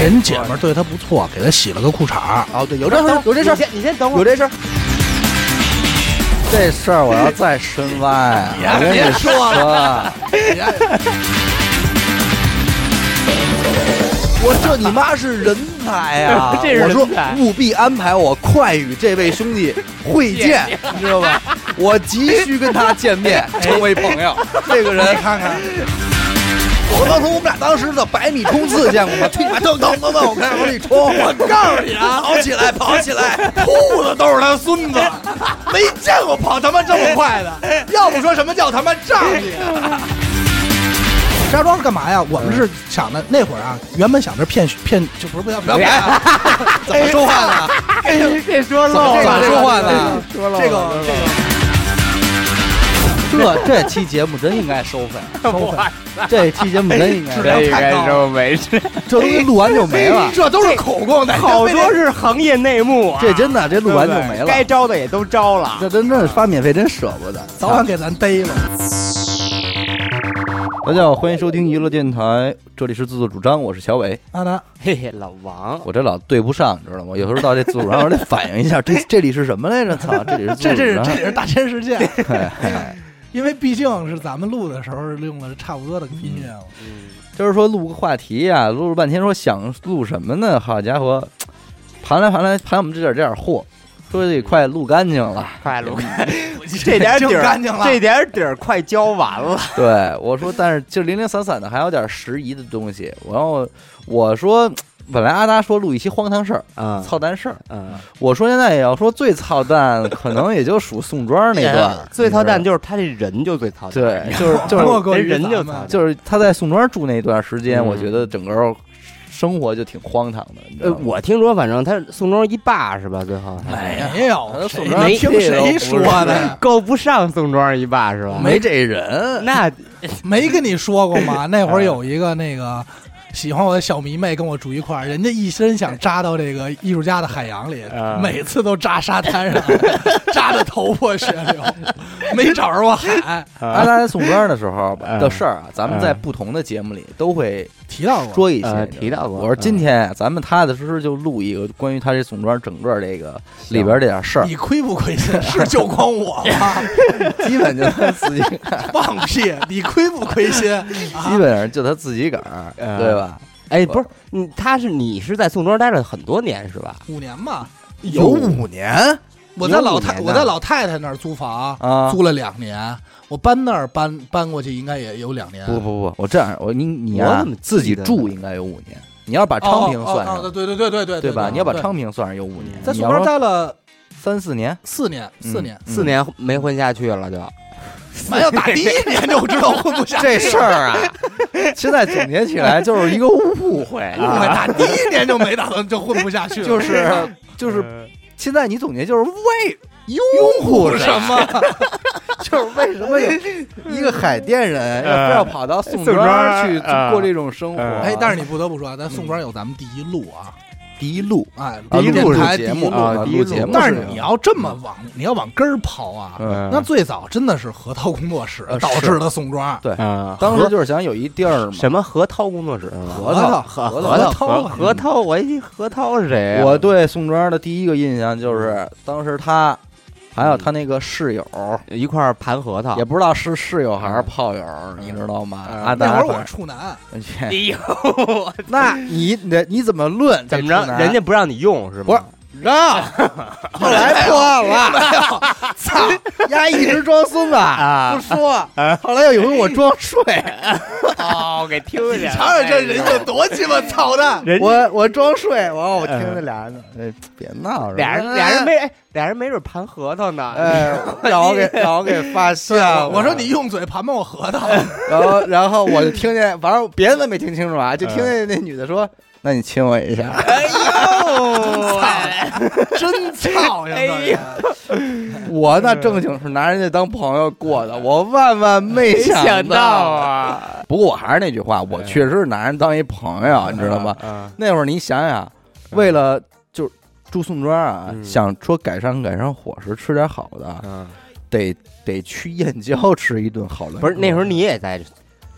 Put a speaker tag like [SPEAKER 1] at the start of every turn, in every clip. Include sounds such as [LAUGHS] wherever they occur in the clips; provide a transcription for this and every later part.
[SPEAKER 1] 人姐们儿对她不错，给她洗了个裤衩儿。啊
[SPEAKER 2] 哦，对，有这事儿，有这事儿
[SPEAKER 3] 你，先你先等会
[SPEAKER 2] 有
[SPEAKER 3] 儿。！
[SPEAKER 2] 这事儿。
[SPEAKER 4] 这事儿我要再深挖
[SPEAKER 1] 啊
[SPEAKER 4] 呀，我跟你说，
[SPEAKER 1] [LAUGHS]
[SPEAKER 2] 我这你妈是人才
[SPEAKER 1] 啊
[SPEAKER 2] 呀
[SPEAKER 3] 这是人才
[SPEAKER 2] 我说务必安排我快与这位兄弟会
[SPEAKER 4] [LAUGHS]
[SPEAKER 2] 见，你知道吧？我急需跟他见面，
[SPEAKER 4] 哎
[SPEAKER 2] 成为朋友。这个人，看看，我当时我们俩当时的百米冲刺见过
[SPEAKER 4] [LAUGHS]
[SPEAKER 2] 吗？
[SPEAKER 4] 哎
[SPEAKER 2] 去你妈！噔噔噔噔，我开始往里冲！我告诉你 [LAUGHS] 啊，跑起来，跑起来！
[SPEAKER 5] 兔子都是他孙子，
[SPEAKER 2] [LAUGHS]
[SPEAKER 5] 没见过跑
[SPEAKER 4] 哦
[SPEAKER 5] 他妈这
[SPEAKER 1] 哎
[SPEAKER 5] 么快的。要不说什么叫他妈仗义？
[SPEAKER 2] 啊
[SPEAKER 1] 石家庄是干嘛呀？我们是想的那会儿啊，原本想着骗骗，就不是不要骗，
[SPEAKER 2] 啊
[SPEAKER 4] 哎
[SPEAKER 2] [LAUGHS] 怎么说话呢？
[SPEAKER 3] [LAUGHS] 这说漏
[SPEAKER 2] 怎么
[SPEAKER 3] 了，
[SPEAKER 2] 哦说话呢？
[SPEAKER 3] 说漏了。
[SPEAKER 2] 这个这个，
[SPEAKER 4] 这这期节目真应该收
[SPEAKER 2] [LAUGHS]
[SPEAKER 4] 费，收费，这期节目真应该收
[SPEAKER 2] 质量
[SPEAKER 4] 费，
[SPEAKER 2] 太高了。
[SPEAKER 6] 这没事，
[SPEAKER 4] 这东西录完就没了，
[SPEAKER 2] 这都是口供的，
[SPEAKER 3] [LAUGHS] 好多是行业内幕
[SPEAKER 4] [LAUGHS]
[SPEAKER 3] 啊。
[SPEAKER 4] 这真的这录完就没了，
[SPEAKER 3] 该招的也都招了。
[SPEAKER 4] [LAUGHS] 这真的发免费真舍不得。
[SPEAKER 1] 早晚给咱逮了。
[SPEAKER 4] 大家好，欢迎收听娱乐电台，这里是自作主张，我是小伟。
[SPEAKER 1] 阿南，
[SPEAKER 3] 嘿嘿，老王，
[SPEAKER 4] 我这老对不上，你知道吗？有时候到这自主张，我得反应一下，这这里是什么来着？操，这里是自
[SPEAKER 1] 这
[SPEAKER 4] 主
[SPEAKER 1] 这是
[SPEAKER 4] 张
[SPEAKER 1] 这也是大千世界，
[SPEAKER 4] 哎哎
[SPEAKER 1] [LAUGHS] 因为毕竟是咱们录的时候用了差不多的音乐嘛。
[SPEAKER 4] 就是说录个话题呀、录了半天说想录什么呢？好家伙，盘来盘来盘我们这点这点货，说得快录干净了。
[SPEAKER 3] 快乐，这
[SPEAKER 1] [LAUGHS]
[SPEAKER 3] 点底
[SPEAKER 1] 净
[SPEAKER 3] 儿
[SPEAKER 1] 干净了
[SPEAKER 3] 这点底儿快交完了。
[SPEAKER 4] 对我说，但是就零零散散的，还有点时宜的东西。然后我说，本来阿达说录一期荒唐事儿、
[SPEAKER 3] 嗯
[SPEAKER 4] 操蛋事儿，
[SPEAKER 3] 嗯，
[SPEAKER 4] 我说现在也要说最操蛋，可能也就数宋庄那
[SPEAKER 3] [LAUGHS]
[SPEAKER 4] 段
[SPEAKER 3] 最操蛋
[SPEAKER 4] 就
[SPEAKER 3] 就是他这人就最操蛋。
[SPEAKER 4] 对，就是
[SPEAKER 3] [LAUGHS]
[SPEAKER 4] 就是
[SPEAKER 1] 莫过于
[SPEAKER 3] 人就
[SPEAKER 1] 咱
[SPEAKER 3] 操
[SPEAKER 1] 们
[SPEAKER 4] 就是他在宋庄住那段时间，
[SPEAKER 3] 嗯
[SPEAKER 4] 我觉得整个生活就挺荒唐的。你知
[SPEAKER 3] 呃
[SPEAKER 4] 道，吗
[SPEAKER 3] 我听说，反正他宋庄一霸是吧？最 [LAUGHS] 后
[SPEAKER 1] 没有，
[SPEAKER 4] 宋
[SPEAKER 1] 谁
[SPEAKER 4] 庄
[SPEAKER 1] 听谁说的？
[SPEAKER 3] 够不上宋庄一霸是吧？
[SPEAKER 4] 没这人，
[SPEAKER 3] 那
[SPEAKER 1] [LAUGHS] 没跟你说过
[SPEAKER 3] [LAUGHS]
[SPEAKER 1] 吗？那会儿有一个那个喜欢我的小迷妹跟我住一块儿，人家一身想扎到这个艺术家的海洋里，
[SPEAKER 3] 啊
[SPEAKER 1] 每次都扎沙滩上， [LAUGHS] 扎的头破血流，没找着我海。
[SPEAKER 4] 阿达在宋庄的时候
[SPEAKER 3] 嗯
[SPEAKER 4] 的事儿啊，咱们
[SPEAKER 3] 嗯
[SPEAKER 4] 在不同的节目里都会
[SPEAKER 1] 提到过，
[SPEAKER 4] 说一些
[SPEAKER 3] 呃
[SPEAKER 4] 你知道吗
[SPEAKER 3] 提到过
[SPEAKER 4] 我说今天啊咱们踏踏实实就录一个关于他这宋庄整个这个里边这点事儿，
[SPEAKER 1] 你亏不亏心？是就光我吗？ [LAUGHS]
[SPEAKER 4] 基本就他自己，
[SPEAKER 1] 放屁！你亏不亏心？啊
[SPEAKER 4] 基本上就他自己个儿，
[SPEAKER 3] 嗯
[SPEAKER 4] 对吧？
[SPEAKER 3] 哎，不是你，他是你是在宋庄待了很多年是吧？
[SPEAKER 1] 五年吧，
[SPEAKER 4] 有五年
[SPEAKER 1] 我在老
[SPEAKER 4] 有五
[SPEAKER 1] 太
[SPEAKER 4] 年
[SPEAKER 1] 我
[SPEAKER 4] 呢
[SPEAKER 1] 在老太太那儿租房，
[SPEAKER 4] 啊！
[SPEAKER 1] 租了两年。我搬那儿搬搬过去应该也有两年，
[SPEAKER 4] 不不不，我这样，我你你
[SPEAKER 3] 我
[SPEAKER 4] 啊
[SPEAKER 3] 怎么，
[SPEAKER 4] 自己
[SPEAKER 3] 记得呢
[SPEAKER 4] 住应该有五年，你要把昌平算
[SPEAKER 1] 哦哦哦
[SPEAKER 4] 上，
[SPEAKER 1] 对对对对对
[SPEAKER 4] 对吧？你要把
[SPEAKER 1] 对
[SPEAKER 4] 昌平算上有五年，
[SPEAKER 1] 在
[SPEAKER 4] 你
[SPEAKER 1] 宋
[SPEAKER 4] 要
[SPEAKER 1] 庄
[SPEAKER 4] 说
[SPEAKER 1] 待了
[SPEAKER 4] 三四年，
[SPEAKER 1] 四年，四
[SPEAKER 4] 嗯
[SPEAKER 1] 年，
[SPEAKER 4] 嗯
[SPEAKER 3] 四年没混下去了就，
[SPEAKER 1] 没有打第一年哎就知道混不
[SPEAKER 4] [LAUGHS]
[SPEAKER 1] 下去，
[SPEAKER 4] 这事儿啊，现在总结起来就是一个误会
[SPEAKER 1] 误会打第一年就没打算就混不下去了，[LAUGHS]
[SPEAKER 4] 啊就是就是现在你总结就是为拥护什么，
[SPEAKER 1] 么？
[SPEAKER 4] [LAUGHS] 就是为什么 [LAUGHS] 有一个海淀人要非要跑到宋
[SPEAKER 6] 宋
[SPEAKER 4] 庄
[SPEAKER 6] 庄
[SPEAKER 4] 去
[SPEAKER 6] 啊
[SPEAKER 4] 过这种生活？
[SPEAKER 6] 哎
[SPEAKER 1] 哎，但是你不得不说，咱宋庄有咱们第一路啊，
[SPEAKER 4] 第一路
[SPEAKER 1] 哎，
[SPEAKER 4] 啊
[SPEAKER 1] 电
[SPEAKER 4] 录
[SPEAKER 1] 台第
[SPEAKER 4] 节
[SPEAKER 1] 一
[SPEAKER 4] 目
[SPEAKER 1] 路。
[SPEAKER 4] 啊，
[SPEAKER 6] 第一
[SPEAKER 4] 录
[SPEAKER 6] 路
[SPEAKER 4] 节目，
[SPEAKER 1] 但是你要这么往，你要往根儿刨啊，
[SPEAKER 4] 嗯
[SPEAKER 1] 那最早真的是核桃工作室
[SPEAKER 4] 呃
[SPEAKER 1] 导致的宋庄，
[SPEAKER 3] 嗯，
[SPEAKER 4] 当时就是想有一地儿嘛，
[SPEAKER 3] 什么核桃工作室是吧？
[SPEAKER 4] 核桃啊核
[SPEAKER 3] 核
[SPEAKER 4] 桃
[SPEAKER 3] 核
[SPEAKER 1] 核
[SPEAKER 3] 核
[SPEAKER 1] 桃啊
[SPEAKER 3] 核桃，我一听核桃是谁啊呀？
[SPEAKER 4] 我对宋庄的第一个印象就是，当时他还有他那个室友，
[SPEAKER 3] 一块儿盘核桃
[SPEAKER 4] 也，不知道是室友还是炮友，你知道吗？
[SPEAKER 1] 那
[SPEAKER 4] 阿
[SPEAKER 1] 会
[SPEAKER 4] 达
[SPEAKER 1] 儿我处男，
[SPEAKER 4] 反正，
[SPEAKER 3] 哎呦，
[SPEAKER 4] 那你你你怎么论？
[SPEAKER 3] 怎么着？人家不让你用是吗？
[SPEAKER 4] 不是让，后来破案了，
[SPEAKER 1] 操，
[SPEAKER 4] 丫一直装孙子，
[SPEAKER 3] 啊
[SPEAKER 4] 不说。后来又有一回我装睡，
[SPEAKER 3] [LAUGHS] 哦，给听见了。哎
[SPEAKER 1] 瞧瞧这人有多鸡巴操
[SPEAKER 4] [LAUGHS]
[SPEAKER 1] 蛋，
[SPEAKER 3] 人
[SPEAKER 4] 我我装睡，完了我听那俩人，哎，别闹了，
[SPEAKER 3] 嗯俩人俩人没哎俩人没准盘核桃呢。 [LAUGHS]
[SPEAKER 4] 哎，让我给让我给发现
[SPEAKER 1] 对啊，
[SPEAKER 4] 了。
[SPEAKER 1] 我说你用嘴盘盘我核桃，
[SPEAKER 4] 然后然后我就听见，反正别的没听清楚啊，
[SPEAKER 3] 嗯
[SPEAKER 4] 就听见那女的说：“那你亲我一下。
[SPEAKER 3] [LAUGHS]
[SPEAKER 4] 哦
[SPEAKER 3] 哎
[SPEAKER 4] [LAUGHS]
[SPEAKER 1] 真操呀！
[SPEAKER 3] 哎呦
[SPEAKER 4] 我那正经是拿人家当朋友过的，我万万没
[SPEAKER 3] 呦，
[SPEAKER 4] 想
[SPEAKER 3] 嗯想到啊，
[SPEAKER 4] 不过我还是那句话，我确实是拿人当一朋友，你知道吗？
[SPEAKER 3] 嗯？
[SPEAKER 4] 那会儿你想想，为了就是住宋庄啊，
[SPEAKER 3] 嗯
[SPEAKER 4] 想说改善改善伙食，吃点好的，
[SPEAKER 3] 嗯，
[SPEAKER 4] 得得去燕郊吃一顿好的。
[SPEAKER 3] 不是那会儿你也在，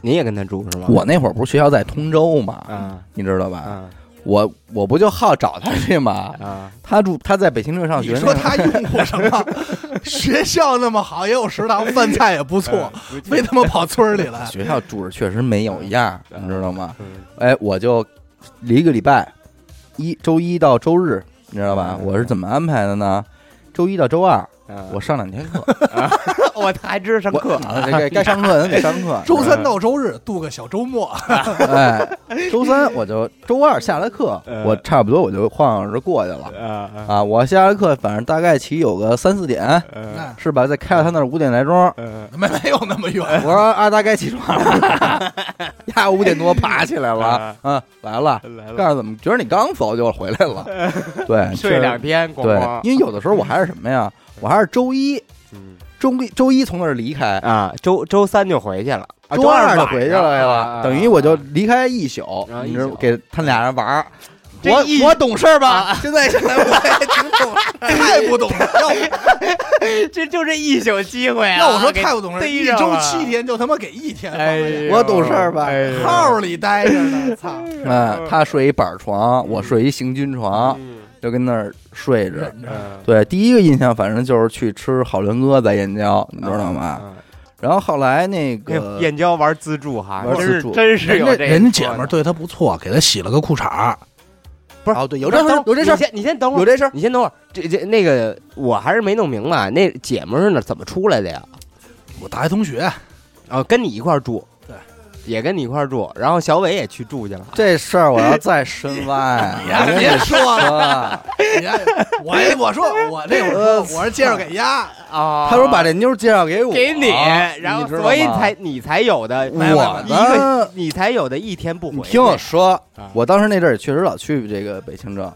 [SPEAKER 3] 你也跟他住是吗？
[SPEAKER 4] 我那会儿不是学校在通州嘛，
[SPEAKER 3] 啊
[SPEAKER 4] 你知道吧？
[SPEAKER 3] 啊，
[SPEAKER 4] 我我不就好找他去吗？
[SPEAKER 3] 啊，
[SPEAKER 4] 他住他在北京路上学
[SPEAKER 1] 你
[SPEAKER 4] 呢，
[SPEAKER 1] 说他用过什么？ [LAUGHS] 学校那么好，也有食堂，饭菜也不错， [LAUGHS] 非他妈跑村儿里来。。
[SPEAKER 4] 嗯 [LAUGHS] 学校住着确实没有样
[SPEAKER 3] 啊
[SPEAKER 4] 儿，你知道吗？
[SPEAKER 3] 嗯
[SPEAKER 4] 哎，我就一个礼拜，一周一到周日，你知道吧？
[SPEAKER 3] 嗯
[SPEAKER 4] 我是怎么安排的呢？周一到周二，
[SPEAKER 3] 啊
[SPEAKER 4] 我上两天课，
[SPEAKER 3] [LAUGHS] 我还知 [LAUGHS] 道上课
[SPEAKER 4] 我啊该该上
[SPEAKER 3] [LAUGHS]
[SPEAKER 4] 课咱得上课
[SPEAKER 1] 周三到周日度个小周末，
[SPEAKER 4] 哎，周三我就周二下了课，
[SPEAKER 3] 嗯
[SPEAKER 4] 我差不多我就晃悠着过去了
[SPEAKER 3] 啊啊
[SPEAKER 4] 啊。我下了课，反正大概起有个三四点，
[SPEAKER 3] 嗯
[SPEAKER 1] 那
[SPEAKER 4] 是吧？再开到他那儿五点来
[SPEAKER 3] [LAUGHS]
[SPEAKER 4] 钟，
[SPEAKER 3] 嗯
[SPEAKER 1] 没没有那么 [LAUGHS]
[SPEAKER 4] 我
[SPEAKER 1] 远。
[SPEAKER 4] 说啊，大概起床了， [LAUGHS] 呀，五点多爬起来了
[SPEAKER 3] 啊，
[SPEAKER 4] 啊，来了。
[SPEAKER 3] 来
[SPEAKER 4] 告诉怎么觉得你刚走就回来了，
[SPEAKER 3] [LAUGHS]
[SPEAKER 4] 对，
[SPEAKER 3] 睡两
[SPEAKER 4] 天，
[SPEAKER 3] 天，咣
[SPEAKER 4] 对
[SPEAKER 3] 咣，
[SPEAKER 4] 因为有的时候我还是什么呀，我还是周一
[SPEAKER 3] 嗯
[SPEAKER 4] 周一周一从那儿离开，
[SPEAKER 3] 啊，周周三就回去了，啊
[SPEAKER 4] 周二就
[SPEAKER 3] 晚上
[SPEAKER 4] 回去了
[SPEAKER 3] 啊
[SPEAKER 4] 等于我就
[SPEAKER 3] 啊
[SPEAKER 4] 离开一宿
[SPEAKER 3] 啊，
[SPEAKER 4] 你知道
[SPEAKER 3] 一宿
[SPEAKER 4] 给他俩人玩儿，
[SPEAKER 3] 这
[SPEAKER 4] 我
[SPEAKER 3] 一啊
[SPEAKER 4] 我懂事儿吧？现在想来我也挺懂事儿，
[SPEAKER 1] 太不懂哎了，要
[SPEAKER 3] 这就这一宿机会啊！
[SPEAKER 1] 要我说
[SPEAKER 3] 给
[SPEAKER 1] 太不懂事，
[SPEAKER 3] 逮
[SPEAKER 1] 一
[SPEAKER 3] 着
[SPEAKER 1] 周
[SPEAKER 3] 了
[SPEAKER 1] 七，天就他妈给一天放假，
[SPEAKER 3] 哎呦，
[SPEAKER 4] 我懂事儿吧
[SPEAKER 3] 哎呦
[SPEAKER 1] 号儿里待着呢，操，
[SPEAKER 4] 嗯，他睡一板床，我睡一行军床，
[SPEAKER 3] 嗯
[SPEAKER 4] 就跟那儿睡着。
[SPEAKER 1] 忍着。
[SPEAKER 3] 嗯
[SPEAKER 4] 对，第一个印象反正就是去吃好伦哥在燕郊，你知道吗？
[SPEAKER 3] 嗯
[SPEAKER 4] 然后后来那啊
[SPEAKER 3] 哎
[SPEAKER 4] 个
[SPEAKER 3] 呦燕郊玩自助哈，
[SPEAKER 4] 玩
[SPEAKER 3] 真
[SPEAKER 4] 自
[SPEAKER 3] 是
[SPEAKER 4] 助
[SPEAKER 3] 真是
[SPEAKER 1] 人
[SPEAKER 3] 有
[SPEAKER 1] 家
[SPEAKER 3] 这
[SPEAKER 1] 人家
[SPEAKER 3] 一
[SPEAKER 1] 姐
[SPEAKER 3] 说
[SPEAKER 1] 们
[SPEAKER 3] 呢
[SPEAKER 1] 儿对他不错，给他洗了个裤衩儿。
[SPEAKER 4] 不是哦，对，有这事儿，有这事
[SPEAKER 3] 你
[SPEAKER 4] 儿，
[SPEAKER 3] 先你先等会
[SPEAKER 4] 有
[SPEAKER 3] 儿，
[SPEAKER 4] 这事儿。
[SPEAKER 3] 你先等会儿，这这那个我还是没弄明白，那姐们儿是那怎么出来的呀？
[SPEAKER 1] 我大学同学，
[SPEAKER 3] 哦，跟你一块儿住，
[SPEAKER 1] 对，
[SPEAKER 3] 也跟你一块儿住，然后小伟也去住去了，
[SPEAKER 4] 这事儿我要再深 [LAUGHS] 啊挖，
[SPEAKER 1] 你
[SPEAKER 4] 哎呀，
[SPEAKER 1] 还哎别说了，
[SPEAKER 4] 啊
[SPEAKER 1] 你还我我说我那会儿说我是介绍给丫，
[SPEAKER 3] 啊
[SPEAKER 4] 他说把这妞儿介绍哦给我，
[SPEAKER 3] 哦给你，然后
[SPEAKER 4] 你知道
[SPEAKER 3] 所以
[SPEAKER 4] 吗
[SPEAKER 3] 才你才有的
[SPEAKER 1] 没
[SPEAKER 4] 我
[SPEAKER 1] 有
[SPEAKER 3] 一个
[SPEAKER 4] 呢，
[SPEAKER 3] 你才有的一天不回
[SPEAKER 4] 你
[SPEAKER 3] 去。
[SPEAKER 4] 听我说
[SPEAKER 3] 啊，
[SPEAKER 4] 我当时那阵儿也确实老去这个北清镇
[SPEAKER 3] 啊，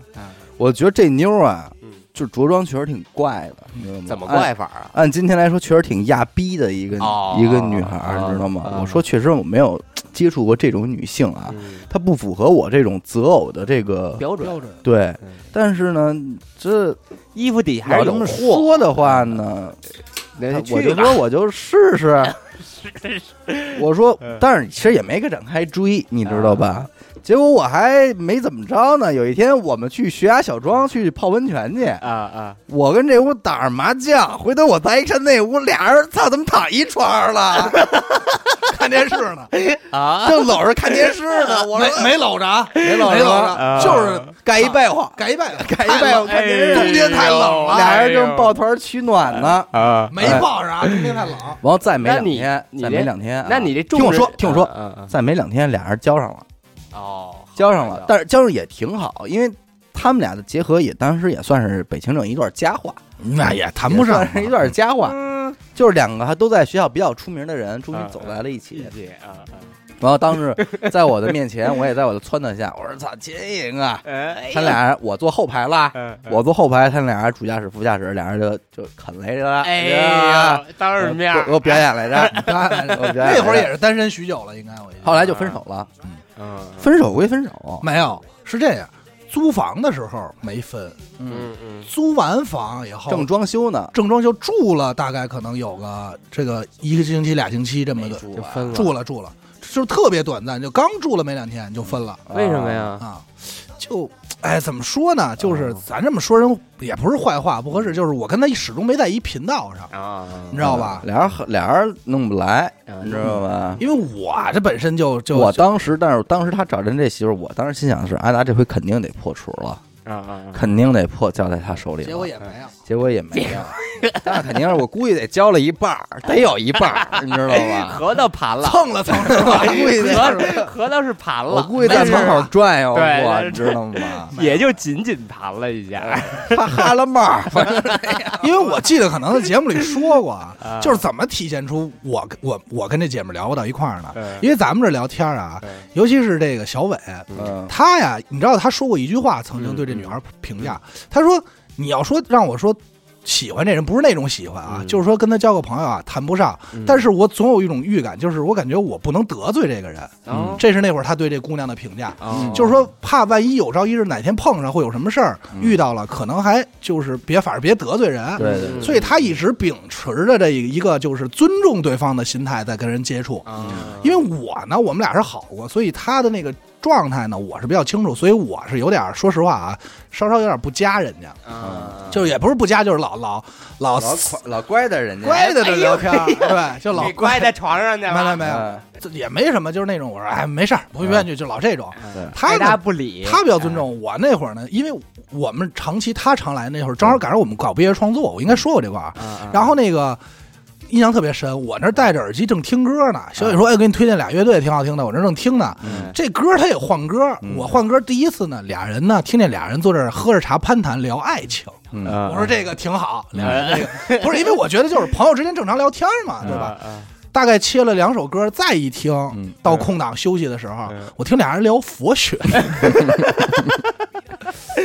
[SPEAKER 4] 我觉得这妞儿啊
[SPEAKER 3] 嗯，
[SPEAKER 4] 就着装确实挺怪的，你知道吗？
[SPEAKER 3] 怎么
[SPEAKER 4] 按？
[SPEAKER 3] 怪法啊？
[SPEAKER 4] 按今天来说，确实挺亚逼的一个
[SPEAKER 3] 哦
[SPEAKER 4] 一个女孩儿，
[SPEAKER 3] 哦
[SPEAKER 4] 你知道吗
[SPEAKER 3] 哦？嗯
[SPEAKER 4] 我说确实我没有接触过这种女性啊，她不符合我这种择偶的这个
[SPEAKER 3] 标准
[SPEAKER 1] 准
[SPEAKER 4] 对
[SPEAKER 3] 嗯，
[SPEAKER 4] 但是呢，这
[SPEAKER 3] 衣服底
[SPEAKER 4] 老
[SPEAKER 3] 还是
[SPEAKER 4] 这
[SPEAKER 3] 有
[SPEAKER 4] 么
[SPEAKER 3] 货，
[SPEAKER 4] 说的话呢，
[SPEAKER 3] 那
[SPEAKER 4] 他
[SPEAKER 3] 就
[SPEAKER 4] 我
[SPEAKER 3] 去
[SPEAKER 4] 就
[SPEAKER 3] 吧
[SPEAKER 4] 说我就试试。
[SPEAKER 3] [LAUGHS]
[SPEAKER 4] 我说，但是其实也没个展开追，你知道
[SPEAKER 3] 啊
[SPEAKER 4] 吧？结果我还没怎么着呢。有一天我们去悬崖小庄去泡温泉去，
[SPEAKER 3] 啊啊！
[SPEAKER 4] 我跟这屋打着麻将，回头我在一上那屋，俩人操怎么躺一床上了，
[SPEAKER 3] [LAUGHS]
[SPEAKER 1] 看电视呢，
[SPEAKER 3] 啊
[SPEAKER 4] 正搂着看电视呢。我
[SPEAKER 1] 没
[SPEAKER 4] 说
[SPEAKER 1] 没搂着啊，
[SPEAKER 4] 没
[SPEAKER 1] 没搂着，
[SPEAKER 3] 啊
[SPEAKER 1] 就是
[SPEAKER 4] 盖一被窝，
[SPEAKER 1] 改一被子，
[SPEAKER 4] 盖一被窝看电视，
[SPEAKER 1] 冬天哎太冷了哎
[SPEAKER 4] 俩人正抱团取暖呢。
[SPEAKER 3] 啊！
[SPEAKER 1] 没抱着啊，冬天太冷，
[SPEAKER 4] 完了再没
[SPEAKER 3] 那
[SPEAKER 4] 两
[SPEAKER 3] 你
[SPEAKER 4] 天，
[SPEAKER 3] 你
[SPEAKER 4] 再
[SPEAKER 3] 这
[SPEAKER 4] 没两天啊，
[SPEAKER 3] 那你这啊
[SPEAKER 4] 听我说，听我说，
[SPEAKER 3] 说，
[SPEAKER 4] 再没两天俩人交上了，
[SPEAKER 3] 哦，
[SPEAKER 4] 交上了，但是交上也挺好，因为他们俩的结合也当时也算是北清政一段佳话，
[SPEAKER 1] 那也谈啊
[SPEAKER 4] 也算是一段佳话，
[SPEAKER 3] 嗯
[SPEAKER 4] 就是两个还都在学校比较出名的人，终于走在了一起。
[SPEAKER 3] 姐啊，
[SPEAKER 4] 然后当时在我的面前，我也在我的撺掇下，我说：“操，杰莹啊！”
[SPEAKER 3] 哎啊
[SPEAKER 4] 他俩人，我坐后排啦，我坐后排，他们俩人主驾驶、副驾驶，俩人就就啃来着了。
[SPEAKER 3] 哎
[SPEAKER 4] 呀，
[SPEAKER 3] 呀，当着面
[SPEAKER 4] 呃我我表演来着， [LAUGHS] 我表演来着
[SPEAKER 1] 那会儿也是单身许久了，应该我
[SPEAKER 4] 后来就分手了。
[SPEAKER 3] 嗯
[SPEAKER 4] 分手归分手，
[SPEAKER 1] 没有是这样，租房的时候没分，
[SPEAKER 4] 嗯，
[SPEAKER 3] 嗯
[SPEAKER 1] 租完房以后
[SPEAKER 4] 正装修呢，
[SPEAKER 1] 正装修住了大概可能有个这个一个星期俩星期这么
[SPEAKER 4] 没
[SPEAKER 1] 个
[SPEAKER 4] 住
[SPEAKER 3] 就
[SPEAKER 4] 啊
[SPEAKER 3] 分了
[SPEAKER 1] 住了住了，就是特别短暂，就刚住了没两天就分了
[SPEAKER 3] 为什么？呀？
[SPEAKER 1] 啊。就哎，怎么说呢？就是咱这么说人也不是坏话，不合适。就是我跟他始终没在一频道上，
[SPEAKER 3] 啊
[SPEAKER 1] 你知道吧？
[SPEAKER 4] 俩人很俩人弄不来，
[SPEAKER 3] 嗯
[SPEAKER 4] 你知道吧？
[SPEAKER 1] 因为我这本身就就
[SPEAKER 4] 我当时，但是当时他找人这媳妇儿，我当时心想的是，阿达这回肯定得破除了，
[SPEAKER 3] 啊啊！
[SPEAKER 4] 肯定得破交在他手里了。
[SPEAKER 1] 结果也没有。
[SPEAKER 4] 结果也没有， [LAUGHS] 但肯定是我估计得交了一半儿，得有一半儿，你知道吧？
[SPEAKER 3] 合到盘了，
[SPEAKER 1] 蹭了蹭了，
[SPEAKER 4] [LAUGHS] 我估计得，
[SPEAKER 3] 合合到是盘了，
[SPEAKER 4] 我估计在门口转悠
[SPEAKER 3] 对
[SPEAKER 4] 过，
[SPEAKER 3] 但是
[SPEAKER 4] 你知道
[SPEAKER 6] [LAUGHS]
[SPEAKER 4] 吗？
[SPEAKER 3] [LAUGHS] 也就仅仅盘了一下，
[SPEAKER 4] 他哈了帽儿，
[SPEAKER 1] 因为我记得可能在节目里说过
[SPEAKER 3] 啊
[SPEAKER 1] 啊，就是怎么体现出我我我跟这姐们儿聊不到一块儿呢？
[SPEAKER 3] 嗯
[SPEAKER 1] 因为咱们这聊天啊
[SPEAKER 3] 对，
[SPEAKER 1] 尤其是这个小伟，
[SPEAKER 4] 嗯
[SPEAKER 1] 他呀，你知道他说过一句话，曾经对这女孩评价，他说：“你要说让我说喜欢这人，不是那种喜欢啊，
[SPEAKER 3] 嗯
[SPEAKER 1] 就是说跟他交个朋友啊，谈不上。但是我总有一种预感，就是我感觉我不能得罪这个人。
[SPEAKER 3] 哦
[SPEAKER 1] 这是那会儿他对这姑娘的评价，
[SPEAKER 3] 哦
[SPEAKER 1] 就是说怕万一有朝一日哪天碰上会有什么事儿，遇到了可能还就是别反正别得罪人。
[SPEAKER 4] 对对，
[SPEAKER 3] 嗯
[SPEAKER 1] 所以他一直秉持着这一个就是尊重对方的心态在跟人接触。
[SPEAKER 3] 啊，
[SPEAKER 1] 因为我呢，我们俩是好过，所以他的那个状态呢，我是比较清楚，所以我是有点儿，说实话啊，稍稍有点不加人家，
[SPEAKER 3] 啊，
[SPEAKER 1] 就是也不是不加，就是老老老
[SPEAKER 4] 老快老乖的人家，
[SPEAKER 1] 乖的这聊天儿，对，就老
[SPEAKER 3] 你乖在床上去
[SPEAKER 1] 没有
[SPEAKER 3] 了，
[SPEAKER 1] 没有，
[SPEAKER 4] 嗯
[SPEAKER 1] 这也没什么，就是那种我说哎没事儿，不愿意去，就老这种。
[SPEAKER 4] 对
[SPEAKER 1] 他
[SPEAKER 3] 被他
[SPEAKER 1] 呢，
[SPEAKER 3] 不理，
[SPEAKER 1] 他
[SPEAKER 6] 啊
[SPEAKER 1] 比较尊重我那会儿呢，因为我们长期他常来那会儿，正好赶上我们搞毕业创作，我应该说过这块儿。
[SPEAKER 3] 啊。啊
[SPEAKER 1] 然后那个印象特别深，我那儿戴着耳机正听歌呢，小雨说：“哎，我给你推荐俩乐队，挺好听的。”我这正听呢，
[SPEAKER 3] 嗯
[SPEAKER 1] 这歌他也换歌，
[SPEAKER 4] 嗯
[SPEAKER 1] 我换歌第一次呢，俩人呢听见俩人坐这儿喝着茶攀谈聊爱情，
[SPEAKER 4] 嗯
[SPEAKER 3] 嗯
[SPEAKER 1] 我说这个挺好，俩人这个不是因为我觉得就是朋友之间正常聊天嘛，
[SPEAKER 3] 嗯
[SPEAKER 1] 对吧？？大概切了两首歌，再一听，
[SPEAKER 4] 嗯
[SPEAKER 1] 到空档休息的时候
[SPEAKER 3] 嗯，
[SPEAKER 1] 我听俩人聊佛学，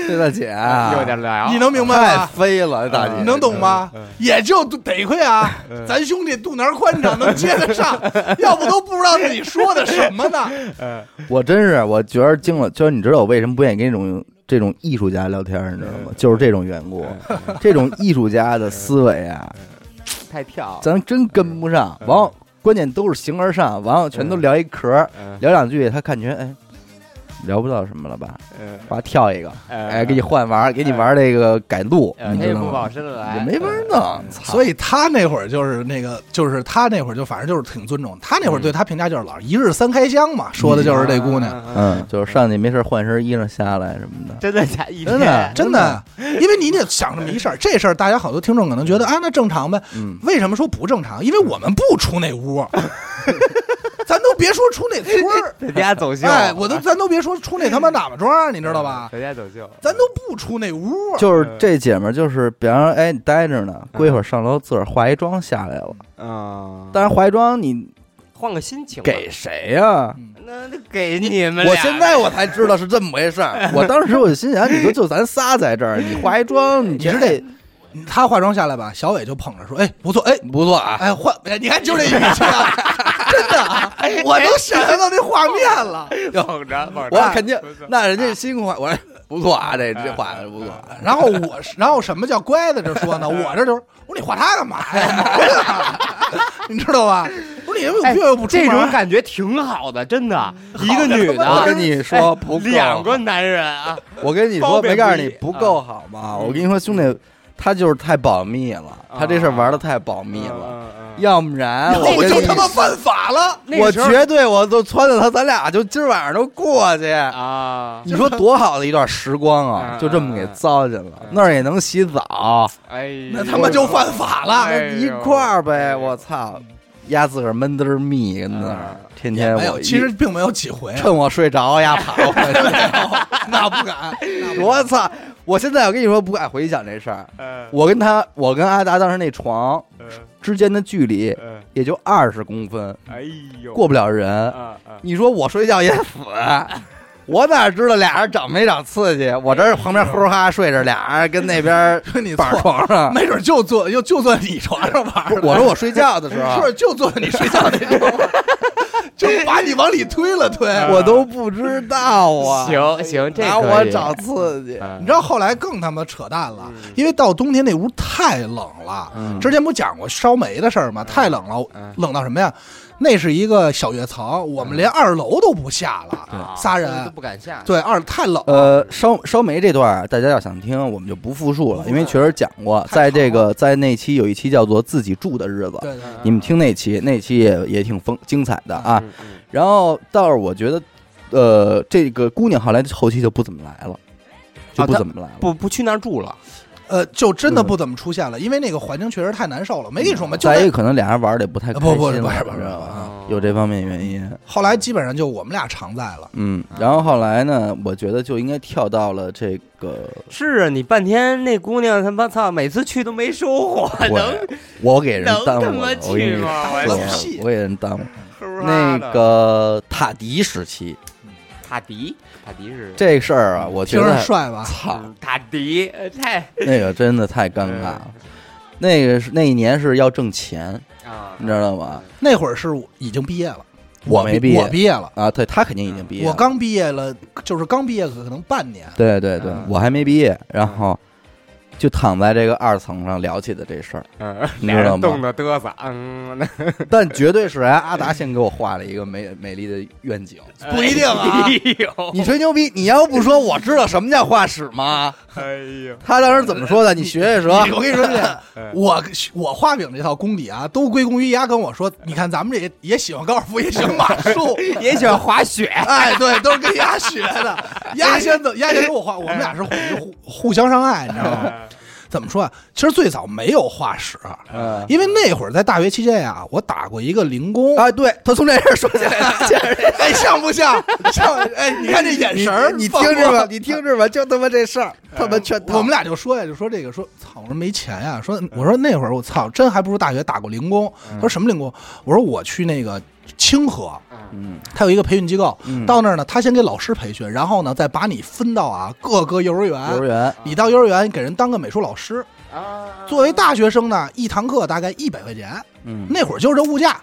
[SPEAKER 4] 这大姐啊
[SPEAKER 3] 嗯有点聊，
[SPEAKER 1] [LAUGHS] 你能明白
[SPEAKER 4] 太
[SPEAKER 1] 吗？
[SPEAKER 4] 飞了，这大姐
[SPEAKER 1] 你能懂吗
[SPEAKER 3] 嗯嗯？
[SPEAKER 1] 也就得亏啊，
[SPEAKER 3] 嗯
[SPEAKER 1] 咱兄弟肚腩宽敞，能接得
[SPEAKER 3] [LAUGHS]
[SPEAKER 1] 上，要不都不知道自己说的什么呢。
[SPEAKER 3] 嗯
[SPEAKER 4] 我真是，我觉得惊了。就是你知道我为什么不愿意跟这种这种艺术家聊天儿，你知道
[SPEAKER 3] 嗯
[SPEAKER 4] 吗？就是这种缘故。这种艺术家的思维啊，
[SPEAKER 3] 嗯哎太跳，
[SPEAKER 4] 咱真跟不上。
[SPEAKER 3] 嗯
[SPEAKER 4] 完后，关键都是形而上，完后全都聊一壳儿，
[SPEAKER 3] 嗯
[SPEAKER 4] 聊两句，他感觉哎，聊不到什么了吧？
[SPEAKER 3] 嗯
[SPEAKER 4] 把他跳一个，
[SPEAKER 3] 嗯哎
[SPEAKER 4] 哎，给你换玩儿，给你玩儿这个改路，
[SPEAKER 3] 嗯
[SPEAKER 4] 你
[SPEAKER 3] 他也
[SPEAKER 4] 知
[SPEAKER 3] 不啊
[SPEAKER 4] 道吗
[SPEAKER 3] 往？深了来，
[SPEAKER 4] 也没法弄，操
[SPEAKER 1] 所以他那会儿就是那个，就是他那会儿就反正就是挺尊重他那会儿对他评价就是老是一日三开箱嘛，说的就是这姑娘。
[SPEAKER 3] 嗯，嗯
[SPEAKER 4] 嗯，就是上去没事儿换身衣裳下来什么的。
[SPEAKER 3] [LAUGHS] 真的假？一
[SPEAKER 4] 真的
[SPEAKER 3] 天
[SPEAKER 1] 真的，
[SPEAKER 3] 嗯
[SPEAKER 1] 因为你得想这么一事儿，这事儿大家好多听众可能觉得啊，那正常呗。
[SPEAKER 4] 嗯
[SPEAKER 1] 为什么说不正常？因为我们不出那
[SPEAKER 3] [LAUGHS]
[SPEAKER 1] 屋，咱都别说出那村儿，
[SPEAKER 3] 人家走秀，
[SPEAKER 1] 哎，我都咱都别说出那他妈喇叭庄，你知道吧？
[SPEAKER 3] 人家走秀，
[SPEAKER 1] 咱都不出那屋，
[SPEAKER 3] 嗯
[SPEAKER 4] 就是这姐们儿，就是比方说，哎，你待着呢，过一会儿上楼自个儿化一妆下来了。
[SPEAKER 3] 嗯，
[SPEAKER 4] 但是化一妆你
[SPEAKER 3] 换个心情嘛，
[SPEAKER 4] 给谁呀、
[SPEAKER 3] 那那给你们俩，
[SPEAKER 4] 我现在我才知道是这么回事
[SPEAKER 3] [LAUGHS]
[SPEAKER 4] 儿。我当时我就心想，你说就咱仨在这儿，你化一妆，你这得
[SPEAKER 1] 她化妆下来吧，小伟就捧着说：“哎，不错，哎，
[SPEAKER 4] 不错啊。
[SPEAKER 1] 哎，换，哎你看就这语气啊， [LAUGHS] 真的啊，我都想象到那画面了。
[SPEAKER 3] 捧着捧着，
[SPEAKER 4] 我肯定，那人
[SPEAKER 3] 啊
[SPEAKER 4] 家辛苦化，我说不错啊，这这化的不错。
[SPEAKER 1] [LAUGHS] 然后我是，然后什么叫乖在这说呢？我这就是，我说你画他干嘛 [LAUGHS] 呀？哎有毛呀？你知道吧？我说你又有
[SPEAKER 3] 哎
[SPEAKER 1] 病又不出
[SPEAKER 3] 这种
[SPEAKER 1] 门，
[SPEAKER 3] 感觉挺好的，真的， [LAUGHS] 一个女
[SPEAKER 4] 我
[SPEAKER 3] 的哎
[SPEAKER 4] 跟。你 [LAUGHS] 说不够，
[SPEAKER 3] 两个男人啊，
[SPEAKER 4] 我跟你
[SPEAKER 3] 褒
[SPEAKER 4] 说，
[SPEAKER 3] 贬
[SPEAKER 4] 没告诉你
[SPEAKER 3] 不一啊嗯
[SPEAKER 4] 不够好吗？我跟你说，兄弟，他就是太保密了，他这事儿玩的太保密了，
[SPEAKER 3] 啊嗯嗯
[SPEAKER 4] 要不然
[SPEAKER 1] 那
[SPEAKER 4] 我
[SPEAKER 1] 我
[SPEAKER 4] 跟
[SPEAKER 1] 就
[SPEAKER 4] 你
[SPEAKER 1] 他妈犯法了。
[SPEAKER 3] 那
[SPEAKER 4] 我
[SPEAKER 3] 时候
[SPEAKER 4] 绝对，我都撺掇他，咱俩就今儿晚上都过去。
[SPEAKER 3] 嗯啊！
[SPEAKER 4] 你说多好的一段时光啊，
[SPEAKER 3] 嗯
[SPEAKER 4] 就这么给糟践
[SPEAKER 3] 啊
[SPEAKER 4] 了。那儿也能洗澡，
[SPEAKER 3] 哎呦，
[SPEAKER 1] 那他妈就犯法了，
[SPEAKER 3] 哎呦啊
[SPEAKER 4] 一块儿呗。我操，丫自个儿闷嘚儿密跟那儿，天天
[SPEAKER 1] 没
[SPEAKER 4] 我
[SPEAKER 1] 有，
[SPEAKER 4] 一
[SPEAKER 1] 其实并没有几回，啊 [LAUGHS]
[SPEAKER 4] 趁我睡着，丫
[SPEAKER 3] [LAUGHS]
[SPEAKER 4] 跑回来。
[SPEAKER 1] 那不 [LAUGHS] 敢。
[SPEAKER 4] 我操！我现在我跟你说，不敢回想这事儿。
[SPEAKER 3] 嗯
[SPEAKER 4] 我跟他，我跟阿达当时那床
[SPEAKER 3] 嗯
[SPEAKER 4] 之间的距离
[SPEAKER 3] 嗯
[SPEAKER 4] 也就二十公分，
[SPEAKER 3] 哎呦，
[SPEAKER 4] 过不了人。
[SPEAKER 3] 啊啊！
[SPEAKER 4] 你说我睡觉也死， [LAUGHS] 我哪知道俩人长没长刺激？我这儿旁边呼噜哈睡着，俩人跟那 [LAUGHS] 边
[SPEAKER 1] 说你错
[SPEAKER 4] 板，床上。
[SPEAKER 1] 没准就坐就就坐你床上玩
[SPEAKER 4] 不
[SPEAKER 1] 儿
[SPEAKER 4] 是
[SPEAKER 1] 了。
[SPEAKER 4] 我说我睡觉的时 [LAUGHS] 候，
[SPEAKER 1] 是就坐在你睡觉那地方，就把你往里推了推。
[SPEAKER 4] 我都不知道啊。，
[SPEAKER 3] 行行，这
[SPEAKER 4] 拿
[SPEAKER 3] 可
[SPEAKER 4] 我
[SPEAKER 3] 以
[SPEAKER 4] 找刺激。
[SPEAKER 1] 你
[SPEAKER 3] 嗯
[SPEAKER 1] 知道后来更他妈扯淡了，因为到冬天那屋太冷了。之前不讲过烧煤的事儿吗？太冷了，
[SPEAKER 3] 嗯
[SPEAKER 1] 冷到什么呀？那是一个小跃层，我们连二楼都不下了，
[SPEAKER 3] 啊
[SPEAKER 1] 仨
[SPEAKER 3] 都
[SPEAKER 6] 嗯
[SPEAKER 1] 人
[SPEAKER 3] 不。敢下。
[SPEAKER 1] 对，二太冷了。
[SPEAKER 4] 呃，烧烧煤这段儿，大家要想听，我们就不复述了，因为确实讲过，
[SPEAKER 1] 长
[SPEAKER 4] 在这个在那期有一期叫做“自己住的日子”，
[SPEAKER 1] 对对，
[SPEAKER 4] 你们听那期，那期也也挺丰精彩的啊。
[SPEAKER 3] 嗯嗯，嗯
[SPEAKER 4] 然后倒是我觉得，呃，这个姑娘后来后期就不怎么来了，就
[SPEAKER 3] 啊
[SPEAKER 4] 不
[SPEAKER 3] 她
[SPEAKER 4] 怎么来了。
[SPEAKER 3] 不不去那儿住了。
[SPEAKER 1] 呃，就真的不怎么出现了，因为那个环境确实太难受了。没跟你说吗？就
[SPEAKER 4] 嗯再一
[SPEAKER 1] 在
[SPEAKER 4] 个，可能俩人玩的也不太
[SPEAKER 1] 不
[SPEAKER 4] 开
[SPEAKER 1] 不
[SPEAKER 4] 心了，
[SPEAKER 1] 不是不是
[SPEAKER 4] 你知
[SPEAKER 1] 不是
[SPEAKER 4] 道吧
[SPEAKER 3] 哦
[SPEAKER 4] 有这方面原因。
[SPEAKER 1] 后来基本上就我们俩常在了。
[SPEAKER 4] 嗯，然后后来呢，我觉得就应该跳到了这个，
[SPEAKER 3] 是啊，你半天那姑娘他妈操，每次去都没收获， [LAUGHS] 能
[SPEAKER 4] 我我给人
[SPEAKER 3] 能
[SPEAKER 4] 耽误
[SPEAKER 3] 他
[SPEAKER 4] 了，
[SPEAKER 3] 妈
[SPEAKER 4] 我给
[SPEAKER 3] 去
[SPEAKER 4] 你
[SPEAKER 3] 吗？
[SPEAKER 1] 我
[SPEAKER 4] 说
[SPEAKER 1] 操屁
[SPEAKER 4] 我给人耽误了。
[SPEAKER 3] 我
[SPEAKER 4] 那个塔迪时期
[SPEAKER 3] 塔迪，塔迪是
[SPEAKER 4] 这事儿啊，我觉
[SPEAKER 1] 听着
[SPEAKER 4] 得
[SPEAKER 1] 帅吧？
[SPEAKER 4] 操，
[SPEAKER 3] 嗯塔迪，呃太
[SPEAKER 4] 那个真的太尴尬了。那个是那一年是要挣钱，
[SPEAKER 3] 啊
[SPEAKER 4] 你知道吗？
[SPEAKER 1] 那会儿是我已经毕业了，
[SPEAKER 4] 我没毕业
[SPEAKER 1] 我毕业了，
[SPEAKER 4] 啊，对他肯定已经毕业了，
[SPEAKER 1] 我刚毕业了，就是刚毕业可能半年。
[SPEAKER 4] 对对对
[SPEAKER 3] 嗯，
[SPEAKER 4] 我还没毕业，然后就躺在这个二层上聊起的这事儿，
[SPEAKER 3] 嗯，
[SPEAKER 4] 你
[SPEAKER 3] 俩
[SPEAKER 4] 知道
[SPEAKER 3] 人
[SPEAKER 4] 吗
[SPEAKER 3] 冻得嘚瑟，嗯，那
[SPEAKER 4] 但绝对是哎阿达先给我画了一个美美丽的愿景。
[SPEAKER 7] 不一定
[SPEAKER 4] [LAUGHS]
[SPEAKER 7] 啊。
[SPEAKER 3] 哎
[SPEAKER 1] 哦
[SPEAKER 3] 呦，
[SPEAKER 4] 你吹牛逼，你要不说我知道什么叫画室吗？
[SPEAKER 3] 哎呦，
[SPEAKER 4] 他当时怎么说的？你学学舌。
[SPEAKER 1] 我跟你说这样
[SPEAKER 3] 哎，
[SPEAKER 1] 我我画饼这套功底啊，都归功于丫跟我说，你看咱们这也也喜欢高尔夫，也喜欢马
[SPEAKER 4] [LAUGHS]
[SPEAKER 1] 术，
[SPEAKER 6] 也喜欢滑雪，
[SPEAKER 1] 哎，对，都是跟丫学
[SPEAKER 4] [LAUGHS]
[SPEAKER 1] 的。丫先走，丫先跟我画，我们俩是互互相伤害，你知
[SPEAKER 4] [LAUGHS]
[SPEAKER 1] 道
[SPEAKER 4] 哎
[SPEAKER 1] 吗？怎么说啊？其实最早没有画室，啊
[SPEAKER 4] 嗯，
[SPEAKER 1] 因为那会儿在大学期间啊，我打过一个零工，
[SPEAKER 4] 哎，对他从这事儿说起 [LAUGHS] 来，
[SPEAKER 1] 哎，像不像？像哎，你看这眼神儿，
[SPEAKER 4] 你你
[SPEAKER 1] 放
[SPEAKER 4] 听着
[SPEAKER 1] 光
[SPEAKER 4] 吧，你听着吧，就他妈这事儿，他妈全
[SPEAKER 1] 我们俩就说呀，就说这个，说操，我说没钱呀，说我说那会儿我操，真还不如大学打过零工。他说什么零工？我说我去那个清河，
[SPEAKER 4] 嗯，
[SPEAKER 1] 他有一个培训机构，
[SPEAKER 4] 嗯
[SPEAKER 1] 到那儿呢，他先给老师培训，然后呢再把你分到啊各个幼儿园。
[SPEAKER 4] 幼儿园
[SPEAKER 1] [LAUGHS] 你到幼儿园给人当个美术老师，
[SPEAKER 3] 啊，
[SPEAKER 1] 作为大学生呢，一堂课大概一百块钱，
[SPEAKER 4] 嗯
[SPEAKER 1] 那会儿就是这物价。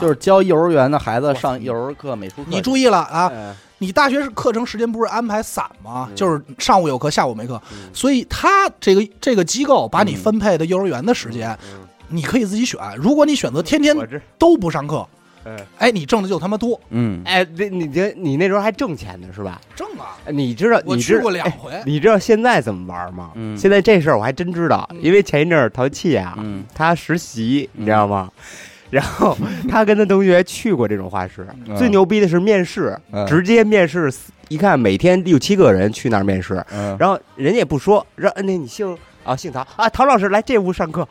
[SPEAKER 4] 就是教幼儿园的孩子上幼儿课、美术课。
[SPEAKER 1] 你注意了啊，
[SPEAKER 3] 嗯
[SPEAKER 1] 你大学是课程时间不是安排散吗？
[SPEAKER 4] 嗯
[SPEAKER 1] 就是上午有课，下午没课，所以他这个这个机构
[SPEAKER 4] 嗯
[SPEAKER 1] 把你分配的幼儿园的时间，
[SPEAKER 3] 嗯
[SPEAKER 1] 你可以自己选。如果你选择天天
[SPEAKER 3] 我知，
[SPEAKER 1] 都不上课，
[SPEAKER 3] 嗯，
[SPEAKER 1] 哎，你挣的就他妈多，
[SPEAKER 4] 嗯，
[SPEAKER 6] [LAUGHS] 哎，那你这你那时候还挣钱呢是吧？
[SPEAKER 1] 挣啊！
[SPEAKER 6] 哎你知道
[SPEAKER 1] 我
[SPEAKER 6] 你
[SPEAKER 1] 去
[SPEAKER 6] 知
[SPEAKER 1] 过
[SPEAKER 6] 道哎
[SPEAKER 1] 两回，
[SPEAKER 6] 你知道现在怎么玩吗？
[SPEAKER 4] 嗯
[SPEAKER 6] 现在这事儿我还真知道，因为前一阵儿淘气啊，
[SPEAKER 4] 嗯
[SPEAKER 6] 他实习，你知道吗？然后他跟他同学去过这种画室，
[SPEAKER 4] 嗯
[SPEAKER 6] 最牛逼的是面试，
[SPEAKER 4] 嗯
[SPEAKER 6] 直接面试，一看每天六七个人去那儿面试，
[SPEAKER 4] 嗯，
[SPEAKER 6] 然后人家也不说，让那你姓啊姓陶啊，陶老师来这屋上课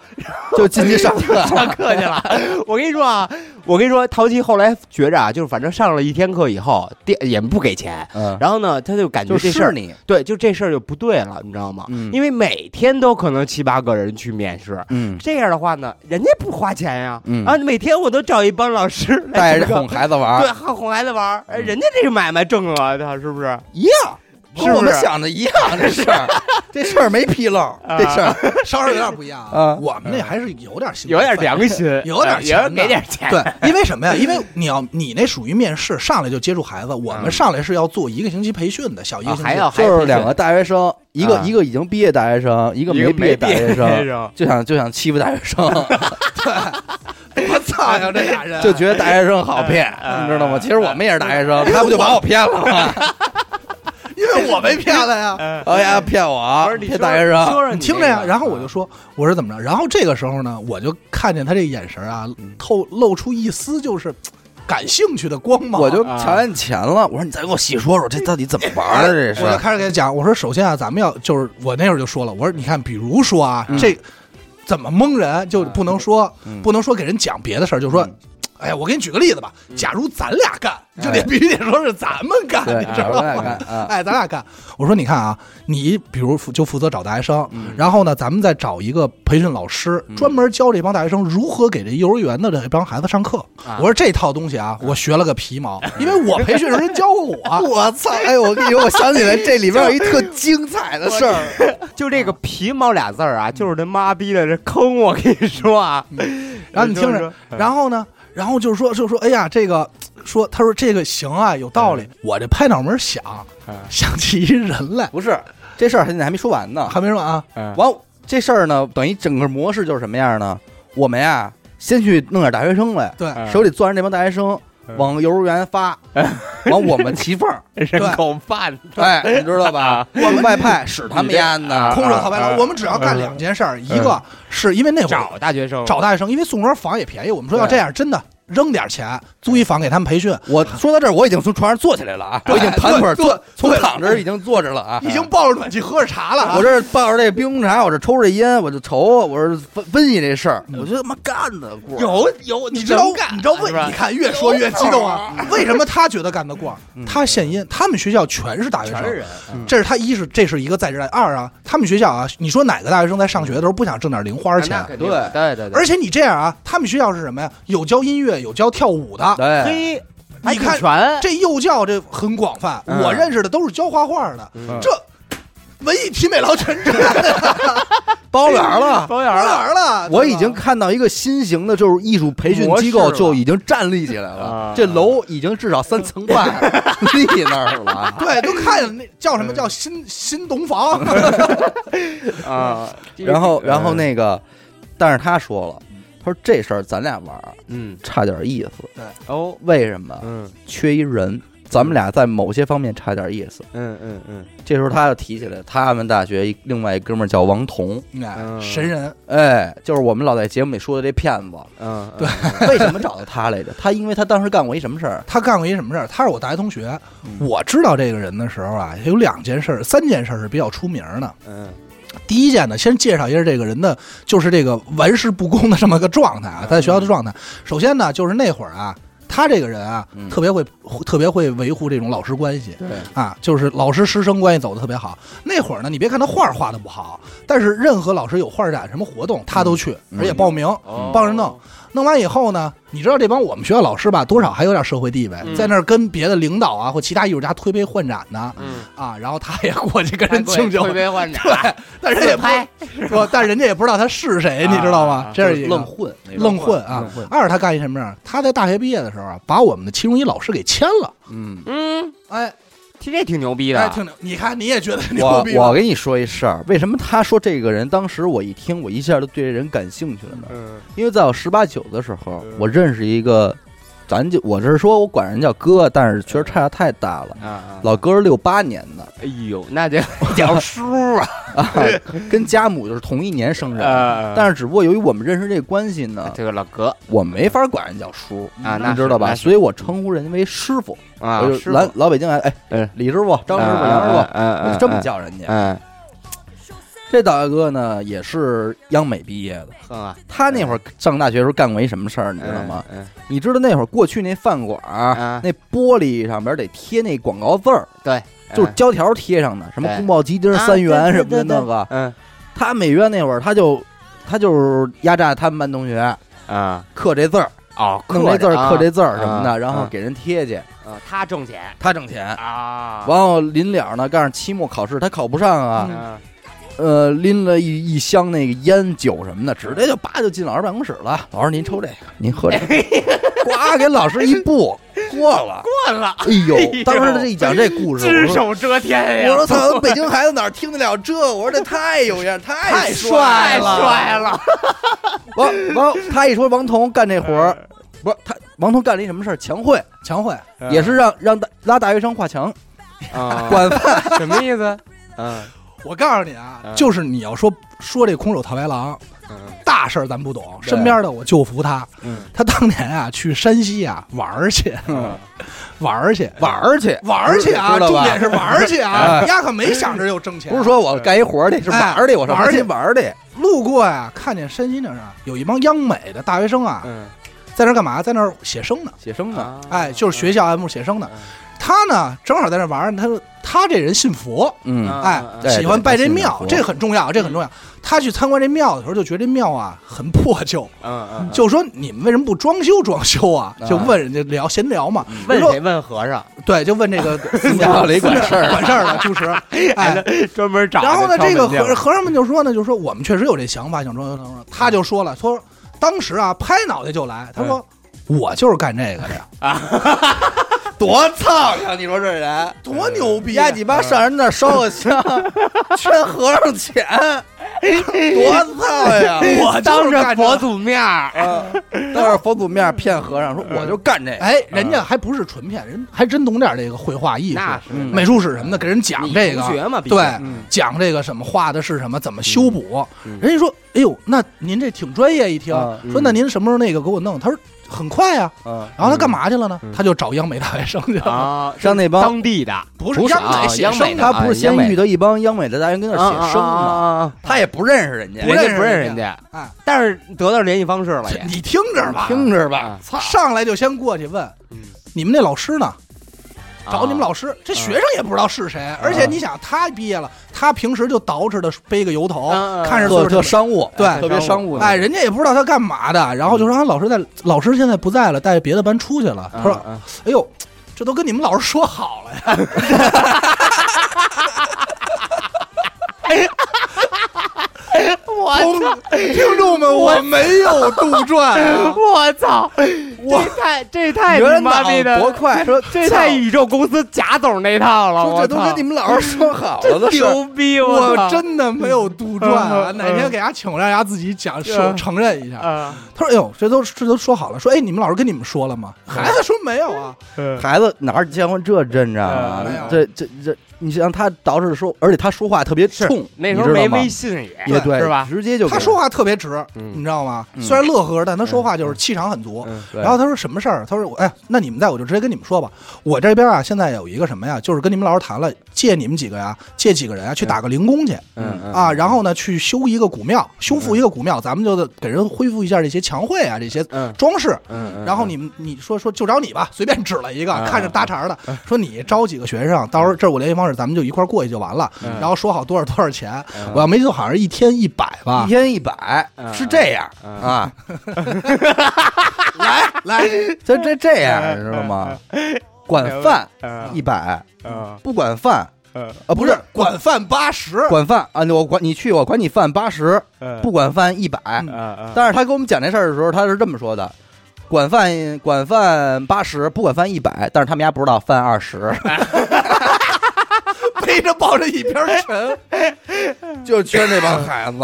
[SPEAKER 4] 就进去上课。
[SPEAKER 6] 上课去 [LAUGHS] 了。我跟你说啊，我跟你说，陶七后来觉着啊，就是反正上了一天课以后，店也不给钱，
[SPEAKER 4] 嗯，
[SPEAKER 6] 然后呢，他就感觉
[SPEAKER 4] 就
[SPEAKER 6] 这事儿
[SPEAKER 4] 是你，
[SPEAKER 6] 对，就这事儿就不对了，你知道吗？
[SPEAKER 4] 嗯
[SPEAKER 6] 因为每天都可能七八个人去面试，
[SPEAKER 4] 嗯，
[SPEAKER 6] 这样的话呢，人家不花钱呀，
[SPEAKER 4] 嗯
[SPEAKER 6] 啊，每天我都找一帮老师来
[SPEAKER 4] 带着
[SPEAKER 6] 这个
[SPEAKER 4] 哄孩子玩
[SPEAKER 6] 对，
[SPEAKER 4] 儿，
[SPEAKER 6] 还哄孩子玩儿，哎人家这个买卖挣了，他是不是？
[SPEAKER 4] 一样，
[SPEAKER 6] 是
[SPEAKER 4] 跟我
[SPEAKER 6] 不
[SPEAKER 4] 们
[SPEAKER 6] 是
[SPEAKER 4] 想的一样。这事儿，这事儿没纰漏，这事儿
[SPEAKER 1] 稍微有点不一样
[SPEAKER 4] 啊
[SPEAKER 1] 我们那还是有点兴趣
[SPEAKER 6] 有点良
[SPEAKER 1] [LAUGHS]
[SPEAKER 6] 心，哎
[SPEAKER 1] 有点
[SPEAKER 6] 有
[SPEAKER 1] 钱
[SPEAKER 6] 人
[SPEAKER 1] 的
[SPEAKER 6] 给点钱，
[SPEAKER 1] 对，因为什么呀？因为你要你那属于面试，上来就接触孩子，我们上来是要做一个星期培训的，小一个
[SPEAKER 6] 啊，
[SPEAKER 1] 星期。
[SPEAKER 6] 还要
[SPEAKER 4] 就是两个，大学生，一个
[SPEAKER 6] 啊
[SPEAKER 4] 一个已经毕业大学生，一个
[SPEAKER 3] 一
[SPEAKER 4] 没
[SPEAKER 3] 个
[SPEAKER 4] 毕业大学
[SPEAKER 3] 那
[SPEAKER 4] 生，
[SPEAKER 3] [LAUGHS] 种
[SPEAKER 4] 就想就想欺负大学生。
[SPEAKER 1] 我操呀，这俩人
[SPEAKER 4] 就觉得大学生好骗，你知道吗？其实我们也是大学生，他不就把我骗了吗？
[SPEAKER 1] 因为我没骗了呀。
[SPEAKER 4] 哎呀，骗我，骗大学生，
[SPEAKER 6] 说说
[SPEAKER 1] 你听着呀，然后我
[SPEAKER 6] 就
[SPEAKER 1] 就说我说怎么着，然后这个时候呢，我就看见他这眼神啊，透露出一丝就是嘖感兴趣的光芒。啊
[SPEAKER 4] 我就瞧见钱了，我说你再给我细说说，这到底怎么玩儿啊？这，
[SPEAKER 1] 我就是开始给他讲，我说首先啊，咱们要就是我那会儿就说了，我说你看，比如说啊，这怎么蒙人就不能说、
[SPEAKER 4] 嗯
[SPEAKER 1] 不能说给人讲别的事儿，就说。
[SPEAKER 4] 嗯
[SPEAKER 1] 哎呀，我给你举个例子吧，假如咱俩干，就得
[SPEAKER 4] 哎
[SPEAKER 1] 必须得说是咱们干，
[SPEAKER 4] 对，
[SPEAKER 1] 你知道
[SPEAKER 4] 我来
[SPEAKER 1] 吗？
[SPEAKER 4] 看啊，
[SPEAKER 1] 哎，咱俩干。我说，你看啊，你比如负就负责找大学生，
[SPEAKER 4] 嗯
[SPEAKER 1] 然后呢，咱们再找一个培训老师，专门教这帮大学生如何给这幼儿园的这帮孩子上课。我说这套东西啊，我学了个皮毛，因为我培训时候人教过我。
[SPEAKER 4] [LAUGHS] 我操！哎，我跟你说，我想起来这里边有一特精彩的事儿，
[SPEAKER 6] 就这个“皮毛”俩字儿啊，就是他妈逼的这坑，我跟你说啊，
[SPEAKER 1] 然后你听
[SPEAKER 6] 说
[SPEAKER 1] 着，然后呢，然后就说就说，哎呀，这个说，他说这个行啊，有道理。我这拍脑门想，想起一人来，
[SPEAKER 4] 不是这事儿，现在还没说完呢。
[SPEAKER 1] 还没说完啊，
[SPEAKER 6] 哎
[SPEAKER 4] 完这事儿呢，等于整个模式就是什么样呢？我们呀，先去弄点大学生来，
[SPEAKER 1] 对。
[SPEAKER 4] 手里攥着这帮大学生往幼儿园发，往我们齐 [LAUGHS] 缝儿。
[SPEAKER 6] 人口贩子，
[SPEAKER 4] 哎，你知道吧？我们外啊派使他们家呢，
[SPEAKER 1] 空手套白狼，我们只要干两件事儿，一个是因为那会儿
[SPEAKER 6] 找大学生，
[SPEAKER 1] 找大学生，因为送庄房也便宜，我们说要这样，真的扔点钱租一房给他们培训，
[SPEAKER 4] 我说到这儿，我已经从床上坐起来了啊，我已经盘腿儿坐，从躺着已经坐着了啊。
[SPEAKER 1] 已经抱着暖气喝着茶了啊
[SPEAKER 4] 我这儿抱着这冰红茶，我这抽着烟，我就愁，我这分分析这事儿，我觉得妈干的过。
[SPEAKER 1] 嗯有有，你知道你知道为
[SPEAKER 6] 是吧
[SPEAKER 1] 你看越说越激动啊！为什么他觉得干得过？他献殷，他们学校全是大学生，嗯这是他一是这是一个在这二啊，他们学校啊，你说哪个大学生在上学的时候不想挣点零花钱
[SPEAKER 6] 那？肯定的对对对，
[SPEAKER 1] 而且你这样啊，他们学校是什么呀？有教音乐，有教跳舞的。
[SPEAKER 4] 对，
[SPEAKER 6] 嘿，
[SPEAKER 1] 你看
[SPEAKER 6] 全
[SPEAKER 1] 这幼教这很广泛，
[SPEAKER 4] 嗯
[SPEAKER 3] 嗯
[SPEAKER 6] 嗯
[SPEAKER 1] 我认识的都是教画画的，这文艺体美劳全
[SPEAKER 6] [LAUGHS]
[SPEAKER 1] 真
[SPEAKER 4] 包圆了。
[SPEAKER 3] 包圆
[SPEAKER 6] 啊
[SPEAKER 1] 哪儿了？
[SPEAKER 4] 我已经看到一个新型的，就是艺术培训机构就已经站立起来了
[SPEAKER 3] 啊，
[SPEAKER 4] 这楼已经至少三层半立那儿了。
[SPEAKER 1] 对，都看见那叫
[SPEAKER 6] 嗯
[SPEAKER 1] 什么叫新新东
[SPEAKER 6] [LAUGHS]
[SPEAKER 1] 房，
[SPEAKER 3] 啊，
[SPEAKER 4] 然后，然后那个，但是他说了，他说这事儿咱俩玩儿
[SPEAKER 3] 嗯
[SPEAKER 4] 差点意思，
[SPEAKER 3] 哦
[SPEAKER 4] 为什么？
[SPEAKER 3] 嗯
[SPEAKER 4] 缺一人，咱们俩在某些方面差点意思。
[SPEAKER 3] 嗯嗯嗯
[SPEAKER 4] 这时候他又提起来，他们大学一另外一哥们儿叫王彤，
[SPEAKER 6] 嗯
[SPEAKER 1] 哎神人
[SPEAKER 4] 哎，就是我们老在节目里说的这骗子。
[SPEAKER 3] 嗯，对，
[SPEAKER 4] [LAUGHS] 为什么找到他来着？ [LAUGHS] 他因为他当时干过一什么事儿？
[SPEAKER 1] 他干过一什么事儿？他是我大学同学，
[SPEAKER 6] 嗯
[SPEAKER 1] 我知道这个人的时候啊，有两件事儿，三件事儿是比较出名的。
[SPEAKER 3] 嗯
[SPEAKER 1] 第一件呢，先介绍一下这个人的，就是这个玩世不恭的这么个状态啊，在学校的状态。首先呢，就是那会儿啊，他这个人啊，
[SPEAKER 4] 嗯
[SPEAKER 1] 特别会特别会维护这种老师关系，
[SPEAKER 4] 对
[SPEAKER 1] 啊，就是老师师生关系走的特别好。那会儿呢，你别看他画画的不好，但是任何老师有画展什么活动，他都去，而且报名。
[SPEAKER 3] 嗯哦
[SPEAKER 6] 嗯
[SPEAKER 1] 帮人弄，弄完以后呢，你知道这帮我们学校老师吧，多少还有点社会地位，在那儿跟别的领导啊或其他艺术家推杯换盏呢，
[SPEAKER 6] 嗯
[SPEAKER 1] 啊，然后他也过去跟人
[SPEAKER 6] [LAUGHS]
[SPEAKER 1] 敬酒，
[SPEAKER 6] 推杯换盏，
[SPEAKER 1] [LAUGHS] 对，但人家也不
[SPEAKER 6] 拍，
[SPEAKER 1] [LAUGHS] 不，但人家也不知道他是谁，你知道吗？这啊是一个
[SPEAKER 4] 愣混，
[SPEAKER 1] 愣混啊。二，他干一什么事儿？他在大学毕业的时候啊，把我们的其中一老师给签了。
[SPEAKER 4] 嗯，
[SPEAKER 6] 嗯，
[SPEAKER 1] 哎
[SPEAKER 6] 这这挺牛逼
[SPEAKER 1] 哎，
[SPEAKER 6] 的，
[SPEAKER 1] 听听，你看你也觉得 [LAUGHS] 牛
[SPEAKER 4] 我
[SPEAKER 1] 逼
[SPEAKER 4] 我
[SPEAKER 1] 吧？
[SPEAKER 4] 跟你说一事儿，为什么他说这个人？当时我一听，我一下就对这人感兴趣了呢？
[SPEAKER 6] 嗯
[SPEAKER 4] 因为在我十八九的时候
[SPEAKER 6] 嗯，
[SPEAKER 4] 我认识一个，咱就我这是说我管人叫哥，但是确实差的太大
[SPEAKER 3] 嗯
[SPEAKER 4] 了。
[SPEAKER 6] 啊，
[SPEAKER 4] 老哥是六八年的， [LAUGHS]
[SPEAKER 6] 哎呦，那就叫叔啊，
[SPEAKER 4] 啊，跟家母就是同一年生人，
[SPEAKER 3] 啊
[SPEAKER 6] 呃
[SPEAKER 4] 但是只不过由于我们认识这个关系呢，
[SPEAKER 6] 这个老哥
[SPEAKER 4] 我没法管人叫叔
[SPEAKER 6] 啊那
[SPEAKER 4] 你知道吧？
[SPEAKER 6] 是那
[SPEAKER 4] 所以我称呼人家为师傅，
[SPEAKER 6] 啊
[SPEAKER 4] 我，就老老北京爱哎
[SPEAKER 3] 嗯，
[SPEAKER 4] 李师傅、张师傅、杨师傅，
[SPEAKER 6] 啊
[SPEAKER 4] 我
[SPEAKER 3] 嗯
[SPEAKER 4] 就这么，叫人家。
[SPEAKER 3] 嗯
[SPEAKER 4] 这大哥呢，也是央美毕业的，
[SPEAKER 1] 嗯
[SPEAKER 3] 嗯
[SPEAKER 6] 哼啊，
[SPEAKER 4] 他那会儿上大学的时候干过一什么事儿，你知道吗？
[SPEAKER 3] 嗯
[SPEAKER 4] 你知道那会儿过去那饭馆儿
[SPEAKER 6] 啊，
[SPEAKER 4] 那玻璃上边得贴那广告字儿，
[SPEAKER 6] 对，
[SPEAKER 3] 哎
[SPEAKER 4] 就是胶条贴上的，什么
[SPEAKER 6] 对
[SPEAKER 4] 宫保鸡丁
[SPEAKER 6] 嗯啊
[SPEAKER 4] 三元
[SPEAKER 6] 对对
[SPEAKER 4] 什么的
[SPEAKER 6] 对对
[SPEAKER 4] 那个。
[SPEAKER 3] 嗯
[SPEAKER 4] 他美院那会儿，他就他就是压榨他们班同学，
[SPEAKER 3] 啊
[SPEAKER 4] 刻这字儿，
[SPEAKER 6] 哦，
[SPEAKER 4] 弄这字儿刻这字儿什么
[SPEAKER 3] 啊
[SPEAKER 4] 的，然后
[SPEAKER 3] 啊
[SPEAKER 4] 给人贴去，
[SPEAKER 6] 啊，他挣钱
[SPEAKER 4] 他挣钱。
[SPEAKER 6] 啊，
[SPEAKER 4] 然后临了呢，告诉期末考试他考不上啊，
[SPEAKER 6] 嗯
[SPEAKER 4] 呃，拎了一一箱那个烟酒什么的，直接就叭就进老师办公室了。老师您抽这个，您喝这个，呱给老师一布 [LAUGHS] 过了。
[SPEAKER 6] 惯了，
[SPEAKER 4] 哎呦，当时这一讲这故事，我
[SPEAKER 6] 只
[SPEAKER 4] 说
[SPEAKER 6] 手遮天
[SPEAKER 4] 我
[SPEAKER 6] 呀，
[SPEAKER 4] 说操，北京孩子哪儿听得了这？我说这太有样，啊 [LAUGHS] 太
[SPEAKER 6] 太
[SPEAKER 4] 帅了。
[SPEAKER 6] 帅了，
[SPEAKER 4] 王王他一说王彤干这活儿，不是他王彤干了一什么事儿？墙绘，
[SPEAKER 1] 强会，
[SPEAKER 4] 也是让让大拉大学生画墙，
[SPEAKER 3] 啊，
[SPEAKER 4] 管饭。
[SPEAKER 3] 什么意思？嗯
[SPEAKER 1] 我告诉你啊，
[SPEAKER 3] 嗯
[SPEAKER 1] 就是你要说说这空手套白狼
[SPEAKER 3] 嗯，
[SPEAKER 1] 大事儿咱不懂，
[SPEAKER 4] 对
[SPEAKER 1] 身边的我就服他
[SPEAKER 3] 嗯。
[SPEAKER 1] 他当年啊去山西啊玩儿去，
[SPEAKER 3] 嗯
[SPEAKER 1] 玩儿去，
[SPEAKER 4] 玩儿去，
[SPEAKER 1] 玩儿去啊！
[SPEAKER 4] 哎知道
[SPEAKER 1] 重
[SPEAKER 4] 吧
[SPEAKER 1] 点是玩儿去啊！
[SPEAKER 4] [LAUGHS] 哎
[SPEAKER 1] 丫可没想着要挣钱，
[SPEAKER 4] 不是说我干一活儿去，是玩儿去，我上
[SPEAKER 1] 玩儿去
[SPEAKER 4] 山西玩儿去。
[SPEAKER 1] 路过呀，看见山西那儿啊有一帮央美的大学生啊，
[SPEAKER 3] 嗯
[SPEAKER 1] 在那儿干嘛？在那儿写生呢。
[SPEAKER 4] 写生呢，
[SPEAKER 1] 哎，就是学校 M 写生呢
[SPEAKER 3] 嗯。
[SPEAKER 1] 他呢正好在那玩儿，他他这人信佛，
[SPEAKER 4] 嗯，
[SPEAKER 1] 哎，
[SPEAKER 4] 对
[SPEAKER 1] 喜欢拜这庙，
[SPEAKER 4] 对他信
[SPEAKER 1] 这
[SPEAKER 4] 佛
[SPEAKER 1] 很重要，这很重要。他去参观这庙的时候，就觉得这庙啊很破旧，
[SPEAKER 3] 嗯
[SPEAKER 1] 就说你们为什么不装修装修啊？
[SPEAKER 4] 嗯
[SPEAKER 1] 就问人家聊闲聊嘛，
[SPEAKER 6] 问
[SPEAKER 1] 说
[SPEAKER 6] 谁问和尚，
[SPEAKER 1] 对，就问这个
[SPEAKER 4] [LAUGHS] 私家里管事儿，
[SPEAKER 1] 管事儿的
[SPEAKER 4] [LAUGHS]
[SPEAKER 1] 住持，哎，
[SPEAKER 3] 专门找。
[SPEAKER 1] 然后呢，这个和和尚们就说呢，就说我们确实有这想法，想装修装修。
[SPEAKER 4] 嗯
[SPEAKER 1] 他就说了，说当时啊，拍脑袋就来，他说。我就是干这个的呀，
[SPEAKER 4] 多操呀！你说这人，
[SPEAKER 1] 多牛逼啊！
[SPEAKER 4] 丫你妈上人那儿烧个香，圈和尚钱，多操呀！
[SPEAKER 1] 我就是
[SPEAKER 6] 当着
[SPEAKER 1] 干这
[SPEAKER 6] 佛
[SPEAKER 1] 个。
[SPEAKER 6] 祖面儿，
[SPEAKER 4] 当着佛祖面骗和尚说，我就干这个。
[SPEAKER 1] 哎，
[SPEAKER 6] 嗯
[SPEAKER 1] 人家还不是纯骗，人还真懂点这个绘画艺术、
[SPEAKER 6] 那是
[SPEAKER 4] 嗯
[SPEAKER 1] 美术史什么的，给人讲这
[SPEAKER 6] 你同
[SPEAKER 1] 个，
[SPEAKER 6] 学嘛，毕竟嗯
[SPEAKER 1] 对，讲这个什么画的是什么，怎么修补。人家说，哎呦，那您这挺专业，一听
[SPEAKER 4] 啊
[SPEAKER 6] 嗯
[SPEAKER 1] 说那您什么时候那个给我弄？他说很快啊。
[SPEAKER 4] 嗯，
[SPEAKER 1] 然后他干嘛去了呢？他就找央美大学生去了，
[SPEAKER 6] 啊，
[SPEAKER 4] 上那帮，
[SPEAKER 6] 当地的
[SPEAKER 1] 不是
[SPEAKER 6] 不是
[SPEAKER 1] 央美
[SPEAKER 6] 啊
[SPEAKER 1] 写
[SPEAKER 6] 央
[SPEAKER 1] 生
[SPEAKER 6] 美
[SPEAKER 1] 的
[SPEAKER 6] 的
[SPEAKER 4] 他不是先
[SPEAKER 3] 啊央美
[SPEAKER 4] 遇到一帮央美的大人跟那儿写生吗？
[SPEAKER 6] 啊，
[SPEAKER 4] 他也不认识人家
[SPEAKER 1] 不
[SPEAKER 6] 嗯人
[SPEAKER 1] 认识
[SPEAKER 6] 家不认识人家
[SPEAKER 1] 哎，
[SPEAKER 6] 但是得到联系方式了也。
[SPEAKER 1] 你听着吧，
[SPEAKER 4] 听着吧，
[SPEAKER 6] 啊
[SPEAKER 1] 上来就先过去问，
[SPEAKER 6] 嗯啊
[SPEAKER 1] 你们那老师呢？找你们老师，这学生也不知道是
[SPEAKER 6] 嗯
[SPEAKER 1] 谁，而且你想，他毕业了，他平时就捯饬的背个油头，
[SPEAKER 6] 嗯嗯嗯
[SPEAKER 1] 看着
[SPEAKER 4] 特
[SPEAKER 1] 特
[SPEAKER 4] 特商务，
[SPEAKER 1] 对
[SPEAKER 4] 特别商务。
[SPEAKER 1] 哎，，人家也不知道他干嘛的，然后就说啊，老师在，老师现在不在了，带别的班出去了。
[SPEAKER 6] 嗯
[SPEAKER 1] 他说，哎呦，这都跟你们老师说好了呀。
[SPEAKER 6] [LAUGHS] 我操！
[SPEAKER 2] 听众们，我没有杜撰啊，
[SPEAKER 6] [LAUGHS] 我操！这太这太
[SPEAKER 4] 原来
[SPEAKER 6] 你
[SPEAKER 4] 脑
[SPEAKER 6] 妈逼
[SPEAKER 4] 子多
[SPEAKER 6] 的，
[SPEAKER 4] 快，说
[SPEAKER 6] [LAUGHS] 这太宇宙公司贾总那套了。
[SPEAKER 4] 说
[SPEAKER 6] 我
[SPEAKER 4] 这都
[SPEAKER 6] 操
[SPEAKER 4] 跟你！们老师说好了的事儿。
[SPEAKER 6] 牛逼！
[SPEAKER 1] 我
[SPEAKER 6] 操
[SPEAKER 1] 真的没有杜撰啊！
[SPEAKER 6] 嗯嗯嗯
[SPEAKER 1] 哪天给他请来，让他自己讲，说承认一下。
[SPEAKER 6] 啊，
[SPEAKER 1] 他说：“哎呦，这都这都说好了，说哎，你们老师跟你们说了吗？”
[SPEAKER 4] 嗯
[SPEAKER 1] 孩子说：“没有啊。
[SPEAKER 4] 孩子哪儿见过这阵仗
[SPEAKER 1] 没有
[SPEAKER 4] 啊？这这这，你像他捯饬说，而且他说话特别冲，
[SPEAKER 6] 那时候
[SPEAKER 4] 你知道
[SPEAKER 6] 没
[SPEAKER 4] 吗
[SPEAKER 6] 微信也
[SPEAKER 4] 也对，
[SPEAKER 6] 是吧？
[SPEAKER 4] 直接就”给
[SPEAKER 1] 他说话特别直，
[SPEAKER 6] 嗯
[SPEAKER 1] 你知道吗？
[SPEAKER 4] 嗯
[SPEAKER 1] 虽然乐呵，但他说话就是气场很足。
[SPEAKER 6] 嗯
[SPEAKER 4] 对
[SPEAKER 1] 然后他说什么事儿？他说：“哎，那你们在我就直接跟你们说吧。我这边啊，现在有一个什么呀，就是跟你们老师谈了，借你们几个呀，借几个人啊，去打个零工去。
[SPEAKER 6] 嗯嗯
[SPEAKER 1] 啊，然后呢，去修一个古庙，修复一个古庙，咱们就给人恢复一下这些墙绘啊，这些
[SPEAKER 6] 嗯
[SPEAKER 1] 装饰。
[SPEAKER 6] 嗯
[SPEAKER 1] 然后你们你说说就找你吧，随便指了一个，
[SPEAKER 6] 嗯
[SPEAKER 1] 看着搭茬的，说你招几个学生，到时候这是我联系方式，咱们就一块儿过去就完了。
[SPEAKER 6] 嗯
[SPEAKER 1] 然后说好多少多少钱，
[SPEAKER 6] 嗯
[SPEAKER 1] 我要没记错，好像是一天一百
[SPEAKER 4] 一
[SPEAKER 1] 吧。
[SPEAKER 4] 天一百
[SPEAKER 6] 嗯，
[SPEAKER 4] 是这样
[SPEAKER 6] 嗯
[SPEAKER 4] 啊，
[SPEAKER 1] 来，
[SPEAKER 4] 就这这样，知道吗？管饭
[SPEAKER 6] 嗯
[SPEAKER 4] 一百，
[SPEAKER 6] 嗯
[SPEAKER 4] 不管饭
[SPEAKER 6] 嗯
[SPEAKER 4] 啊，不
[SPEAKER 1] 不
[SPEAKER 4] 是
[SPEAKER 1] 是管饭八十，
[SPEAKER 4] 管饭啊，我管你去，我管你饭八十，
[SPEAKER 6] 嗯
[SPEAKER 4] 不管饭一百。
[SPEAKER 6] 嗯
[SPEAKER 4] 但是他给我们讲这事儿的时候，他是这么说的：管饭管饭八十，不管饭一百。但是他们家不知道饭二十，
[SPEAKER 1] 背着抱着一边儿
[SPEAKER 6] 哎
[SPEAKER 1] 沉。嗯
[SPEAKER 4] [LAUGHS] 就缺那帮孩子。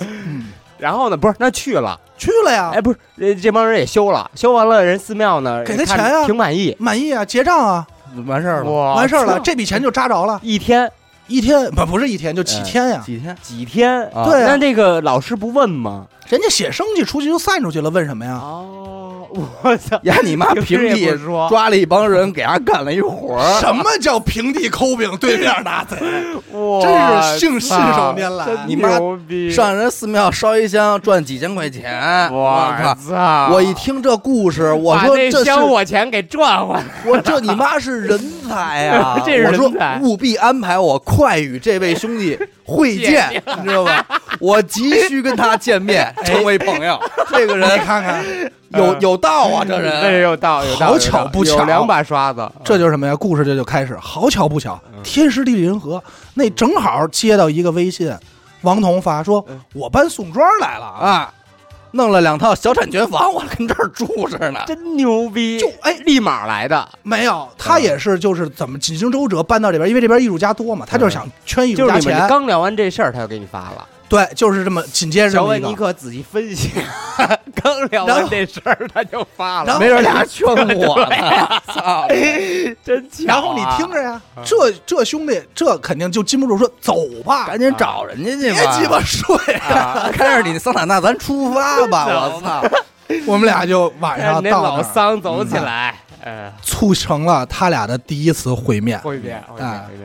[SPEAKER 6] 嗯。
[SPEAKER 4] [LAUGHS]
[SPEAKER 6] 然后呢？不是，那去了。
[SPEAKER 1] 去了呀
[SPEAKER 6] 哎，，不是，这这帮人也修了，修完了，人寺庙呢，
[SPEAKER 1] 给他
[SPEAKER 6] 看
[SPEAKER 1] 钱啊
[SPEAKER 6] 挺满意。
[SPEAKER 1] 满意啊，结账啊，
[SPEAKER 4] 完事儿了，
[SPEAKER 6] 哇
[SPEAKER 1] 完事儿了，
[SPEAKER 6] 操
[SPEAKER 1] 这笔钱就扎着了，
[SPEAKER 6] 一天
[SPEAKER 1] 一天不不是一天，就几天呀。
[SPEAKER 4] 几天？
[SPEAKER 6] 嗯几天？
[SPEAKER 4] 啊
[SPEAKER 1] 对啊
[SPEAKER 6] 那这个老师不问吗？
[SPEAKER 1] 人家写生去出去就散出去了，问什么
[SPEAKER 6] [LAUGHS]
[SPEAKER 1] 呀？
[SPEAKER 6] 哦，我操！
[SPEAKER 4] 呀，你妈平
[SPEAKER 6] 平时
[SPEAKER 4] 地
[SPEAKER 6] 也不说
[SPEAKER 4] 抓了一帮人，给他干了一活儿。
[SPEAKER 1] 什么叫平地抠饼，对面拿贼？
[SPEAKER 6] 哇
[SPEAKER 1] 真是信信手拈来啊
[SPEAKER 6] 真
[SPEAKER 4] 你妈
[SPEAKER 6] 牛逼！
[SPEAKER 4] 上人寺庙烧一香赚几千块钱，我
[SPEAKER 6] 我
[SPEAKER 4] 靠！
[SPEAKER 6] 操！
[SPEAKER 4] 我一听这故事，我
[SPEAKER 6] 把
[SPEAKER 4] 说
[SPEAKER 6] 那
[SPEAKER 4] 这是
[SPEAKER 6] 香火钱给赚回来，
[SPEAKER 4] 我这你妈是人才啊！
[SPEAKER 6] 这是
[SPEAKER 4] 我说
[SPEAKER 6] 人才
[SPEAKER 4] 务必安排我快与这位兄弟会见， [LAUGHS] 你知道吧？我急需跟他见面，成为朋友。这个人
[SPEAKER 1] 看看，
[SPEAKER 4] 有有道啊，这
[SPEAKER 6] 那
[SPEAKER 4] 人。
[SPEAKER 6] 有道有道，
[SPEAKER 1] 好巧不巧
[SPEAKER 6] 有两把刷子，
[SPEAKER 1] [LAUGHS] 这就是什么呀？故事这就开始，好巧不巧，天时地利人和，那正好接到一个微信，王彤发说：“我班宋庄来了啊
[SPEAKER 4] 啊，弄了两套小产权房，我跟这儿住着呢。
[SPEAKER 6] 真牛逼！
[SPEAKER 1] 就哎
[SPEAKER 6] 立马来的，！”
[SPEAKER 1] 没有，他也是就是怎么几经周折搬到这边，因为这边艺术家多嘛，他就是想圈艺术
[SPEAKER 6] 就
[SPEAKER 1] 家
[SPEAKER 6] 是你们
[SPEAKER 1] 钱。
[SPEAKER 6] 刚聊完这事儿，他就给你发了。
[SPEAKER 1] 对，就是这么紧接着这
[SPEAKER 6] 小
[SPEAKER 1] 么一
[SPEAKER 6] 文，你
[SPEAKER 1] 个。
[SPEAKER 6] 可仔细分析，刚聊完这事儿他就发
[SPEAKER 1] 然
[SPEAKER 6] 了，
[SPEAKER 1] 后
[SPEAKER 4] 没准俩人劝我 [LAUGHS] 呢，操！
[SPEAKER 6] 真巧
[SPEAKER 1] [LAUGHS]
[SPEAKER 6] 啊。
[SPEAKER 1] 然后你听着呀，这这兄弟这肯定就禁不住说走吧，
[SPEAKER 4] 赶紧找人家去
[SPEAKER 1] 别
[SPEAKER 4] 吧。啊
[SPEAKER 1] 鸡巴睡。
[SPEAKER 4] 看看着你桑塔纳，咱出发吧！我操！
[SPEAKER 1] 我们俩就晚
[SPEAKER 6] 哎，
[SPEAKER 1] 上
[SPEAKER 6] 那
[SPEAKER 1] 到那
[SPEAKER 6] 老
[SPEAKER 1] 儿，
[SPEAKER 6] 桑走起来，嗯，
[SPEAKER 1] 促成了他俩的第一次会面。
[SPEAKER 6] 会变，会变，
[SPEAKER 1] 哎
[SPEAKER 6] 会
[SPEAKER 4] 啊
[SPEAKER 6] 变。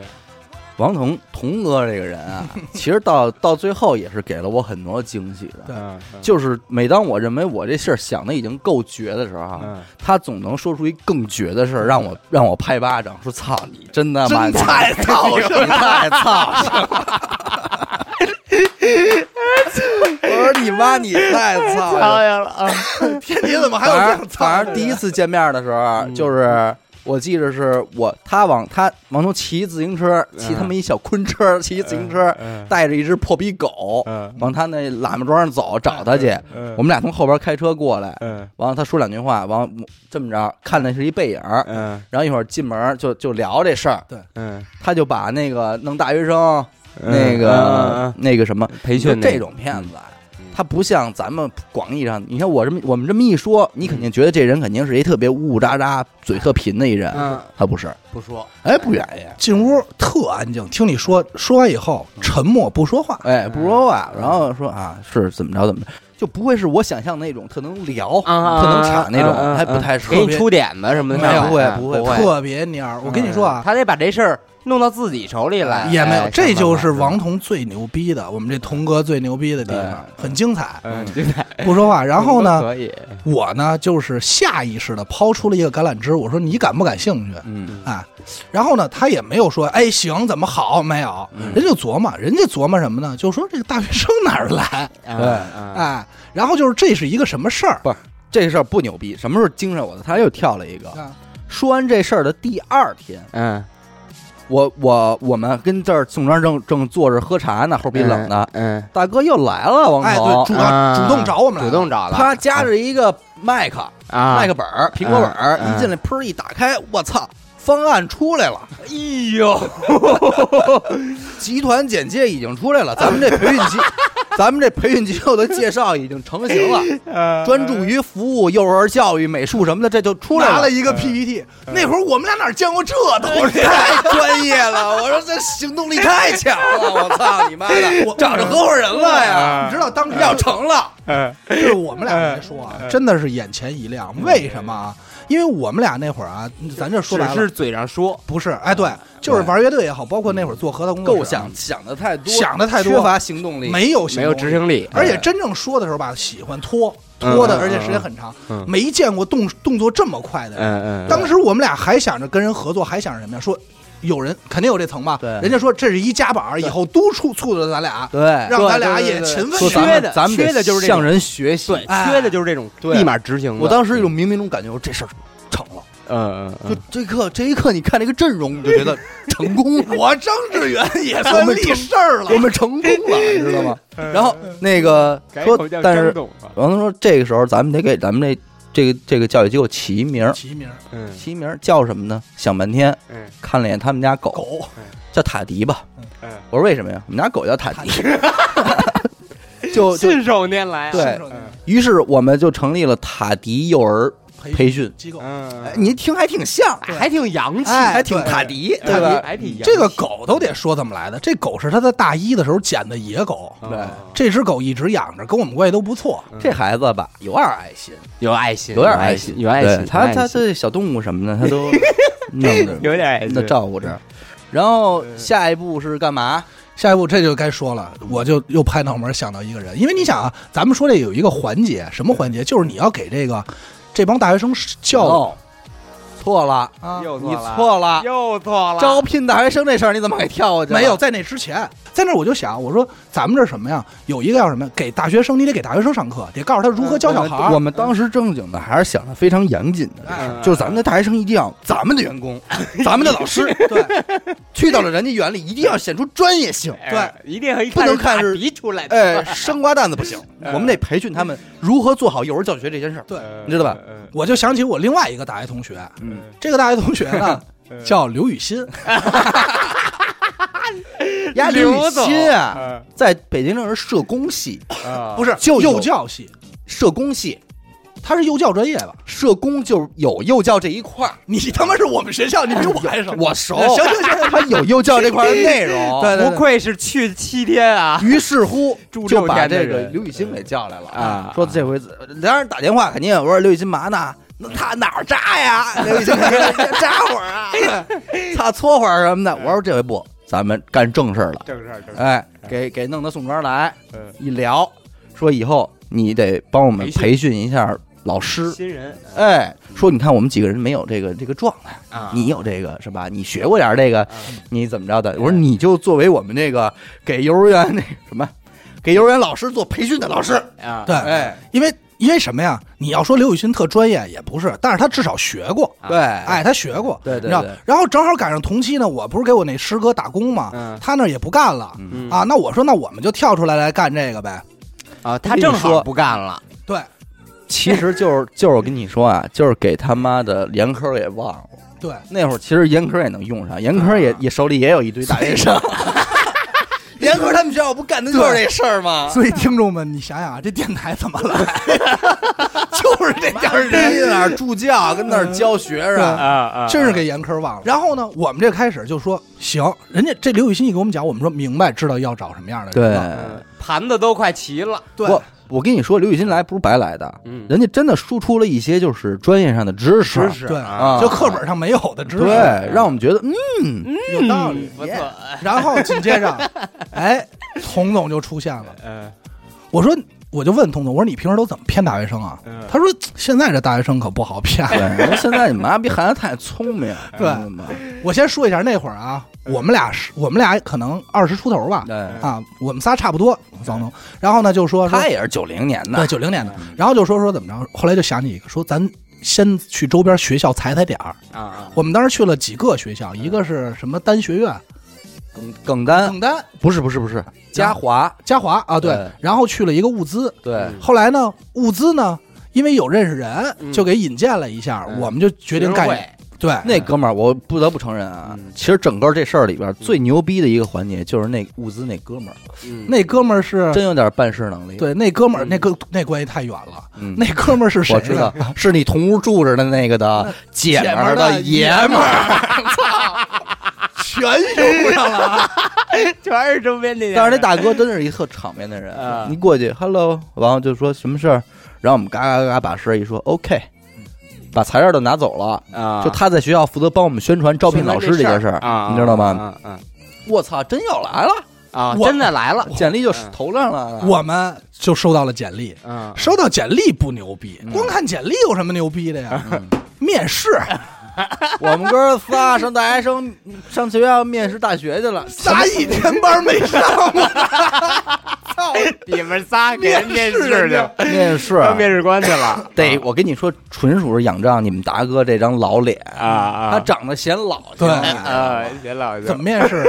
[SPEAKER 4] 王彤童哥这个人啊，其实到到最后也是给了我很多惊喜的。
[SPEAKER 6] 嗯，
[SPEAKER 4] 就是每当我认为我这事儿想的已经够绝的时候啊，
[SPEAKER 6] 嗯
[SPEAKER 4] 他总能说出一更绝的事儿，让我让我拍巴掌，说操你真他妈
[SPEAKER 1] 真太
[SPEAKER 4] 操心，你太操心了。我说你妈，你太操心了。
[SPEAKER 6] 呀了啊！
[SPEAKER 1] 天，你怎么还有这
[SPEAKER 4] 反
[SPEAKER 1] 样
[SPEAKER 4] 正
[SPEAKER 1] 操
[SPEAKER 4] 反正第一次见面的时候，啊
[SPEAKER 6] 嗯
[SPEAKER 4] 就是我记着是我他往他王彤骑自行车，骑他妈一小昆车，骑自行车，
[SPEAKER 6] 嗯
[SPEAKER 4] 带着一只破逼狗，
[SPEAKER 6] 嗯
[SPEAKER 4] 往他那喇嘛庄上走找他去。
[SPEAKER 6] 嗯
[SPEAKER 4] 我们俩从后边开车过来，
[SPEAKER 6] 嗯
[SPEAKER 4] 完了他说两句话，完了这么着看的是一背影，
[SPEAKER 6] 嗯
[SPEAKER 4] 然后一会儿进门就就聊这事儿，
[SPEAKER 6] 嗯，
[SPEAKER 4] 他就把那个弄大学生
[SPEAKER 6] 嗯
[SPEAKER 4] 那个
[SPEAKER 6] 嗯
[SPEAKER 4] 那个什么
[SPEAKER 6] 培训那
[SPEAKER 4] 这
[SPEAKER 6] 个
[SPEAKER 4] 种骗子啊
[SPEAKER 6] 嗯。
[SPEAKER 4] 他不像咱们广义上，你看我这么我们这么一说，你肯定
[SPEAKER 6] 嗯
[SPEAKER 4] 觉得这人肯定是一特别呜呜喳喳、嘴特贫的一人，
[SPEAKER 6] 嗯
[SPEAKER 4] 他不是，
[SPEAKER 6] 不说，
[SPEAKER 4] 哎，不愿意，
[SPEAKER 1] 进屋特安静，听你说，说完以后沉默不说话。
[SPEAKER 6] 嗯
[SPEAKER 4] 哎，不说话，然后说啊，是怎么着怎么着，就不会是我想象那种特能聊、
[SPEAKER 6] 啊
[SPEAKER 4] 特能插那种，
[SPEAKER 6] 啊啊
[SPEAKER 4] 还不太是。
[SPEAKER 6] 给你出点子什么的，
[SPEAKER 4] 没有
[SPEAKER 6] 哎
[SPEAKER 4] 不会
[SPEAKER 6] 哎
[SPEAKER 4] 不
[SPEAKER 6] 不
[SPEAKER 4] 会
[SPEAKER 1] 特别蔫儿。我跟你说啊，
[SPEAKER 6] 他得把这事儿弄到自己手里来，
[SPEAKER 1] 也没有，
[SPEAKER 6] 哎
[SPEAKER 1] 这就
[SPEAKER 6] 想
[SPEAKER 1] 是王彤最牛逼的，我们这童哥最牛逼的地方，很精彩，
[SPEAKER 3] 哎
[SPEAKER 6] 办法，嗯，真的
[SPEAKER 1] 不说话。然后呢，
[SPEAKER 6] 可以，
[SPEAKER 1] 我呢就是下意识的抛出了一个橄榄枝，我说你感不感兴趣？
[SPEAKER 4] 嗯
[SPEAKER 1] 啊，然后呢，他也没有说，哎，行，怎么好？没有，人就琢磨，人家琢磨什么呢？就说这个大学生哪儿来？
[SPEAKER 6] 对
[SPEAKER 3] 嗯
[SPEAKER 6] 啊，
[SPEAKER 1] 哎，然后就是这是一个什么事儿？
[SPEAKER 4] 这事儿不牛逼，什
[SPEAKER 6] 嗯
[SPEAKER 4] 么时候精神我的？他又跳了一个
[SPEAKER 1] 啊。
[SPEAKER 3] 哎
[SPEAKER 4] 说完这事儿的第二天，
[SPEAKER 6] 嗯
[SPEAKER 4] 我我我们跟这儿宋庄正正坐着喝茶呢，后边
[SPEAKER 6] 哎
[SPEAKER 4] 冷的，
[SPEAKER 3] 嗯，
[SPEAKER 4] 大哥又来了，王
[SPEAKER 1] 哎，
[SPEAKER 4] 总
[SPEAKER 1] 对，，主
[SPEAKER 3] 啊
[SPEAKER 1] 主动找我们来
[SPEAKER 3] 主
[SPEAKER 1] 了，
[SPEAKER 3] 动找了
[SPEAKER 4] 他夹着一个麦克
[SPEAKER 3] 啊，
[SPEAKER 4] 麦克本儿、苹果本儿，
[SPEAKER 3] 嗯嗯
[SPEAKER 4] 一进来，砰一打开，我操！方案出来了，哎呦，集团简介已经出来了，咱们这培训机，咱们这培训机构的介绍已经成型
[SPEAKER 6] 呃
[SPEAKER 4] 了，专注于服务幼儿教育、美术什么的，这就出来
[SPEAKER 1] 拿
[SPEAKER 4] 了
[SPEAKER 1] 了，一个 PPT，那
[SPEAKER 3] 嗯
[SPEAKER 1] 会儿我们俩哪见过这东西？
[SPEAKER 4] 太专业了！我说这行动力太强了，我操你妈的，我找着合伙人了呀！
[SPEAKER 3] 哎
[SPEAKER 6] 啊
[SPEAKER 1] [LAUGHS] 你知道当时
[SPEAKER 4] 要成了，
[SPEAKER 6] 嗯
[SPEAKER 1] 对我们俩来说
[SPEAKER 3] 哎
[SPEAKER 1] 啊，真的是眼前一亮。
[SPEAKER 3] 嗯
[SPEAKER 1] 为什么啊？因为我们俩那会儿啊，咱这说
[SPEAKER 6] 只
[SPEAKER 1] 白了
[SPEAKER 6] 是嘴上说，
[SPEAKER 1] 不是，哎，对，就是玩乐队也好，包括那会儿做合同工作室
[SPEAKER 4] 构想想的太多，
[SPEAKER 1] 想得太多
[SPEAKER 4] 缺乏行动力，
[SPEAKER 1] 没有行
[SPEAKER 3] 没有执行力，
[SPEAKER 1] 而且真正说的时候吧，喜欢拖
[SPEAKER 3] 嗯
[SPEAKER 1] 拖的，
[SPEAKER 3] 嗯
[SPEAKER 1] 而且时间很长
[SPEAKER 3] 嗯，
[SPEAKER 1] 没见过动动作这么快的人。
[SPEAKER 4] 哎
[SPEAKER 3] 嗯嗯，
[SPEAKER 1] 当时我们俩还想着跟人合作，还想着什么呀？说有人肯定有这层吧？
[SPEAKER 4] 对
[SPEAKER 1] 人家说这是一夹板儿，以后都促促着咱俩，
[SPEAKER 4] 对，
[SPEAKER 1] 让咱俩
[SPEAKER 4] 对对
[SPEAKER 1] 也
[SPEAKER 4] 对对
[SPEAKER 1] 勤奋
[SPEAKER 4] 说
[SPEAKER 1] 一
[SPEAKER 4] 咱
[SPEAKER 1] 点。
[SPEAKER 6] 缺
[SPEAKER 4] 们
[SPEAKER 6] 的
[SPEAKER 4] 咱们得
[SPEAKER 6] 缺的就是这种
[SPEAKER 4] 向人学习。哎
[SPEAKER 6] 哎对，缺的就是这种
[SPEAKER 4] 对
[SPEAKER 3] 立马执行的。
[SPEAKER 4] 我当时有种冥冥中感觉，我这事儿成了。
[SPEAKER 3] 嗯嗯
[SPEAKER 4] 就
[SPEAKER 3] 嗯，
[SPEAKER 4] 这一刻，这一刻，你看这个阵容，你就 [LAUGHS] 觉得成功了。
[SPEAKER 1] 我张志远也
[SPEAKER 4] 我
[SPEAKER 1] 算
[SPEAKER 4] 们
[SPEAKER 1] 立事儿了
[SPEAKER 4] 我，们成功了，你知道吗？
[SPEAKER 3] 嗯
[SPEAKER 4] 然后那个
[SPEAKER 6] 嗯改
[SPEAKER 4] 说
[SPEAKER 6] 口叫，
[SPEAKER 4] 但
[SPEAKER 6] 张
[SPEAKER 4] 是
[SPEAKER 6] 董啊，
[SPEAKER 4] 王东说，这个时候咱们得给咱们这这个这个教育机构起一名儿，
[SPEAKER 1] 起名儿
[SPEAKER 3] 嗯
[SPEAKER 4] 起一名儿叫什么呢？想半天，
[SPEAKER 3] 嗯
[SPEAKER 4] 看了眼他们家狗，
[SPEAKER 1] 狗，
[SPEAKER 4] 叫塔迪吧。
[SPEAKER 3] 嗯
[SPEAKER 6] 哎
[SPEAKER 4] 我说为什么呀？我们家狗叫塔迪，就就
[SPEAKER 6] 信手拈来啊，
[SPEAKER 4] 对哎
[SPEAKER 1] 是不是
[SPEAKER 4] 于是我们就成立了塔迪幼儿培训。
[SPEAKER 1] 机构。
[SPEAKER 4] 哎，
[SPEAKER 3] 嗯，
[SPEAKER 4] 您听还挺像，
[SPEAKER 1] 啊
[SPEAKER 6] 还挺洋气，
[SPEAKER 1] 哎
[SPEAKER 4] 还挺
[SPEAKER 1] 对
[SPEAKER 4] 塔迪，
[SPEAKER 6] 还挺
[SPEAKER 4] 对吧？
[SPEAKER 6] 还挺洋气
[SPEAKER 1] 这个狗都得说怎么来的，这狗是他在大一的时候捡的野狗，
[SPEAKER 4] 对
[SPEAKER 1] 这只狗一直养着，跟我们关系都不错。
[SPEAKER 4] 这孩子吧，有点爱心，
[SPEAKER 6] 有爱心，
[SPEAKER 4] 有点
[SPEAKER 6] 爱
[SPEAKER 4] 心，
[SPEAKER 6] 有爱
[SPEAKER 4] 嗯对
[SPEAKER 6] 心，
[SPEAKER 4] 他他这小动物什么的，他都弄 [LAUGHS] 着，
[SPEAKER 6] 有点爱
[SPEAKER 4] 那
[SPEAKER 6] 心，
[SPEAKER 4] 照顾着。然后下一步是干嘛？
[SPEAKER 1] 下一步这就该说了，我就又拍脑门儿想到一个人，因为你想啊，咱们说这有一个环节，什么环节？就是你要给这个这帮大学生教
[SPEAKER 4] 哦，错了，
[SPEAKER 1] 啊，
[SPEAKER 6] 又
[SPEAKER 4] 你
[SPEAKER 6] 了，
[SPEAKER 4] 错了。
[SPEAKER 6] 又错了，
[SPEAKER 4] 招聘大学生这事儿你怎么给跳过去了？
[SPEAKER 1] 没有在那之前，在那我就想，我说咱们这什么呀？有一个叫什么呀？给大学生，你得给大学生上课，得告诉他如何教小孩
[SPEAKER 4] 我
[SPEAKER 1] 儿。
[SPEAKER 4] 们当时正经的还是想的非常严谨的，
[SPEAKER 6] 嗯
[SPEAKER 4] 这事儿就是咱们的大学生一定要咱们的员 [LAUGHS] 工，咱们的老师，对，去到了人家园里一定要显出专业性，
[SPEAKER 6] 哎，一定一
[SPEAKER 4] 不能看
[SPEAKER 6] 是
[SPEAKER 4] 是
[SPEAKER 6] 大鼻出来的，
[SPEAKER 4] 哎，生瓜蛋子不行，我们得培训他们如何做好幼儿教学这件事儿，
[SPEAKER 1] 对
[SPEAKER 4] 你知道吧？
[SPEAKER 6] 嗯
[SPEAKER 1] 我就想起我另外一个大学同学，
[SPEAKER 4] 嗯，
[SPEAKER 1] 这个大学同学 [LAUGHS] 呢
[SPEAKER 6] 嗯
[SPEAKER 3] 嗯
[SPEAKER 1] 叫刘雨欣，
[SPEAKER 4] 呀，刘雨欣啊
[SPEAKER 5] 嗯，
[SPEAKER 4] 在北京正是社工系，
[SPEAKER 1] [LAUGHS] 不是
[SPEAKER 4] 就有
[SPEAKER 1] 幼教系，
[SPEAKER 4] 社工系，
[SPEAKER 1] 他是幼教专业吧？
[SPEAKER 4] 社工就有幼教这一块儿，
[SPEAKER 1] [LAUGHS] 你他妈是我们学校，你比我还熟。
[SPEAKER 4] 我熟，
[SPEAKER 1] 行行行，
[SPEAKER 4] 他有幼教这块儿的内容，
[SPEAKER 6] [LAUGHS]
[SPEAKER 1] 对对
[SPEAKER 6] 不愧是去七天啊，
[SPEAKER 4] 于是乎
[SPEAKER 6] 住
[SPEAKER 4] 就
[SPEAKER 6] 六
[SPEAKER 4] 把
[SPEAKER 6] 天
[SPEAKER 4] 这
[SPEAKER 6] 的人
[SPEAKER 4] 个刘雨欣给叫来了
[SPEAKER 6] 啊
[SPEAKER 4] 说这回子，当时打电话肯定我说刘雨欣嘛呢？那他哪儿扎呀？刘雨欣肯定
[SPEAKER 6] [LAUGHS]
[SPEAKER 4] 是扎会儿啊，擦搓会儿什么的。我说这回不，咱们干正事儿了，
[SPEAKER 5] 正事儿，正事儿。
[SPEAKER 4] 哎，给给弄到宋庄来
[SPEAKER 5] 嗯，
[SPEAKER 4] 一聊说以后你得帮我们培
[SPEAKER 6] 培
[SPEAKER 4] 训一下老师，
[SPEAKER 6] 新人
[SPEAKER 4] 哎，说你看我们几个人没有这个这个状态，
[SPEAKER 6] 啊，
[SPEAKER 4] 你有这个是吧？你学过点儿这个
[SPEAKER 6] 啊，
[SPEAKER 4] 你怎么着的？我说你就作为我们这个给幼儿园那个什么，给幼儿园老师做培训的老师，
[SPEAKER 6] 啊，
[SPEAKER 1] 对，
[SPEAKER 4] 哎，
[SPEAKER 1] [LAUGHS] 因为因为什么呀？你要说刘雨欣特专业也不是，但是他至少学过，
[SPEAKER 6] 啊
[SPEAKER 4] 对，
[SPEAKER 1] 哎，他学过，
[SPEAKER 4] 对
[SPEAKER 1] 你
[SPEAKER 4] 对
[SPEAKER 1] 知道
[SPEAKER 4] 对。
[SPEAKER 1] 然后正好赶上同期呢，我不是给我那师哥打工嘛，
[SPEAKER 6] 嗯
[SPEAKER 1] 他那儿也不干了
[SPEAKER 6] 嗯
[SPEAKER 1] 啊。那我说，那我们就跳出来来干这个呗。
[SPEAKER 6] 啊，他正好不干了，
[SPEAKER 1] 对，
[SPEAKER 4] 其实就是就是我跟你说啊，就是给他妈的严科给忘了。
[SPEAKER 1] 对，
[SPEAKER 4] 那会儿其实严科也能用上，严科也也手里也有一堆大学生。啊 [LAUGHS] 严科他们学校不干的就是这事儿
[SPEAKER 6] 啊
[SPEAKER 4] 吗？
[SPEAKER 1] 所以听众们，你想想啊，这电台怎么来？就是这点儿
[SPEAKER 4] 人
[SPEAKER 1] 人。
[SPEAKER 4] 家在那儿助教，跟那儿教学
[SPEAKER 1] 对
[SPEAKER 4] 生，
[SPEAKER 6] 啊
[SPEAKER 1] 真是给严科忘了。然后呢，我们这开始就说行，人家这刘雨欣一给我们讲，我们说明白，知道要找什么样的人
[SPEAKER 4] 对
[SPEAKER 1] 了。
[SPEAKER 6] 盘子都快齐了，
[SPEAKER 1] 对
[SPEAKER 4] 我我跟你说，刘雨欣来不是白来的，
[SPEAKER 6] 嗯
[SPEAKER 4] 人家真的输出了一些就是专业上的知识，
[SPEAKER 6] 知识
[SPEAKER 1] 对
[SPEAKER 6] 啊，
[SPEAKER 1] 就课本上没有的知识，
[SPEAKER 4] 对，让我们觉得嗯，
[SPEAKER 1] 有道理，
[SPEAKER 6] 不错
[SPEAKER 1] Yeah，然后紧接着，哎，童总就出现了。
[SPEAKER 6] 嗯
[SPEAKER 1] 我说，我就问童总，我说你平时都怎么骗大学生啊？他说现在这大学生可不好骗。
[SPEAKER 4] 对，现在你妈逼孩子太聪明，
[SPEAKER 1] 对
[SPEAKER 4] 知道吗？
[SPEAKER 1] 我先说一下那会儿啊，我们俩是，我们俩可能二十出头吧，
[SPEAKER 4] 对，
[SPEAKER 1] 啊，我们仨差不多，房东。然后呢，就说说
[SPEAKER 4] 嗯他也是九零年的嗯
[SPEAKER 1] 对，九零年的，然后就说说怎么着，后来就想起一个，说咱先去周边学校踩踩点儿。
[SPEAKER 6] 啊啊，
[SPEAKER 1] 我们当时去了几个学校，一个是什么丹学院、
[SPEAKER 4] 耿耿丹
[SPEAKER 1] 耿丹、
[SPEAKER 2] 不是不是不是，
[SPEAKER 4] 嘉华，
[SPEAKER 1] 嘉华啊，对
[SPEAKER 4] 对，
[SPEAKER 1] 然后去了一个物资，
[SPEAKER 4] 对，
[SPEAKER 1] 后来呢，物资呢，因为有认识人，
[SPEAKER 6] 嗯
[SPEAKER 1] 就给引荐了一下，
[SPEAKER 6] 嗯
[SPEAKER 1] 我们就决定干
[SPEAKER 6] 学生会
[SPEAKER 1] 对
[SPEAKER 4] 那哥们儿，我不得不承认啊
[SPEAKER 6] 嗯，
[SPEAKER 4] 其实整个这事儿里边最牛逼的一个环节就是那物资那哥们儿，
[SPEAKER 6] 嗯
[SPEAKER 1] 那哥们儿是
[SPEAKER 4] 真有点办事能力。，
[SPEAKER 1] 对那哥们儿
[SPEAKER 6] 嗯
[SPEAKER 1] 那哥那关系太远了，
[SPEAKER 4] 嗯，
[SPEAKER 1] 那哥们儿是谁
[SPEAKER 4] 我
[SPEAKER 1] 呢？
[SPEAKER 4] 知道，是你同屋住着的那个的 [LAUGHS] 姐们儿的爷们儿，
[SPEAKER 5] 全揉上了
[SPEAKER 4] [LAUGHS]
[SPEAKER 5] 啊，
[SPEAKER 6] 全是周边那点
[SPEAKER 4] 但是那
[SPEAKER 6] 儿人，
[SPEAKER 4] 大哥真是一特场面的人
[SPEAKER 6] 啊，
[SPEAKER 4] 你过去，hello，然后就说什么事儿，然后我们嘎嘎嘎把事儿一说，OK，把材料都拿走了。
[SPEAKER 6] 啊，
[SPEAKER 4] 就他在学校负责帮我们宣传招聘老师这件事儿，
[SPEAKER 6] 啊，
[SPEAKER 4] 你知道吗？
[SPEAKER 6] 啊啊
[SPEAKER 4] 我操，真要来了，
[SPEAKER 6] 啊，
[SPEAKER 1] 我
[SPEAKER 6] 真的来了，
[SPEAKER 4] 简历就投上来了。
[SPEAKER 1] 我们就收到了简历，
[SPEAKER 4] 啊
[SPEAKER 6] 嗯，
[SPEAKER 1] 收到简历不牛逼，
[SPEAKER 4] 嗯
[SPEAKER 1] 光看简历有什么牛逼的呀？面
[SPEAKER 4] [LAUGHS]
[SPEAKER 1] 试
[SPEAKER 4] 我们哥仨上大学生上学校面试大学去了，
[SPEAKER 5] 打一天班没上吗？
[SPEAKER 6] 你们仨给人面试去了，
[SPEAKER 4] 面试
[SPEAKER 6] 当面试官去了，
[SPEAKER 4] 得我跟你说，纯属是仰仗你们达哥这张老脸，
[SPEAKER 6] 啊啊，
[SPEAKER 4] 他长得显老。
[SPEAKER 1] 对
[SPEAKER 4] 你知道吗
[SPEAKER 6] 啊，别
[SPEAKER 1] [LAUGHS]
[SPEAKER 6] 老
[SPEAKER 1] 怎么面试
[SPEAKER 4] [LAUGHS]
[SPEAKER 1] 啊？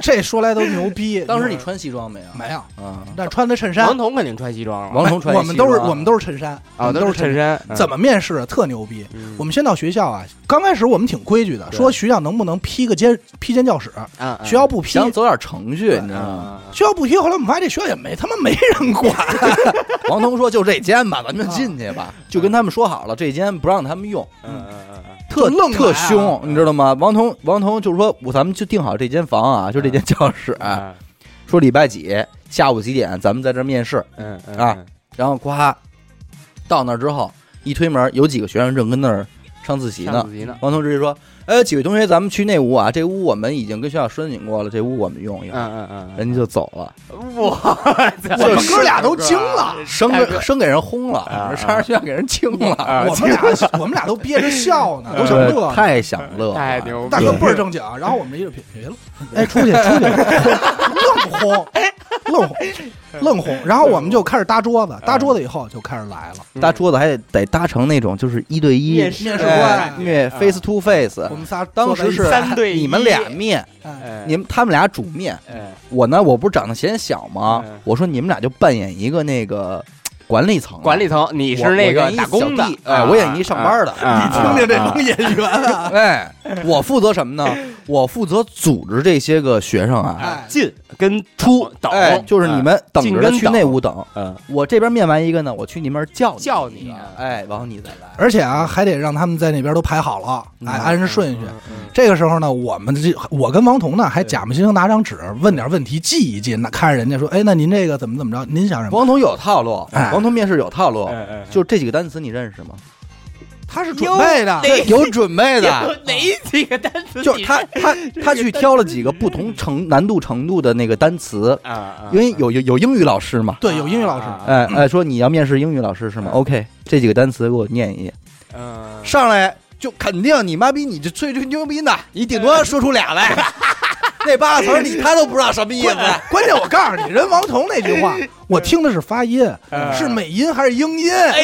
[SPEAKER 1] 这说来都牛逼。
[SPEAKER 4] 当时你穿西装没有？
[SPEAKER 1] 没有？
[SPEAKER 4] 啊，
[SPEAKER 1] 但穿的衬衫
[SPEAKER 6] 王，彤肯定穿西装了
[SPEAKER 4] 王彤穿
[SPEAKER 1] 我们都是
[SPEAKER 4] 西装嗯
[SPEAKER 1] 我们都是衬衫我
[SPEAKER 6] 啊，
[SPEAKER 1] 们都
[SPEAKER 6] 都是衬衫，
[SPEAKER 1] 衫。怎么面试啊？特牛逼！
[SPEAKER 6] 嗯
[SPEAKER 1] 我们先到学校啊，刚开始我们挺规矩的，
[SPEAKER 4] 对嗯
[SPEAKER 1] 说学校能不能批个监批监教室，
[SPEAKER 6] 啊
[SPEAKER 1] 学校不批，
[SPEAKER 4] 想走点程序，你知道吗？
[SPEAKER 6] 啊
[SPEAKER 1] 学校不批。后来我们发现这学校也没他妈没人管，
[SPEAKER 4] 王彤说：“就这间吧，咱
[SPEAKER 6] 啊
[SPEAKER 4] 们进去吧。”就跟他们说好了，这间不让他们用，
[SPEAKER 6] 嗯嗯嗯
[SPEAKER 4] 特
[SPEAKER 1] 就愣来啊
[SPEAKER 4] 特凶，你知道吗？王彤，王彤就是说，我咱们就定好这间房啊，就这间教室，啊
[SPEAKER 6] 嗯
[SPEAKER 4] 说礼拜几下午几点，咱们在这儿面试。
[SPEAKER 6] 嗯嗯
[SPEAKER 4] 啊，然后呱，到那儿之后一推门，有几个学生正跟那儿上自习
[SPEAKER 6] 上
[SPEAKER 4] 呢
[SPEAKER 6] 自。习呢，
[SPEAKER 4] 王同直接说：“哎，几位同学，咱们去那屋啊，这屋我们已经跟学校申请过了，这屋我们用一
[SPEAKER 6] 嗯
[SPEAKER 4] 用。
[SPEAKER 6] 嗯嗯嗯，
[SPEAKER 4] 人家就走了，[LAUGHS]
[SPEAKER 6] 我
[SPEAKER 1] 我们哥俩都惊了。
[SPEAKER 4] 生给生给人轰
[SPEAKER 6] 啊
[SPEAKER 4] 了，上人学校给人清了，
[SPEAKER 6] 啊
[SPEAKER 1] 我们俩 [LAUGHS] 我们俩都憋着笑呢，都想
[SPEAKER 4] 对
[SPEAKER 1] 乐呢。
[SPEAKER 4] 太享乐了，
[SPEAKER 6] 太牛逼
[SPEAKER 1] 大
[SPEAKER 6] 了
[SPEAKER 1] 哥倍儿正经，啊然后我们一个品别了，哎，出去出去，愣轰，愣轰，愣轰，然后我们就开始搭桌子，搭桌子以后就开始来了，
[SPEAKER 4] 搭桌子还得得搭成那种就是一对一
[SPEAKER 6] 面试
[SPEAKER 1] 面试
[SPEAKER 4] 哎
[SPEAKER 1] 官，
[SPEAKER 4] 面 face to face，
[SPEAKER 1] 我们仨
[SPEAKER 4] 嗯当时是
[SPEAKER 6] 呃三对一
[SPEAKER 4] 你们俩面，
[SPEAKER 1] 哎
[SPEAKER 4] 你们他们俩煮面，
[SPEAKER 6] 嗯
[SPEAKER 4] 我呢我不是长得显小吗
[SPEAKER 6] 嗯？
[SPEAKER 4] 我说你们俩就扮演一个那个管理层啊，
[SPEAKER 6] 管理层，你
[SPEAKER 4] 我
[SPEAKER 6] 是那
[SPEAKER 4] 我
[SPEAKER 6] 个
[SPEAKER 4] 演一
[SPEAKER 6] 打工的
[SPEAKER 4] 小弟，哎，我演一上班的，
[SPEAKER 6] 啊，
[SPEAKER 5] 听听这
[SPEAKER 6] 啊
[SPEAKER 5] 种演员啊，
[SPEAKER 4] 哎，我负责什么呢？我负责组织这些个学生
[SPEAKER 6] [LAUGHS]
[SPEAKER 4] 啊，
[SPEAKER 6] 啊进跟出等，
[SPEAKER 4] 哎，就是你们等着
[SPEAKER 6] 进
[SPEAKER 4] 的
[SPEAKER 6] 跟
[SPEAKER 4] 去那屋等，
[SPEAKER 6] 嗯
[SPEAKER 4] 我这边面完一个呢，我去你们那儿叫你
[SPEAKER 6] 叫你
[SPEAKER 4] 哎，然后你再
[SPEAKER 1] [LAUGHS]
[SPEAKER 4] 来，
[SPEAKER 1] 而且啊，还得让他们在那边都排好了，哎，按着顺序。这个时候呢，我们这我跟王彤呢，还假模惺惺拿张纸问点问题，记一记。那看着人家说，哎，那您这个怎么怎么着？您想什么？
[SPEAKER 4] 王彤有套路，
[SPEAKER 1] 哎
[SPEAKER 4] 王彤面试有套路，
[SPEAKER 6] 哎哎
[SPEAKER 4] 就这几个单词你认识吗？
[SPEAKER 1] 他是准备的，
[SPEAKER 6] 哎
[SPEAKER 4] 有准备的，
[SPEAKER 6] 哪几个单词？
[SPEAKER 4] 就是他他他去挑了几个不同程难度程度的那个单词，
[SPEAKER 6] 啊啊，
[SPEAKER 4] 因为有有有英语老师嘛，
[SPEAKER 1] 对，有英语
[SPEAKER 3] 啊
[SPEAKER 1] 老师，
[SPEAKER 4] 哎哎，说你要面试英语老师是吗
[SPEAKER 6] 嗯
[SPEAKER 4] ？OK，这几个单词给我念一念。
[SPEAKER 6] 嗯，
[SPEAKER 4] 上来就肯定你妈逼，你就吹吹牛逼呢，你顶多说出俩来， [LAUGHS] 那八个词儿你他都不知道什么意思。
[SPEAKER 1] 关键我告诉你，人王彤那句话，我听的是发音，是美音还是英音？
[SPEAKER 6] 哎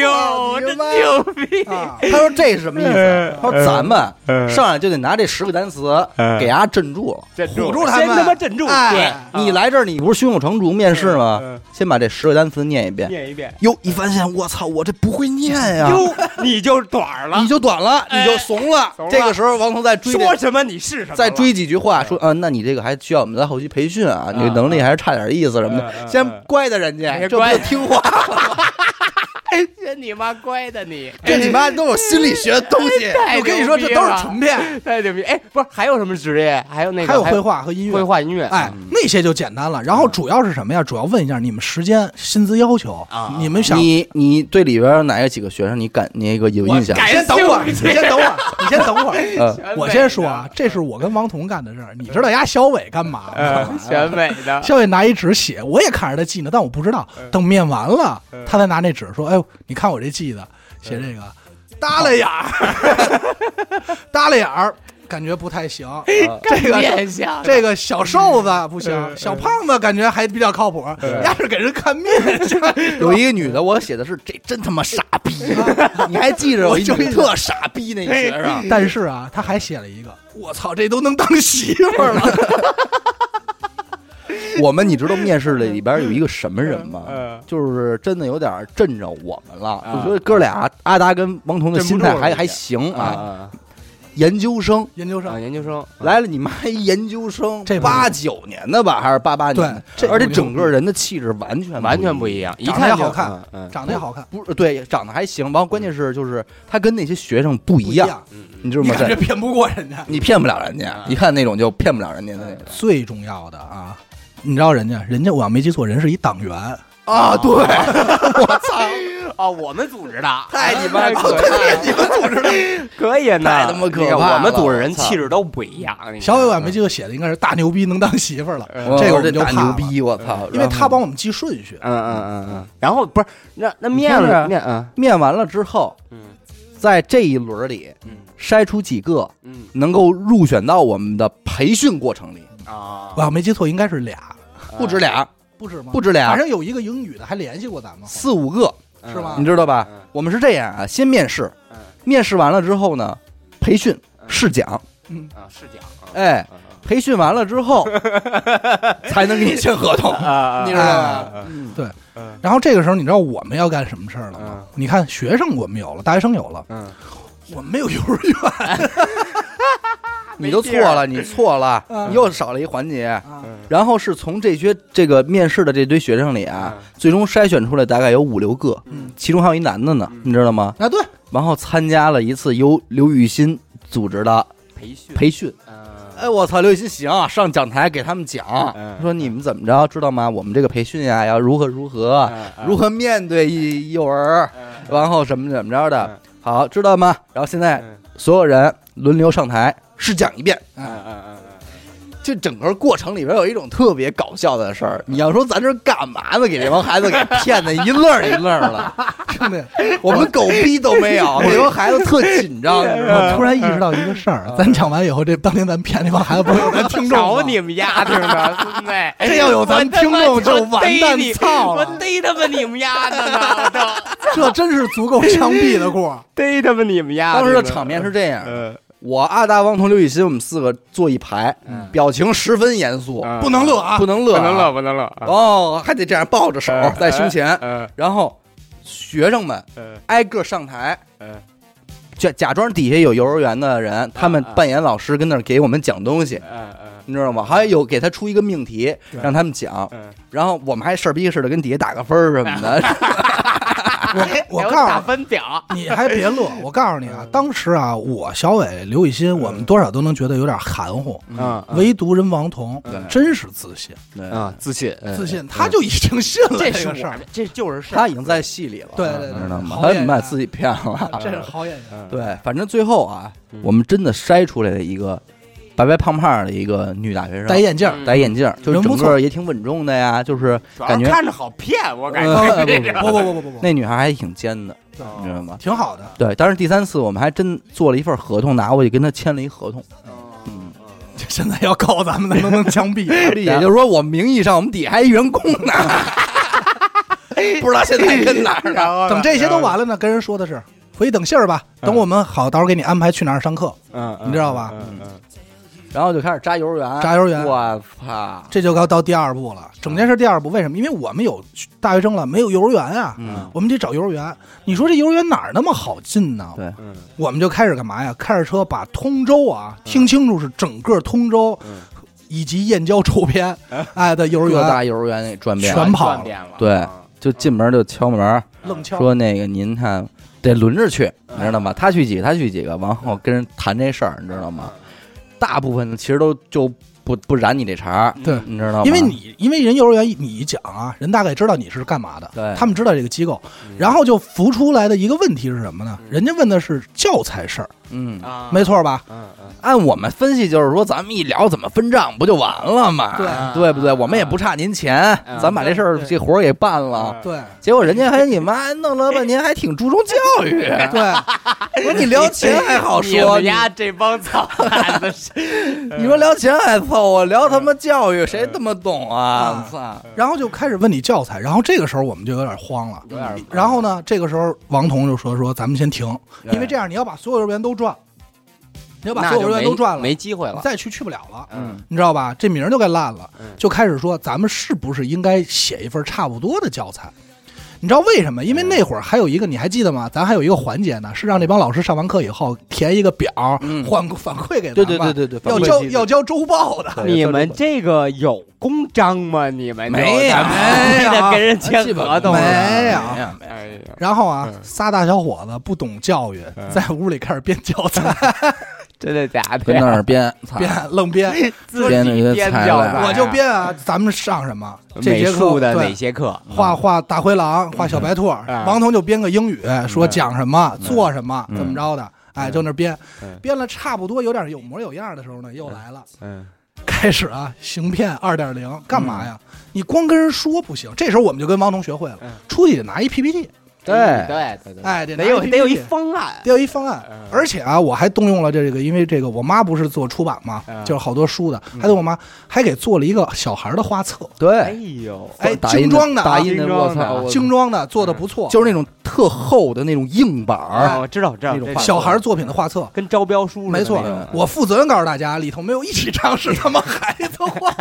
[SPEAKER 6] 呦，
[SPEAKER 4] 哇
[SPEAKER 6] 真
[SPEAKER 4] 明白
[SPEAKER 6] 牛逼！
[SPEAKER 1] 啊，
[SPEAKER 4] 他说这是什么意思？他说咱们上来就得拿这十个单词给伢镇住了。
[SPEAKER 6] 镇
[SPEAKER 1] 唬住他们
[SPEAKER 6] 先他妈镇住，
[SPEAKER 4] 哎，你来这儿，你不是胸有成竹面试吗
[SPEAKER 6] 嗯？
[SPEAKER 4] 先把这十个单词念一
[SPEAKER 6] 对
[SPEAKER 4] 遍。
[SPEAKER 6] 念一遍，
[SPEAKER 4] 哟，一发现我操，我这不会念呀，
[SPEAKER 6] 哟，你就短儿了
[SPEAKER 4] 你，就短了，你就怂了
[SPEAKER 6] 怂。了
[SPEAKER 4] 这个时候，王彤再追这
[SPEAKER 6] 说什么你是什么，
[SPEAKER 4] 再追几句话，说啊，那你这个还需要我们在后期培训啊，你这能力还是差点意思什么
[SPEAKER 6] 嗯嗯
[SPEAKER 4] 的，
[SPEAKER 6] 嗯
[SPEAKER 4] 先乖的人家，
[SPEAKER 6] 哎
[SPEAKER 4] 这不
[SPEAKER 6] 乖
[SPEAKER 4] 就听 [LAUGHS] 话，
[SPEAKER 6] 这你妈乖的你，
[SPEAKER 4] 这你妈都有心理学的东 [LAUGHS] 西。
[SPEAKER 6] 我
[SPEAKER 1] 我跟你说，这都是纯骗，
[SPEAKER 6] 太牛逼！哎，不是还有什么职业？还有那个
[SPEAKER 1] 还有绘画和音
[SPEAKER 6] 绘
[SPEAKER 1] 乐。
[SPEAKER 6] 画嗯音乐，
[SPEAKER 1] 哎，那些就简单了。然后主要是什么呀？主要问一下你们时间、薪资要求
[SPEAKER 6] 啊，
[SPEAKER 1] 你们想
[SPEAKER 4] 你你对里边哪几个学生你感你那个有印象？
[SPEAKER 6] 改哎
[SPEAKER 1] 先等会儿，你先等会儿，你先等
[SPEAKER 6] [LAUGHS]
[SPEAKER 1] 会儿。
[SPEAKER 4] 嗯，
[SPEAKER 6] 全
[SPEAKER 1] 我
[SPEAKER 6] 美
[SPEAKER 1] 先
[SPEAKER 6] 的
[SPEAKER 1] 说啊，，这是我跟王彤干的事儿。你知道丫小伟干嘛吗？
[SPEAKER 6] 嗯，选美
[SPEAKER 1] [LAUGHS]
[SPEAKER 6] 的，
[SPEAKER 1] 小伟拿一纸写，我也看着他记呢，但我不知道。等面完了，他才拿那纸说：“哎呦，你看嗯 [LAUGHS] 我这记的，写这个，耷拉眼儿，耷拉眼儿，感觉不太行，
[SPEAKER 6] 这个面相，
[SPEAKER 1] 这个小瘦子不行，小胖子感觉还比较靠谱，丫是给人看面 [LAUGHS] 相，
[SPEAKER 4] 有一个女的，我写的是这真他妈傻 [LAUGHS] 逼，你还记着我一女特傻逼那学生，
[SPEAKER 1] 但是啊，他还写了一个，我操，这都能当媳妇 [LAUGHS] 儿了，
[SPEAKER 4] [LAUGHS] 我们你知道面试的里边有一个什么人吗？
[SPEAKER 6] 嗯
[SPEAKER 4] 就是真的有点震着我们了。我觉得哥俩阿达跟王彤的心态还还行啊，
[SPEAKER 3] 啊
[SPEAKER 4] 研究生
[SPEAKER 1] 研究
[SPEAKER 3] 啊！
[SPEAKER 1] 生。
[SPEAKER 3] 研究生
[SPEAKER 4] 来了，你妈一研究生，
[SPEAKER 1] 这不
[SPEAKER 4] 八九年的吧，还是八八年的？
[SPEAKER 1] 对这
[SPEAKER 4] 而且整个人的气质完全
[SPEAKER 3] 完全
[SPEAKER 4] 不
[SPEAKER 3] 不
[SPEAKER 4] 一样。
[SPEAKER 3] 一样，
[SPEAKER 1] 长得
[SPEAKER 3] 一
[SPEAKER 1] 也
[SPEAKER 3] 看就
[SPEAKER 1] 好看，
[SPEAKER 3] 嗯，
[SPEAKER 1] 长得也好看，
[SPEAKER 4] 不是对，长得还行，完后关键是就是他跟那些学生不
[SPEAKER 1] 不
[SPEAKER 4] 一样，，嗯你知啊道
[SPEAKER 1] 你
[SPEAKER 4] 吗？
[SPEAKER 1] 感觉
[SPEAKER 4] 这
[SPEAKER 1] 骗不过人家。
[SPEAKER 4] 你骗不了人家，一看那种就骗不了人家的那种
[SPEAKER 1] 最重要的啊，你知道人家，人家我要没记错，人是一党员，
[SPEAKER 4] 啊！对，
[SPEAKER 3] 啊，我们组织的，
[SPEAKER 4] 太你妈
[SPEAKER 3] 可怕，你们组织的，可以呢，
[SPEAKER 4] 太他妈可怕了
[SPEAKER 3] 这个我们组织人
[SPEAKER 4] 操
[SPEAKER 3] 气质都不一样。你
[SPEAKER 1] 小伟我要
[SPEAKER 3] 看
[SPEAKER 1] 没记错写的应该是大牛逼能当媳妇儿了，这
[SPEAKER 6] 嗯
[SPEAKER 4] 这
[SPEAKER 1] 个
[SPEAKER 4] [LAUGHS] 我
[SPEAKER 1] 我
[SPEAKER 4] 这
[SPEAKER 1] 们就
[SPEAKER 4] 大
[SPEAKER 1] 怕
[SPEAKER 4] 牛
[SPEAKER 1] 了，
[SPEAKER 4] 逼，我操！
[SPEAKER 1] 因为他帮我们记顺序，
[SPEAKER 3] 嗯嗯嗯嗯，然后不是那那面
[SPEAKER 4] 你听着
[SPEAKER 3] 子面嗯
[SPEAKER 4] 面完了之后，
[SPEAKER 3] 嗯
[SPEAKER 4] 在这一轮里
[SPEAKER 3] 嗯
[SPEAKER 4] 筛出几个
[SPEAKER 3] 嗯
[SPEAKER 4] 能够入选到我们的培训过程里，
[SPEAKER 3] 啊
[SPEAKER 1] 我，要没记错应该是俩，
[SPEAKER 4] 不止俩，
[SPEAKER 1] 不止吗？
[SPEAKER 4] 不止俩
[SPEAKER 1] 反，正有一个英语的还联系过咱们，
[SPEAKER 4] 四五个，
[SPEAKER 3] 嗯
[SPEAKER 1] 是吧
[SPEAKER 4] 你知道吧
[SPEAKER 3] 嗯？
[SPEAKER 4] 我们是这样啊，先面试，
[SPEAKER 3] 嗯
[SPEAKER 4] 面试完了之后呢，培训试讲，
[SPEAKER 3] 啊是这样啊
[SPEAKER 4] 哎，
[SPEAKER 3] 嗯嗯
[SPEAKER 4] 培训完了之
[SPEAKER 3] [LAUGHS]
[SPEAKER 4] 后才能给你签合同，
[SPEAKER 6] 嗯啊
[SPEAKER 3] 嗯
[SPEAKER 4] 你知道
[SPEAKER 3] 啊
[SPEAKER 4] 吧？
[SPEAKER 1] 对。然后这个时候你知道我们要干什么事儿了吗？你看学生我们有了，大学生有了，
[SPEAKER 3] 嗯
[SPEAKER 1] 我们没有幼儿园，
[SPEAKER 4] 你都错了，你错了，你又少了一环节。
[SPEAKER 3] 嗯
[SPEAKER 4] 然后是从这些这个面试的这堆学生里啊，
[SPEAKER 3] 嗯
[SPEAKER 4] 最终筛选出来大概有五六个，
[SPEAKER 1] 嗯
[SPEAKER 4] 其中还有一男的呢，
[SPEAKER 3] 嗯
[SPEAKER 4] 你知道吗？
[SPEAKER 1] 啊对，
[SPEAKER 4] 然后参加了一次由刘雨欣组织的
[SPEAKER 3] 培训
[SPEAKER 4] 培训。
[SPEAKER 3] 嗯
[SPEAKER 4] 哎，我操，刘雨欣行啊，上讲台给他们讲，
[SPEAKER 3] 嗯
[SPEAKER 4] 说你们怎么着，知道吗？我们这个培训呀、要如何如
[SPEAKER 6] 嗯
[SPEAKER 4] 何，
[SPEAKER 3] 嗯
[SPEAKER 4] 如何面对一幼儿，然后怎么怎么着的，好，知道吗？然后现在
[SPEAKER 3] 嗯
[SPEAKER 4] 所有人轮流上台试讲一遍，
[SPEAKER 3] 嗯嗯嗯
[SPEAKER 4] 这整个过程里边有一种特别搞笑的事儿。
[SPEAKER 3] 嗯
[SPEAKER 4] 你要说咱这干嘛呢？给这帮孩子给骗的一愣儿一愣儿
[SPEAKER 3] [LAUGHS]
[SPEAKER 4] 的，
[SPEAKER 1] 真 [LAUGHS] 的。
[SPEAKER 4] 我们狗逼都没有，那帮孩子特紧张，你
[SPEAKER 3] 哎
[SPEAKER 4] 知道
[SPEAKER 1] 我
[SPEAKER 4] 吗？
[SPEAKER 1] 突然意识到一个事儿，啊咱讲完以后，这当年咱骗那帮孩子不会 [LAUGHS] 有咱听众
[SPEAKER 6] 找
[SPEAKER 1] 吗？
[SPEAKER 6] 你们丫听着，孙子，
[SPEAKER 1] [LAUGHS] 这要有咱听众就完蛋操
[SPEAKER 6] 我
[SPEAKER 1] 了，
[SPEAKER 6] 逮他妈你们丫的呢，我
[SPEAKER 1] [LAUGHS]
[SPEAKER 6] 都
[SPEAKER 1] 这真是足够枪毙的过。
[SPEAKER 6] 逮他妈你们丫的呢。
[SPEAKER 4] 当时的场面是这样，
[SPEAKER 6] 嗯
[SPEAKER 4] 我阿达、王彤、刘雨欣，我们四个坐一排，表情十分严肃，
[SPEAKER 6] 嗯
[SPEAKER 1] 不能乐啊！
[SPEAKER 4] 不能乐、
[SPEAKER 6] 不能乐，。不能乐啊！
[SPEAKER 4] 哦，还得这样抱着手
[SPEAKER 6] 嗯
[SPEAKER 4] 在胸前，
[SPEAKER 6] 嗯
[SPEAKER 4] 然后学生们
[SPEAKER 6] 嗯
[SPEAKER 4] 挨个上台，
[SPEAKER 6] 嗯
[SPEAKER 4] 假假装底下有幼儿园的人，他们
[SPEAKER 6] 嗯
[SPEAKER 4] 扮演老师跟那儿给我们讲东西，
[SPEAKER 6] 嗯嗯
[SPEAKER 4] 你知道吗？还有给他出一个命题让他们讲，
[SPEAKER 6] 嗯，
[SPEAKER 4] 然后我们还事儿逼似的跟底下打个分儿什么的。
[SPEAKER 1] 哎我
[SPEAKER 6] 还有
[SPEAKER 1] 告
[SPEAKER 6] 哎打
[SPEAKER 1] 诉
[SPEAKER 6] 分表，
[SPEAKER 1] 你，啊你还别乐，我告诉你啊，当时啊，我小伟、刘雨欣，我们多少都能觉得有点含糊，
[SPEAKER 3] 嗯
[SPEAKER 1] 唯独人王彤真是自信，
[SPEAKER 4] [LAUGHS] 对
[SPEAKER 3] 啊自信
[SPEAKER 4] 嗯哎
[SPEAKER 1] 自信，他就已经信了
[SPEAKER 6] 这
[SPEAKER 1] 个
[SPEAKER 6] 是
[SPEAKER 1] 事
[SPEAKER 6] 我
[SPEAKER 1] 儿
[SPEAKER 6] 的，，这就是事儿。
[SPEAKER 4] 他已经在戏里了，
[SPEAKER 1] 对对对
[SPEAKER 4] 你知道吗？
[SPEAKER 1] 好
[SPEAKER 4] 嗯他
[SPEAKER 1] 演员
[SPEAKER 4] 把自己骗了。
[SPEAKER 1] [LAUGHS] 这是好演员。
[SPEAKER 4] 对，反正最后啊
[SPEAKER 3] 嗯，
[SPEAKER 4] 我们真的筛出来了一个白白胖胖的一个女大学生，
[SPEAKER 1] 戴眼镜儿，
[SPEAKER 4] 戴眼镜儿，就是
[SPEAKER 1] 人不
[SPEAKER 4] 整
[SPEAKER 1] 错
[SPEAKER 4] 个也挺稳重的呀，就是
[SPEAKER 6] 主要
[SPEAKER 4] 感
[SPEAKER 6] 是
[SPEAKER 4] 觉
[SPEAKER 6] 看着好骗，我感
[SPEAKER 4] [LAUGHS]
[SPEAKER 6] 觉
[SPEAKER 4] 呃
[SPEAKER 6] 这
[SPEAKER 1] [LAUGHS] 不不不不不不，
[SPEAKER 4] 那女孩还挺尖的，你知道吗？
[SPEAKER 1] 挺好的。
[SPEAKER 4] 对，当时第三次我们还真做了一份合同，拿过去跟她签了一合同，
[SPEAKER 1] 现在要告咱们，能不能枪毙？
[SPEAKER 4] [LAUGHS] [LAUGHS] 也就是说，我们名义上我们底下还一员工 [LAUGHS] 呢，不知道现在跟哪儿呢。
[SPEAKER 1] [LAUGHS]
[SPEAKER 3] 嗯
[SPEAKER 1] 等这些都完了呢，跟人说的是回去等信儿吧，
[SPEAKER 4] 嗯
[SPEAKER 1] 等我们好，到时候给你安排去哪儿上课，
[SPEAKER 3] 嗯
[SPEAKER 1] 你知道吧？
[SPEAKER 4] [LAUGHS] 然后就开始扎幼儿园，
[SPEAKER 1] 扎幼儿园
[SPEAKER 4] 我操！
[SPEAKER 1] 这就要到第二步了。整件事第二步为什么？因为我们有大学生了，没有幼儿园啊，
[SPEAKER 4] 嗯
[SPEAKER 1] 我们得找幼儿园。你说这幼儿园哪儿那么好进呢？
[SPEAKER 4] 对
[SPEAKER 3] 嗯
[SPEAKER 1] 我们就开始干嘛呀？开着车把通州啊，听清楚是整个通州
[SPEAKER 3] 嗯
[SPEAKER 1] 以及燕郊周边哎的幼儿
[SPEAKER 4] 各
[SPEAKER 1] 园
[SPEAKER 4] 大幼儿园给转遍了，
[SPEAKER 1] 全跑
[SPEAKER 6] 转
[SPEAKER 1] 了，
[SPEAKER 6] 遍了。
[SPEAKER 4] 对，
[SPEAKER 3] 嗯
[SPEAKER 4] 就进门就敲门，
[SPEAKER 1] 愣敲。
[SPEAKER 4] 说那个您看得轮着去，你知道吗？他去几个，他去几个，完后跟人谈这事儿，你知道吗？大部分其实都就不不染你这茬儿，
[SPEAKER 1] 对
[SPEAKER 4] 你知道吗？
[SPEAKER 1] 因为你因为人幼儿园你一讲啊，人大概知道你是干嘛的，
[SPEAKER 4] 对
[SPEAKER 1] 他们知道这个机构，然后就浮出来的一个问题是什么呢？人家问的是教材事儿，
[SPEAKER 4] 嗯，
[SPEAKER 6] 啊，
[SPEAKER 1] 没错吧？
[SPEAKER 6] 嗯嗯，
[SPEAKER 4] 按我们分析就是说，咱们一聊怎么分账不就完了吗？
[SPEAKER 1] 对
[SPEAKER 4] 对不对？我们也不差您钱，
[SPEAKER 6] 嗯
[SPEAKER 4] 咱们把这事儿
[SPEAKER 1] 对
[SPEAKER 4] 这活儿给办了。
[SPEAKER 1] 对
[SPEAKER 4] 结果人家还你妈弄了半天，还挺注重教 [LAUGHS] 育。
[SPEAKER 1] 对，
[SPEAKER 4] 我说你聊钱还好
[SPEAKER 6] 你
[SPEAKER 4] 说，[LAUGHS]
[SPEAKER 6] 们
[SPEAKER 4] 你
[SPEAKER 6] 家这帮 [LAUGHS] 操蛋的是，
[SPEAKER 4] 你说聊钱还凑合，聊他妈教育谁他妈懂啊？
[SPEAKER 1] 嗯
[SPEAKER 4] 操！
[SPEAKER 1] 然后就开始问你教材，然后这个时候我们就有点慌了。然后呢，这个时候王彤就说说咱们先停，因为这样你要把所有幼儿园都转，你要把
[SPEAKER 6] 那
[SPEAKER 1] 所有
[SPEAKER 6] 就
[SPEAKER 1] 幼儿园
[SPEAKER 6] 没
[SPEAKER 1] 都转了，
[SPEAKER 6] 没机会
[SPEAKER 1] 你
[SPEAKER 6] 了。
[SPEAKER 1] 再去去不了了。
[SPEAKER 6] 嗯，
[SPEAKER 1] 你知道吧？这名儿就该烂了
[SPEAKER 6] 嗯，
[SPEAKER 1] 就开始说咱们是不是应该写一份差不多的教材？你知道为什么？因为那会儿还有一个，你还记得吗？咱还有一个环节呢，是让那帮老师上完课以后填一个表，换反馈给咱们。
[SPEAKER 4] 对对对对对，
[SPEAKER 1] 要交要交周报的。
[SPEAKER 3] 你们这个有公章吗？你们
[SPEAKER 4] 没有
[SPEAKER 3] [LAUGHS] 没
[SPEAKER 4] 没有
[SPEAKER 3] 得跟人签合同啊
[SPEAKER 1] 没有
[SPEAKER 4] 没有没有，
[SPEAKER 6] 哎呀，
[SPEAKER 1] 然后啊，仨大小伙子不懂教育，在屋里开始编教材，
[SPEAKER 3] 真的假的
[SPEAKER 4] 跟那
[SPEAKER 3] 呀？
[SPEAKER 4] 儿编操
[SPEAKER 1] 编愣编，
[SPEAKER 3] [LAUGHS] 自己
[SPEAKER 4] 编了一个
[SPEAKER 3] 编
[SPEAKER 4] 材
[SPEAKER 3] 教
[SPEAKER 6] 哎
[SPEAKER 4] 料
[SPEAKER 3] 材
[SPEAKER 1] 我就编啊，咱们上什么？这
[SPEAKER 3] 美
[SPEAKER 1] 节
[SPEAKER 3] 术
[SPEAKER 1] 课
[SPEAKER 3] 的
[SPEAKER 1] 对
[SPEAKER 3] 哪些课？
[SPEAKER 1] 画画大灰狼，画小白兔儿，
[SPEAKER 3] 嗯
[SPEAKER 1] 王彤就编个英语，说讲什么，做什么，怎么着的，哎，就那编
[SPEAKER 3] 嗯，
[SPEAKER 1] 编了差不多有点有模有样的时候呢，又来了，
[SPEAKER 3] 嗯，
[SPEAKER 1] 开始啊，行骗二点零，干嘛呀？你光跟人说不行，这时候我们就跟王彤学会了
[SPEAKER 3] 嗯，
[SPEAKER 1] 出去得拿一 PPT，
[SPEAKER 3] 对对对，
[SPEAKER 1] 哎，得拿
[SPEAKER 3] 得有
[SPEAKER 1] PPT
[SPEAKER 3] 得有一方案。
[SPEAKER 1] 得有一方案
[SPEAKER 3] 嗯，
[SPEAKER 1] 而且啊，我还动用了这个，因为这个我妈不是做出版嘛
[SPEAKER 3] 嗯，
[SPEAKER 1] 就是好多书的，还有我妈还给做了一个小孩的画册，
[SPEAKER 3] 哎
[SPEAKER 4] 对，
[SPEAKER 3] 呦，
[SPEAKER 1] 哎，
[SPEAKER 4] 打印
[SPEAKER 1] 精装的啊，
[SPEAKER 4] 打印的，我
[SPEAKER 3] 精装的
[SPEAKER 4] 操，我
[SPEAKER 1] 精装
[SPEAKER 3] 嗯
[SPEAKER 1] 的做的不错，
[SPEAKER 4] 就是那种特厚的那种硬板儿，
[SPEAKER 3] 啊我知道知道
[SPEAKER 4] 那种
[SPEAKER 3] 这
[SPEAKER 4] 画
[SPEAKER 1] 小孩作品的画册。
[SPEAKER 3] 跟招标书似的
[SPEAKER 1] 没错
[SPEAKER 3] 那种，
[SPEAKER 1] 我负责任告诉大家，里头没有一起张是他妈孩子画。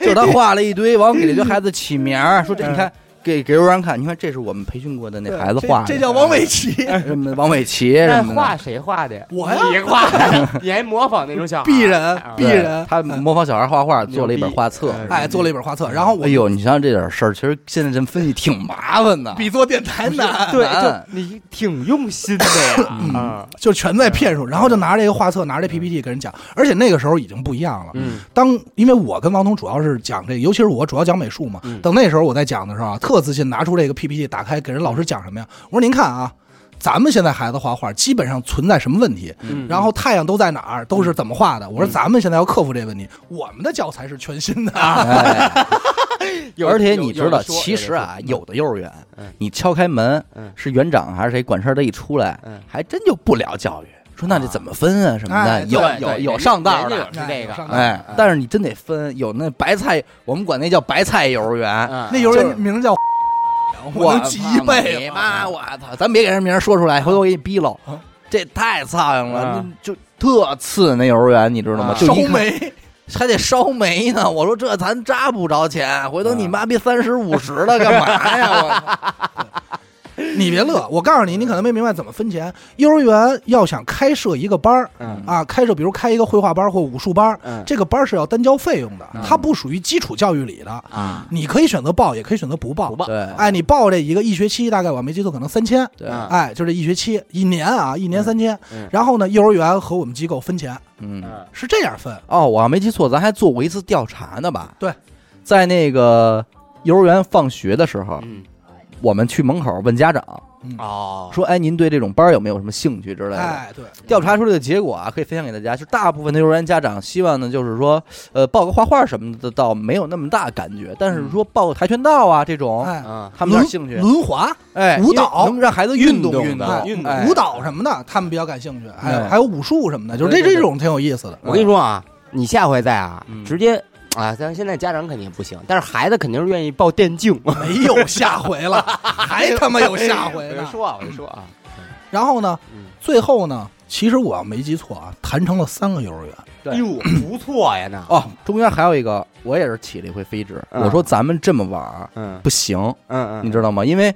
[SPEAKER 4] 就是他画了一堆，完了给这堆孩子起名儿，说这你看。给给幼儿园看，你看这是我们培训过的那孩子画的，哎
[SPEAKER 1] 这这叫王伟奇。
[SPEAKER 4] 什么王伟奇
[SPEAKER 3] 那
[SPEAKER 4] 什么
[SPEAKER 3] 画
[SPEAKER 4] 的，
[SPEAKER 3] 谁画的呀？
[SPEAKER 1] 我呀
[SPEAKER 3] 你画的，你还模仿那种小孩儿？
[SPEAKER 1] 鄙人
[SPEAKER 3] 啊
[SPEAKER 1] 鄙人
[SPEAKER 4] 哎他模仿小孩画画，做了一本画册。
[SPEAKER 3] 牛逼
[SPEAKER 1] 哎，做了一本画册，然后我
[SPEAKER 4] 哎呦，你想想这点事儿，其实现在这么分析挺麻烦 [LAUGHS] 的。
[SPEAKER 1] 比做电台难，
[SPEAKER 3] 对，
[SPEAKER 4] 难
[SPEAKER 3] 就你挺用心的呀。 [LAUGHS] 啊，
[SPEAKER 1] 就全在骗术。然后就拿着这个画册，拿着这 PPT 给人讲，而且那个时候已经不一样了。
[SPEAKER 3] 嗯，
[SPEAKER 1] 当因为我跟王彤主要是讲这个，尤其是我主要讲美术嘛。
[SPEAKER 4] 嗯
[SPEAKER 1] 等那时候我在讲的时候啊，特自信拿出这个 PPT 打开，给人老师讲什么呀？我说您看啊，咱们现在孩子画画基本上存在什么问题？
[SPEAKER 3] 嗯
[SPEAKER 1] 然后太阳都在哪儿，都是怎么画的？
[SPEAKER 4] 嗯
[SPEAKER 1] 我说咱们现在要克服这个问题，我们的教材是全新的。
[SPEAKER 4] 哎，
[SPEAKER 3] [LAUGHS]
[SPEAKER 4] [LAUGHS]
[SPEAKER 3] 有
[SPEAKER 4] 而且
[SPEAKER 3] 有
[SPEAKER 4] 你
[SPEAKER 3] 有
[SPEAKER 4] 知道，
[SPEAKER 3] 人说
[SPEAKER 4] 其实啊，有的幼儿园
[SPEAKER 3] 嗯，
[SPEAKER 4] 你敲开门
[SPEAKER 3] 嗯
[SPEAKER 4] 是园长还是谁管事儿的，一出来
[SPEAKER 3] 嗯
[SPEAKER 4] 还真就不聊教育，说那这怎么分啊什么
[SPEAKER 1] 哎
[SPEAKER 4] 的，有
[SPEAKER 3] 对
[SPEAKER 4] 有
[SPEAKER 3] 对
[SPEAKER 4] 有
[SPEAKER 3] 人
[SPEAKER 4] 上道
[SPEAKER 3] 人
[SPEAKER 4] 的。
[SPEAKER 3] 家有嗯是这个，
[SPEAKER 4] 哎，但是你真得分，有那白菜，我们管那叫白菜幼儿园，
[SPEAKER 1] [LAUGHS]
[SPEAKER 3] 嗯
[SPEAKER 1] 那幼儿园名叫，
[SPEAKER 4] 我
[SPEAKER 1] 能记一辈
[SPEAKER 4] 你
[SPEAKER 1] 子。
[SPEAKER 4] 妈！我操，咱别给人名说出来，回头我给你逼喽。这太苍蝇了，
[SPEAKER 3] 嗯
[SPEAKER 4] 就特刺那幼儿园，你知道吗？
[SPEAKER 3] 啊
[SPEAKER 4] 就
[SPEAKER 1] 烧
[SPEAKER 4] 一看 [LAUGHS]
[SPEAKER 1] 煤，
[SPEAKER 4] 还得烧煤呢。我说这咱扎不着钱，回头
[SPEAKER 3] 嗯
[SPEAKER 4] 你妈逼三十五十的干嘛呀？
[SPEAKER 3] [LAUGHS]
[SPEAKER 4] 我操
[SPEAKER 1] 你别乐，我告诉你，你可能没明白怎么分钱。幼儿园要想开设一个班儿
[SPEAKER 3] 嗯
[SPEAKER 1] 啊，开设比如开一个绘画班儿或武术班儿，
[SPEAKER 3] 嗯
[SPEAKER 1] 这个班儿是要单交费用的，它不属于基础教育里的。
[SPEAKER 3] 啊，
[SPEAKER 1] 你可以选择报，也可以选择不报。
[SPEAKER 3] 不报
[SPEAKER 4] 对
[SPEAKER 1] 哎，你报这一个一学期，大概我没记错，可能三千。
[SPEAKER 4] 对
[SPEAKER 3] 嗯
[SPEAKER 1] 哎，就这一学期，一年啊，一年三千。
[SPEAKER 3] 嗯
[SPEAKER 1] 然后呢，幼儿园和我们机构分钱，
[SPEAKER 4] 嗯，
[SPEAKER 3] 嗯
[SPEAKER 1] 是这样分。
[SPEAKER 4] 哦，我要没记错，咱还做过一次调查呢吧？
[SPEAKER 1] 对，
[SPEAKER 4] 在那个幼儿园放学的时候，
[SPEAKER 3] 嗯
[SPEAKER 4] 我们去门口问家长
[SPEAKER 3] 哦，
[SPEAKER 4] 说：“哎，您对这种班儿有没有什么兴趣之类的？”
[SPEAKER 1] 哎，对，
[SPEAKER 4] 调查出来的结果啊，可以分享给大家。就大部分的幼儿园家长希望呢，就是说，呃，报个画画什么的倒没有那么大感觉，但是说报个跆拳道啊这种，
[SPEAKER 1] 哎，
[SPEAKER 3] 嗯
[SPEAKER 4] 他们有点兴趣。
[SPEAKER 1] 轮滑、
[SPEAKER 4] 哎，
[SPEAKER 1] 舞蹈
[SPEAKER 4] 因为能让孩子运动
[SPEAKER 3] 运动
[SPEAKER 4] 动
[SPEAKER 3] 运动嗯
[SPEAKER 4] 哎
[SPEAKER 1] 舞蹈什么的，他们比较感兴趣。还有
[SPEAKER 4] 哎
[SPEAKER 1] 还有武术什么的，就是
[SPEAKER 3] 对
[SPEAKER 1] 这
[SPEAKER 3] 对对
[SPEAKER 1] 这种挺有意
[SPEAKER 3] [LAUGHS]
[SPEAKER 1] 思的。
[SPEAKER 3] 我跟你说啊，你下回再啊
[SPEAKER 4] 嗯，
[SPEAKER 3] 直接啊，但是现在家长肯定不行，但是孩子肯定是愿意报电竞。
[SPEAKER 1] 没有下回了，还他妈有哎下回
[SPEAKER 3] [LAUGHS] 我就
[SPEAKER 1] 呢。
[SPEAKER 3] 说啊，我就说啊，
[SPEAKER 1] 然后呢
[SPEAKER 3] 嗯，
[SPEAKER 1] 最后呢，其实我要没记错啊，谈成了三个幼儿园。
[SPEAKER 4] 对
[SPEAKER 3] 哟，哎不错呀，那，
[SPEAKER 4] 哦，中间还有一个，我也是起了一回飞智，
[SPEAKER 3] 嗯
[SPEAKER 4] 我说咱们这么玩儿
[SPEAKER 3] 嗯
[SPEAKER 4] 不行，
[SPEAKER 3] 嗯嗯，
[SPEAKER 4] 你知道吗？因为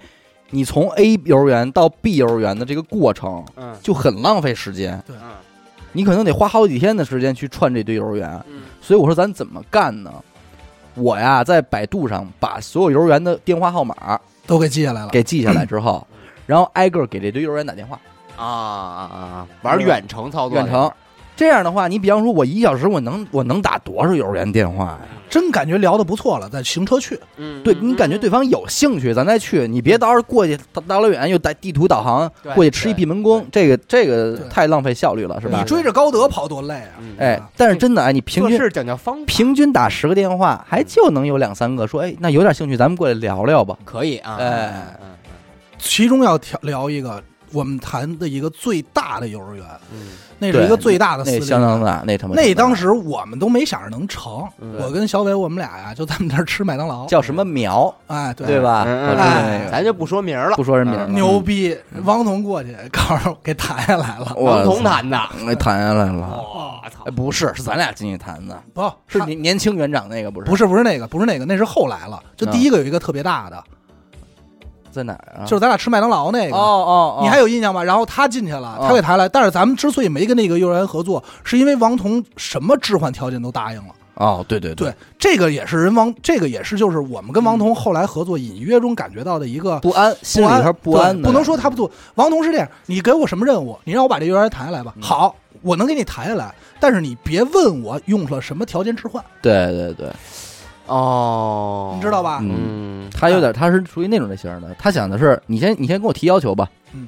[SPEAKER 4] 你从 A 幼儿园到 B 幼儿园的这个过程
[SPEAKER 3] 嗯
[SPEAKER 4] 就很浪费时间，
[SPEAKER 3] 嗯
[SPEAKER 4] 你可能得花好几天的时间去串这堆幼儿园。
[SPEAKER 3] 嗯
[SPEAKER 4] 所以我说咱怎么干呢？我呀，在百度上把所有幼儿园的电话号码
[SPEAKER 1] 都给记下来了。
[SPEAKER 4] 给记下来之后，
[SPEAKER 3] 嗯
[SPEAKER 4] 然后挨个给这堆幼儿园打电话，
[SPEAKER 3] 啊啊啊，玩远程操作，
[SPEAKER 4] 远程。这样的话，你比方说，我一小时我能我能打多少幼儿园电话呀？
[SPEAKER 1] 真感觉聊得不错了，再行车去。
[SPEAKER 3] 嗯，
[SPEAKER 4] 对你感觉对方有兴趣，咱再去，你别到时候过去大大老远又带地图导航
[SPEAKER 3] 对
[SPEAKER 4] 过去吃一闭门羹，这个这个
[SPEAKER 1] 对
[SPEAKER 4] 太浪费效率了，是
[SPEAKER 1] 你
[SPEAKER 4] 吧？
[SPEAKER 1] 追着高德跑多累啊！
[SPEAKER 4] 哎，但是真的哎，你平
[SPEAKER 3] 嗯做
[SPEAKER 4] 均
[SPEAKER 3] 事讲究方法，
[SPEAKER 4] 平均打十个电话，还就能有两三个说，哎，那有点兴趣，咱们过来聊聊吧。
[SPEAKER 3] 可以啊，
[SPEAKER 4] 哎
[SPEAKER 3] 嗯，
[SPEAKER 1] 其中要聊聊一个我们谈的一个最大的幼儿园，
[SPEAKER 3] 嗯
[SPEAKER 1] 那是一个最大的私
[SPEAKER 4] 那
[SPEAKER 1] 立。
[SPEAKER 4] 相当大，那他妈
[SPEAKER 1] 那当时我们都没想着能成，
[SPEAKER 3] 嗯
[SPEAKER 1] 我跟小伟我们俩呀、就在我们那儿吃麦当劳，
[SPEAKER 4] 叫什么苗，
[SPEAKER 1] 哎，对
[SPEAKER 4] 对？吧？嗯
[SPEAKER 3] 嗯
[SPEAKER 4] 我
[SPEAKER 3] 嗯
[SPEAKER 4] 知道
[SPEAKER 1] 哎
[SPEAKER 4] 那个
[SPEAKER 3] 咱就不说名儿了
[SPEAKER 4] 不，说人名了，
[SPEAKER 1] 牛逼！汪彤过去，告诉我给谈下来了，
[SPEAKER 4] 我
[SPEAKER 3] 王彤谈的，
[SPEAKER 4] 那谈下来了。
[SPEAKER 3] 我操
[SPEAKER 4] 哎，，不是，是咱俩进去谈的，
[SPEAKER 1] 不
[SPEAKER 4] 是
[SPEAKER 1] 他
[SPEAKER 4] 年年轻园长那个不是？
[SPEAKER 1] 不是不是那个，不是那个，那是后来了。就
[SPEAKER 4] 啊
[SPEAKER 1] 第一个有一个特别大的，
[SPEAKER 4] 在哪儿啊？
[SPEAKER 1] 就是咱俩吃麦当劳那
[SPEAKER 4] 哦
[SPEAKER 1] 个，
[SPEAKER 4] 哦哦，
[SPEAKER 1] 你还有印象吗？然后他进去了，
[SPEAKER 4] 哦
[SPEAKER 1] 他给谈下来。但是咱们之所以没跟那个幼儿园合作，是因为王彤什么置换条件都答应了。
[SPEAKER 4] 哦，对对
[SPEAKER 1] 对，这个也是人王，这个也是就是我们跟王彤后来合作，隐约中感觉到的一个
[SPEAKER 4] 不安，心里头
[SPEAKER 1] 不
[SPEAKER 4] 安
[SPEAKER 1] 对
[SPEAKER 4] 的，
[SPEAKER 1] 不能说他不做。王彤是这样，你给我什么任务，你让我把这幼儿园谈下来
[SPEAKER 4] 嗯
[SPEAKER 1] 吧。好，我能给你谈下来，但是你别问我用了什么条件置换，
[SPEAKER 4] 对对对，
[SPEAKER 3] 哦，
[SPEAKER 1] 你知道？吧？
[SPEAKER 4] 嗯。
[SPEAKER 3] 嗯
[SPEAKER 4] 他有点，他是属于那种类型的。他想的是，你先你先跟我提要求吧。
[SPEAKER 3] 嗯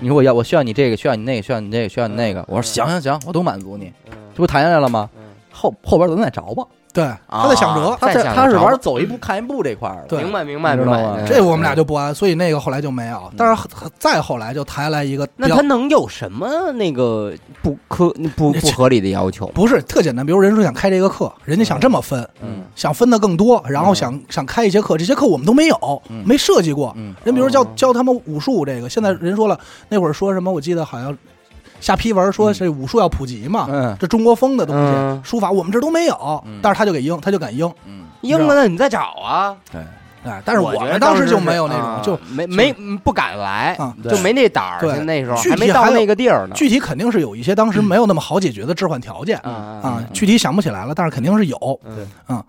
[SPEAKER 4] 你说我要，我需要你这个，需要你那个，需要你那个，需要你那个。我说行行行，我都满足你。这不谈下来了吗？
[SPEAKER 3] 嗯
[SPEAKER 4] 后后边咱再找吧。
[SPEAKER 1] 对，他在想
[SPEAKER 3] 啊
[SPEAKER 1] 辙，
[SPEAKER 4] 他
[SPEAKER 3] 再
[SPEAKER 4] 是
[SPEAKER 3] 想
[SPEAKER 4] 他是
[SPEAKER 3] 找
[SPEAKER 4] 玩走一步看一步这块儿了。
[SPEAKER 1] 对
[SPEAKER 3] 明白明白嗯
[SPEAKER 4] 你
[SPEAKER 3] 明
[SPEAKER 4] 知道吗
[SPEAKER 3] 白，
[SPEAKER 1] 这我们俩就不安，所以那个后来就没
[SPEAKER 4] 嗯
[SPEAKER 1] 有。但是再后来就谈下来一个比
[SPEAKER 3] 那
[SPEAKER 1] 较
[SPEAKER 3] 他能有什么那个不科不不合理的要求？
[SPEAKER 1] 不是特简单，比如人说想开这个课，人家想这么分，
[SPEAKER 4] 嗯，
[SPEAKER 1] 想分的更多，然后
[SPEAKER 3] 嗯
[SPEAKER 1] 想想开一节课，这些课我们都没有，
[SPEAKER 4] 嗯
[SPEAKER 1] 没设计过。
[SPEAKER 4] 嗯
[SPEAKER 1] 人比如教
[SPEAKER 3] 哦
[SPEAKER 1] 教他们武术这个，现在人说了，那会儿说什么？我记得好像下批文说这武术要普及嘛，
[SPEAKER 4] 嗯
[SPEAKER 1] 这中国风的东西，
[SPEAKER 3] 嗯
[SPEAKER 1] 书法我们这都没有，
[SPEAKER 4] 嗯
[SPEAKER 1] 但是他就给应，他就敢应，
[SPEAKER 4] 嗯，
[SPEAKER 3] 英文的你再找啊！
[SPEAKER 1] 哎，但是
[SPEAKER 3] 我觉
[SPEAKER 1] 们
[SPEAKER 3] 得
[SPEAKER 1] 当
[SPEAKER 3] 当时
[SPEAKER 1] 就是没有那种，
[SPEAKER 3] 啊
[SPEAKER 1] 就
[SPEAKER 3] 没没不敢来
[SPEAKER 1] 啊，
[SPEAKER 3] 就没那胆儿。
[SPEAKER 1] 对
[SPEAKER 3] 那时候
[SPEAKER 1] 具体
[SPEAKER 3] 还没到
[SPEAKER 1] 还有
[SPEAKER 3] 那个地儿呢。
[SPEAKER 1] 具体肯定是有一些当时
[SPEAKER 3] 嗯
[SPEAKER 1] 没有那么好解决的置换条件、
[SPEAKER 3] 啊
[SPEAKER 1] 啊，具体想不起来了，但是肯定是有，
[SPEAKER 3] 嗯
[SPEAKER 1] 嗯，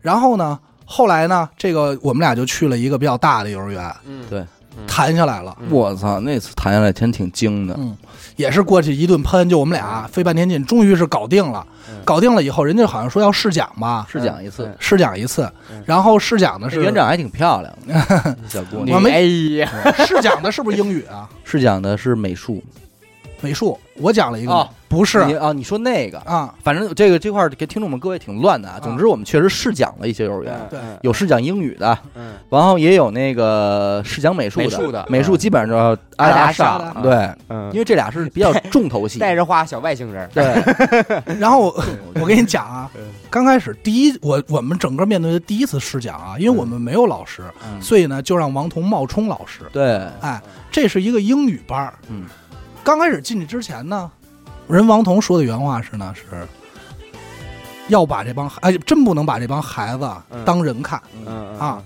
[SPEAKER 1] 然后呢，后来呢，这个我们俩就去了一个比较大的幼儿园，
[SPEAKER 3] 嗯
[SPEAKER 4] 对，
[SPEAKER 1] 谈下来了，
[SPEAKER 3] 嗯
[SPEAKER 4] 我操，那次谈下来真挺精的。
[SPEAKER 1] 嗯，也是过去一顿喷，就我们俩费半天劲，终于是搞定了。
[SPEAKER 3] 嗯
[SPEAKER 1] 搞定了以后，人家好像说要试讲吧，
[SPEAKER 4] 试讲一次，
[SPEAKER 1] 试讲一次
[SPEAKER 3] 嗯，
[SPEAKER 1] 然后试讲的
[SPEAKER 4] 那
[SPEAKER 1] 是
[SPEAKER 4] 嗯哎园长还挺漂亮的，小
[SPEAKER 6] 嗯
[SPEAKER 4] 姑
[SPEAKER 1] 我
[SPEAKER 4] 娘。
[SPEAKER 1] 们
[SPEAKER 3] 哎呀，
[SPEAKER 1] [LAUGHS] 试讲的是不是英语啊？
[SPEAKER 4] 试讲的是美术，
[SPEAKER 1] 美术，我讲了一个，
[SPEAKER 4] 哦
[SPEAKER 1] 不是
[SPEAKER 4] 你啊，你说那个，
[SPEAKER 1] 啊，
[SPEAKER 4] 反正这个这块儿给听众们各位挺乱的啊。总之，我们确实试讲了一些幼儿园，
[SPEAKER 1] 对
[SPEAKER 4] 有试讲英语的，
[SPEAKER 3] 嗯
[SPEAKER 4] 然后也有那个试讲美术的，
[SPEAKER 3] 美术的
[SPEAKER 4] 美术基本上就要
[SPEAKER 1] 啊
[SPEAKER 4] 阿达
[SPEAKER 1] 阿
[SPEAKER 4] 上，
[SPEAKER 1] 达
[SPEAKER 3] 上
[SPEAKER 4] 对，
[SPEAKER 3] 嗯
[SPEAKER 4] 因为这俩是比较重头戏，
[SPEAKER 3] 带着画小外星人， [LAUGHS]
[SPEAKER 4] 对，
[SPEAKER 1] 然后我 [LAUGHS] 我跟你讲啊，
[SPEAKER 3] 嗯
[SPEAKER 1] 刚开始第一，我我们整个面对的第一次试讲啊，因为我们没有老师，
[SPEAKER 4] 嗯
[SPEAKER 1] 所以呢就让王彤冒充老师，
[SPEAKER 4] 对，
[SPEAKER 1] 哎，这是一个英语班儿。
[SPEAKER 4] 嗯，
[SPEAKER 1] 刚开始进去之前呢，人王彤说的原话是呢是，要把这帮孩哎真不能把这帮孩子啊
[SPEAKER 3] 嗯
[SPEAKER 1] 当人看、
[SPEAKER 3] 嗯
[SPEAKER 1] 啊。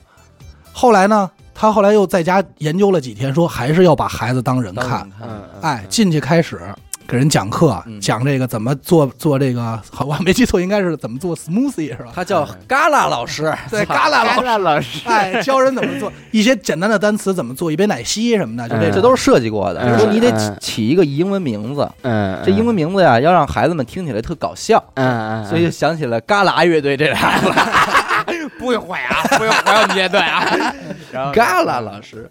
[SPEAKER 1] 后来呢，他后来又在家研究了几天，说还是要把孩子当人看。
[SPEAKER 4] 嗯，
[SPEAKER 1] 哎，进去开始给人讲课，
[SPEAKER 4] 嗯
[SPEAKER 1] 讲这个怎么做做这个， [LAUGHS] 好，我没记错，应该是怎么做 smoothie
[SPEAKER 4] [LAUGHS]
[SPEAKER 1] 是吧？
[SPEAKER 4] 他叫
[SPEAKER 3] 嗯
[SPEAKER 4] 嘎啦老
[SPEAKER 3] [LAUGHS]
[SPEAKER 4] 师，
[SPEAKER 1] 对，嘎啦老师，
[SPEAKER 3] 啦老师，
[SPEAKER 1] 哎，教人怎么做一些简单的单词，怎么做一杯奶昔什么的，就这
[SPEAKER 3] 嗯
[SPEAKER 1] 种
[SPEAKER 4] 这都是设计过的，
[SPEAKER 3] 嗯
[SPEAKER 4] 说你得
[SPEAKER 3] 嗯
[SPEAKER 4] 起起一个英文名字，
[SPEAKER 3] 嗯
[SPEAKER 4] 这英文名字呀，要让孩子们听起来特搞笑。
[SPEAKER 3] 嗯嗯，
[SPEAKER 4] 所以就想起了嘎啦乐队这俩字，
[SPEAKER 3] 不会毁啊，不会
[SPEAKER 6] [LAUGHS]
[SPEAKER 3] 毁我们乐队啊。然后
[SPEAKER 4] [LAUGHS] 嘎啦老师，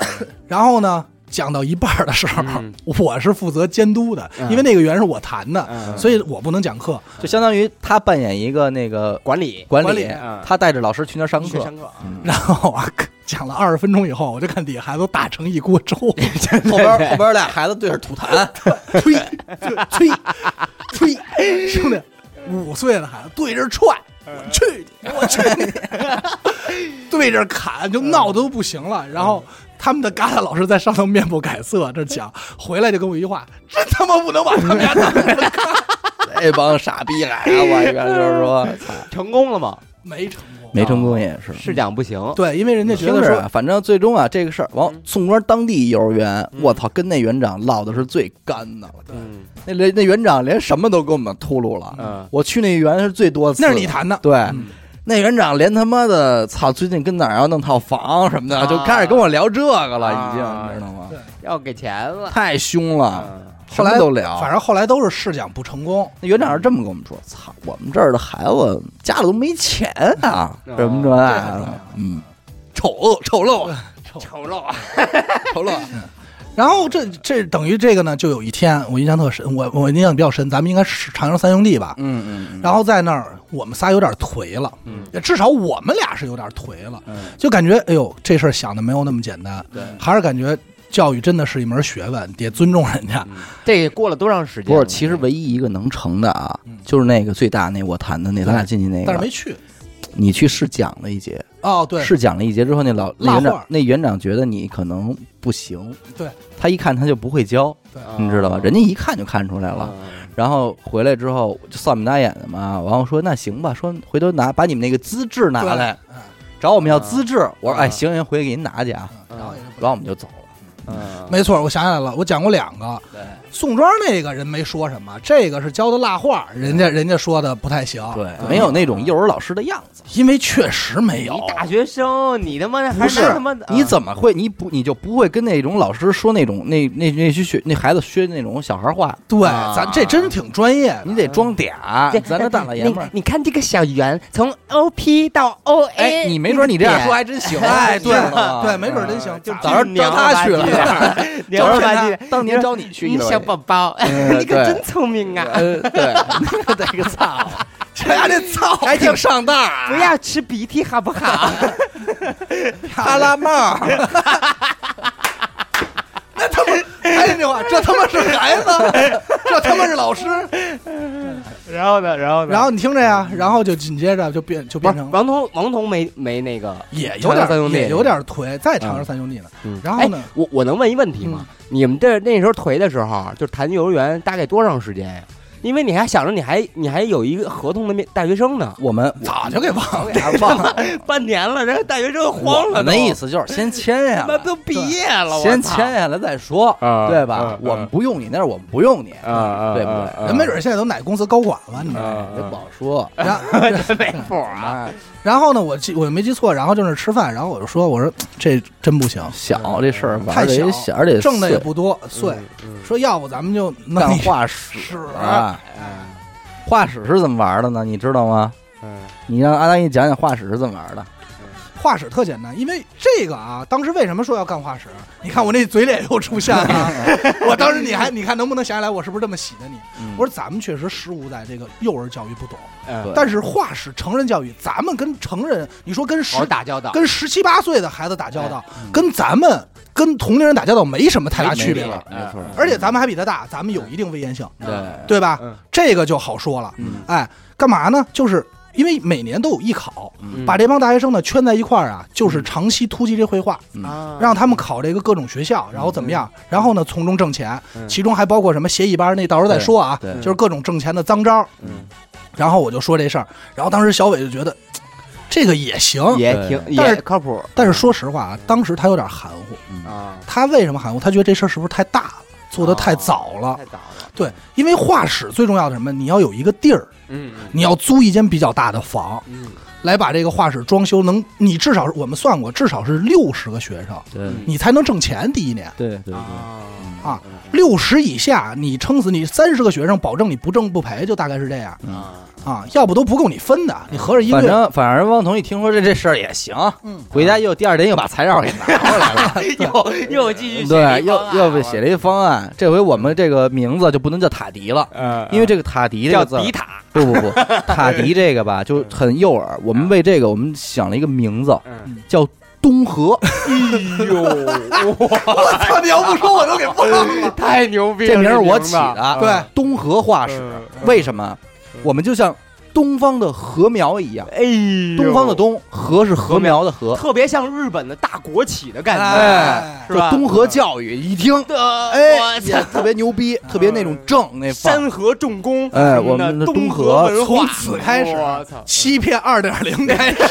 [SPEAKER 1] 然后呢，讲到一半儿的时候，
[SPEAKER 3] 嗯
[SPEAKER 1] 我是负责监督的，
[SPEAKER 3] 嗯
[SPEAKER 1] 因为那个圆是我弹的，
[SPEAKER 3] 嗯嗯
[SPEAKER 1] 所以我不能讲课。
[SPEAKER 4] 就相当于他扮演一个那个
[SPEAKER 3] 管理
[SPEAKER 1] [LAUGHS]
[SPEAKER 4] 管
[SPEAKER 1] 管
[SPEAKER 4] 理
[SPEAKER 1] 理
[SPEAKER 3] 嗯，
[SPEAKER 4] 他带着老师去那儿上
[SPEAKER 3] 去
[SPEAKER 4] 课，
[SPEAKER 3] 上课啊，
[SPEAKER 1] 然后啊，讲了二十分钟以后，我就看底下孩子都打成一锅粥，
[SPEAKER 4] [LAUGHS] 后边后边俩孩子对着吐痰，
[SPEAKER 1] 吹吹吹，兄弟，五岁的孩子对着踹，我去你，我去你， [LAUGHS] 对着砍，就闹得都不行了。然后他们的嘎达老师在上头面不改色，这讲回来就跟我一句话：真他妈不能把他们家当人看，
[SPEAKER 4] [LAUGHS] 这帮傻逼来啊！我一边就是 [LAUGHS] 说，操
[SPEAKER 3] 成功了吗？
[SPEAKER 1] 没成功。
[SPEAKER 4] 没成功也是。
[SPEAKER 3] 试讲不行，
[SPEAKER 1] 嗯对，因为人家觉
[SPEAKER 4] 听
[SPEAKER 1] 得
[SPEAKER 4] 着
[SPEAKER 1] 说
[SPEAKER 4] 啊，反正最终啊，这个事儿往
[SPEAKER 3] 嗯
[SPEAKER 4] 宋庄当地幼儿园，
[SPEAKER 3] 嗯
[SPEAKER 4] 我操，跟那园长唠的是最干的了。
[SPEAKER 3] 嗯
[SPEAKER 4] 那连那园长连什么都给我们秃噜了。
[SPEAKER 3] 嗯
[SPEAKER 4] 我去那园是最多次，
[SPEAKER 1] 那是你。谈的，
[SPEAKER 4] 对
[SPEAKER 1] 嗯，
[SPEAKER 4] 那园长连他妈的操，最近跟哪儿要弄套房什么的，
[SPEAKER 3] 啊
[SPEAKER 4] 就开始跟我聊这个了，
[SPEAKER 3] 啊
[SPEAKER 4] 已经，你知道吗？
[SPEAKER 3] 要给钱了，
[SPEAKER 4] 太凶了。
[SPEAKER 3] 嗯
[SPEAKER 1] 后来
[SPEAKER 4] 什么都聊
[SPEAKER 1] 反正后来都是试讲不成功，
[SPEAKER 4] 那园长是这么跟我们说：“操，我们这儿的孩子家里都没钱啊，什么这那的，嗯，
[SPEAKER 2] 丑恶丑陋啊，
[SPEAKER 6] 丑陋啊！
[SPEAKER 2] 丑陋啊，
[SPEAKER 1] [LAUGHS] 然后这这等于这个呢，就有一天我印象特深，我我印象比较深，咱们应该是长阳三兄弟吧，
[SPEAKER 4] 嗯嗯嗯，
[SPEAKER 1] 然后在那儿我们仨有点颓了，嗯，至少我们俩是有点颓了，
[SPEAKER 4] 嗯
[SPEAKER 1] 就感觉哎呦这事儿想的没有那么简单，对，还是感觉教育真的是一门学问，得尊重人家，
[SPEAKER 4] 嗯
[SPEAKER 3] 这过了多长时间
[SPEAKER 4] 不
[SPEAKER 3] 了？
[SPEAKER 4] 是，其实唯一一个能成的啊，就是那个最大那我谈的那，咱俩进去那个，
[SPEAKER 1] 但是没去，
[SPEAKER 4] 你去试讲了一节，
[SPEAKER 1] 哦对，
[SPEAKER 4] 试讲了一节之后，那老那
[SPEAKER 1] 拉
[SPEAKER 4] 园
[SPEAKER 1] 话
[SPEAKER 4] 长
[SPEAKER 1] 儿
[SPEAKER 4] 那园长觉得你可能不行，
[SPEAKER 1] 对，
[SPEAKER 4] 他一看他就不会教，
[SPEAKER 3] 啊
[SPEAKER 4] 你知道吧？
[SPEAKER 6] 嗯
[SPEAKER 4] 人家一看就看出来了。
[SPEAKER 3] 啊
[SPEAKER 4] 然后回来之后就算不打眼的嘛，然后说那行吧，说回头拿把你们那个资质拿
[SPEAKER 1] 对
[SPEAKER 4] 来
[SPEAKER 1] 嗯，
[SPEAKER 4] 找我们要资质。我说
[SPEAKER 3] 啊
[SPEAKER 4] 哎行，行，回去给您拿去啊。
[SPEAKER 1] 嗯然后也是不
[SPEAKER 4] 然后我们就走了。
[SPEAKER 6] 嗯
[SPEAKER 3] 啊
[SPEAKER 1] 没错，我想起来了，我讲过两个。宋庄那个人没说什么，这个是教的蜡话，人家人家说的不太行。
[SPEAKER 4] 对，没有那种幼儿老师的样子。
[SPEAKER 1] 因为确实没有
[SPEAKER 6] 你。大学生，你他妈的还
[SPEAKER 4] 不是
[SPEAKER 6] 拿他妈的，啊
[SPEAKER 4] 你怎么会？你不你就不会跟那种老师说那种那那那些学那孩子学那种小孩话？
[SPEAKER 1] 对，
[SPEAKER 3] 啊
[SPEAKER 1] 咱这真挺专业的。
[SPEAKER 4] 你得装嗲
[SPEAKER 6] 对，
[SPEAKER 4] 咱这大老
[SPEAKER 6] [LAUGHS]
[SPEAKER 4] 爷们儿
[SPEAKER 6] 你。你看这哎个小圆，从 O P 到 O
[SPEAKER 4] 哎，
[SPEAKER 6] A，
[SPEAKER 4] 你没准你这样说
[SPEAKER 6] 还
[SPEAKER 4] 还真行。
[SPEAKER 1] 哎，对
[SPEAKER 4] 知道吗
[SPEAKER 1] 对，没准真
[SPEAKER 6] 哎
[SPEAKER 1] 行。就
[SPEAKER 4] 早上招他去了， [LAUGHS]
[SPEAKER 6] 娘了吧
[SPEAKER 4] 他，
[SPEAKER 6] 唧
[SPEAKER 4] 当年招你去
[SPEAKER 6] 你
[SPEAKER 4] 一
[SPEAKER 6] 小宝宝，
[SPEAKER 4] 嗯
[SPEAKER 6] [LAUGHS] 你可
[SPEAKER 4] 对
[SPEAKER 6] 真聪明啊！
[SPEAKER 4] 呃，对， [LAUGHS] 那个操，
[SPEAKER 1] 家这操，
[SPEAKER 4] [LAUGHS] 还挺上当啊，
[SPEAKER 6] [LAUGHS] 不要吃鼻涕好
[SPEAKER 4] [LAUGHS]
[SPEAKER 6] 不好？
[SPEAKER 4] 哈拉帽，
[SPEAKER 1] [LAUGHS] 还有那话，哎这他妈是孩
[SPEAKER 6] [LAUGHS]
[SPEAKER 1] 子，这他妈是老师。
[SPEAKER 6] 然后呢，然后
[SPEAKER 1] 然后你听着呀，然后就紧接着就变就
[SPEAKER 6] 不
[SPEAKER 1] 变
[SPEAKER 6] 是
[SPEAKER 1] 成
[SPEAKER 6] 王彤，王彤没没那个，
[SPEAKER 1] 也有
[SPEAKER 6] 长安三兄
[SPEAKER 1] 点
[SPEAKER 6] 弟
[SPEAKER 1] 也
[SPEAKER 6] 嗯
[SPEAKER 1] 有点颓，再长着三兄弟呢。嗯然后
[SPEAKER 6] 哎
[SPEAKER 1] 呢，，
[SPEAKER 6] 我我能问一问题吗？
[SPEAKER 4] 嗯
[SPEAKER 6] 你们这那时候颓的时候，啊就是谈幼儿园大概多长时间呀？因为你还想着你还你还有一个合同的面大学
[SPEAKER 4] [LAUGHS]
[SPEAKER 6] 生呢，
[SPEAKER 4] 我们
[SPEAKER 1] 早就给忘了。
[SPEAKER 4] 忘了，
[SPEAKER 6] 半年了，人家大学生
[SPEAKER 4] 我
[SPEAKER 6] 慌了
[SPEAKER 4] 们
[SPEAKER 6] 都，
[SPEAKER 4] 的意思就是先签下
[SPEAKER 6] [LAUGHS] 那
[SPEAKER 4] 来，
[SPEAKER 6] 都毕业了，我
[SPEAKER 4] 先
[SPEAKER 6] 操
[SPEAKER 4] 签下来再说，
[SPEAKER 3] 啊
[SPEAKER 4] 对吧？我们不用你，那是我们不用你，
[SPEAKER 3] 啊啊，
[SPEAKER 4] 对不对？
[SPEAKER 6] 嗯
[SPEAKER 1] 人没准现在都哪公司高管了，你知道吗？
[SPEAKER 4] 这不好说。
[SPEAKER 1] 然后
[SPEAKER 6] 没谱啊！
[SPEAKER 1] 然后呢，我记我没记错，然后就是吃饭，然后我就说，我说这真不行，
[SPEAKER 4] 小这事儿
[SPEAKER 1] 太
[SPEAKER 4] 玩的
[SPEAKER 1] 小，
[SPEAKER 4] 也小，而且
[SPEAKER 1] 挣的也
[SPEAKER 4] 碎
[SPEAKER 1] 不
[SPEAKER 6] 嗯
[SPEAKER 1] 多，碎。
[SPEAKER 3] 嗯
[SPEAKER 1] 说要不咱们就弄
[SPEAKER 4] 干
[SPEAKER 1] 一 [LAUGHS]
[SPEAKER 4] 画室
[SPEAKER 1] 屎
[SPEAKER 4] 啊。画室是怎么玩的呢？你知道吗？
[SPEAKER 3] 嗯
[SPEAKER 4] 你让阿丹给你讲讲画室是怎么玩的。
[SPEAKER 1] 画室特简单，因为这个啊，当时为什么说要干画室？你看我那嘴脸又出现了，啊我当时你还你看能不能想起来我是不是这么洗的你？
[SPEAKER 4] 嗯
[SPEAKER 1] 我说咱们确实失误在这个幼儿教育不懂，
[SPEAKER 4] 对
[SPEAKER 1] 但是画室成人教育，咱们跟成人，你说跟十
[SPEAKER 6] 好打交道，
[SPEAKER 1] 跟十七八岁的孩子打交道，跟咱们跟同龄人打交道没什么太大区别了，
[SPEAKER 4] 没错，
[SPEAKER 1] 而且咱们还比他大，咱们有一定危言性。
[SPEAKER 4] 对
[SPEAKER 1] 对
[SPEAKER 4] 啊
[SPEAKER 1] 吧？
[SPEAKER 3] 嗯
[SPEAKER 1] 这个就好说了。
[SPEAKER 4] 嗯
[SPEAKER 1] 哎，干嘛呢？就是因为每年都有艺考，
[SPEAKER 4] 嗯
[SPEAKER 1] 把这帮大学生呢圈在一块儿啊，就是长期突击这绘画，
[SPEAKER 6] 啊
[SPEAKER 1] 让他们考这个各种学校，然后怎么样？然后呢，从中挣钱，其中还包括什么协议班，那到时候再说啊
[SPEAKER 4] 对对，
[SPEAKER 1] 就是各种挣钱的脏招。
[SPEAKER 3] 嗯，
[SPEAKER 1] 然后我就说这事儿，然后当时小伟就觉得嘖这个也行，
[SPEAKER 6] 也
[SPEAKER 4] 对
[SPEAKER 6] 挺
[SPEAKER 1] 但
[SPEAKER 6] 也
[SPEAKER 1] 是
[SPEAKER 6] 靠谱
[SPEAKER 1] 但是说实话啊，当时他有点含糊，
[SPEAKER 6] 啊，
[SPEAKER 1] 他为什么含糊？他觉得这事儿是不是太大了，做的太
[SPEAKER 6] 哦
[SPEAKER 1] 早了？
[SPEAKER 6] 太早了，
[SPEAKER 1] 对，因为画室最重要的是什么？你要有一个地儿，
[SPEAKER 6] 嗯
[SPEAKER 1] 你要租一间比较大的房，
[SPEAKER 6] 嗯
[SPEAKER 1] 来把这个画室装修能，你至少是我们算过，至少是六十个学生，
[SPEAKER 4] 对
[SPEAKER 6] 嗯
[SPEAKER 1] 你才能挣钱。第一年
[SPEAKER 4] 对对
[SPEAKER 6] 啊
[SPEAKER 1] 啊，六十以下你撑死你三十个学生，保证你不挣不赔，就大概是这样
[SPEAKER 6] 啊，
[SPEAKER 1] 啊，要不都不够你分的。你合着一个
[SPEAKER 4] 反
[SPEAKER 1] 月，
[SPEAKER 4] 正反正汪彤一听说这这事儿也行，
[SPEAKER 1] 嗯，
[SPEAKER 4] 回家又第二天又把材料给拿回来
[SPEAKER 6] 啊
[SPEAKER 4] 了，
[SPEAKER 6] 又 [LAUGHS] 又继续写
[SPEAKER 4] 对，
[SPEAKER 6] 一方啊
[SPEAKER 4] 又又写了一方案。这回我们这个名字就不能叫塔迪了，
[SPEAKER 3] 嗯
[SPEAKER 4] 因为这个塔迪这
[SPEAKER 6] 嗯叫
[SPEAKER 4] 个字儿
[SPEAKER 6] 迪嗯塔，
[SPEAKER 4] 不不不，塔迪这个吧就很诱饵。我们为这个我们想了一个名字
[SPEAKER 3] 嗯，
[SPEAKER 4] 叫东河。
[SPEAKER 3] 哎呦，
[SPEAKER 1] 操！你要不说我都给忘了。
[SPEAKER 6] 太牛逼了，
[SPEAKER 4] 这名儿我
[SPEAKER 6] 这
[SPEAKER 4] 起
[SPEAKER 6] 名字
[SPEAKER 4] 的，
[SPEAKER 1] 对，
[SPEAKER 4] 东河画
[SPEAKER 6] 嗯
[SPEAKER 4] 室。为什么？我们就像东方的禾苗一样，
[SPEAKER 6] 哎呦，
[SPEAKER 4] 东方的东，禾是禾苗的禾，
[SPEAKER 6] 特别像日本的大国企的感觉，
[SPEAKER 4] 哎
[SPEAKER 6] 是吧？
[SPEAKER 4] 就东河教育一听，
[SPEAKER 6] 的，
[SPEAKER 4] 哎，
[SPEAKER 6] 我
[SPEAKER 4] 也
[SPEAKER 6] 操，
[SPEAKER 4] 特别牛逼，特别那种正那范儿。
[SPEAKER 6] 山河重工，
[SPEAKER 4] 哎
[SPEAKER 6] 什么
[SPEAKER 4] 我们的
[SPEAKER 6] 东
[SPEAKER 4] 东河
[SPEAKER 6] 文化
[SPEAKER 1] 从此开始
[SPEAKER 6] 我操，
[SPEAKER 1] 欺骗二点零开始，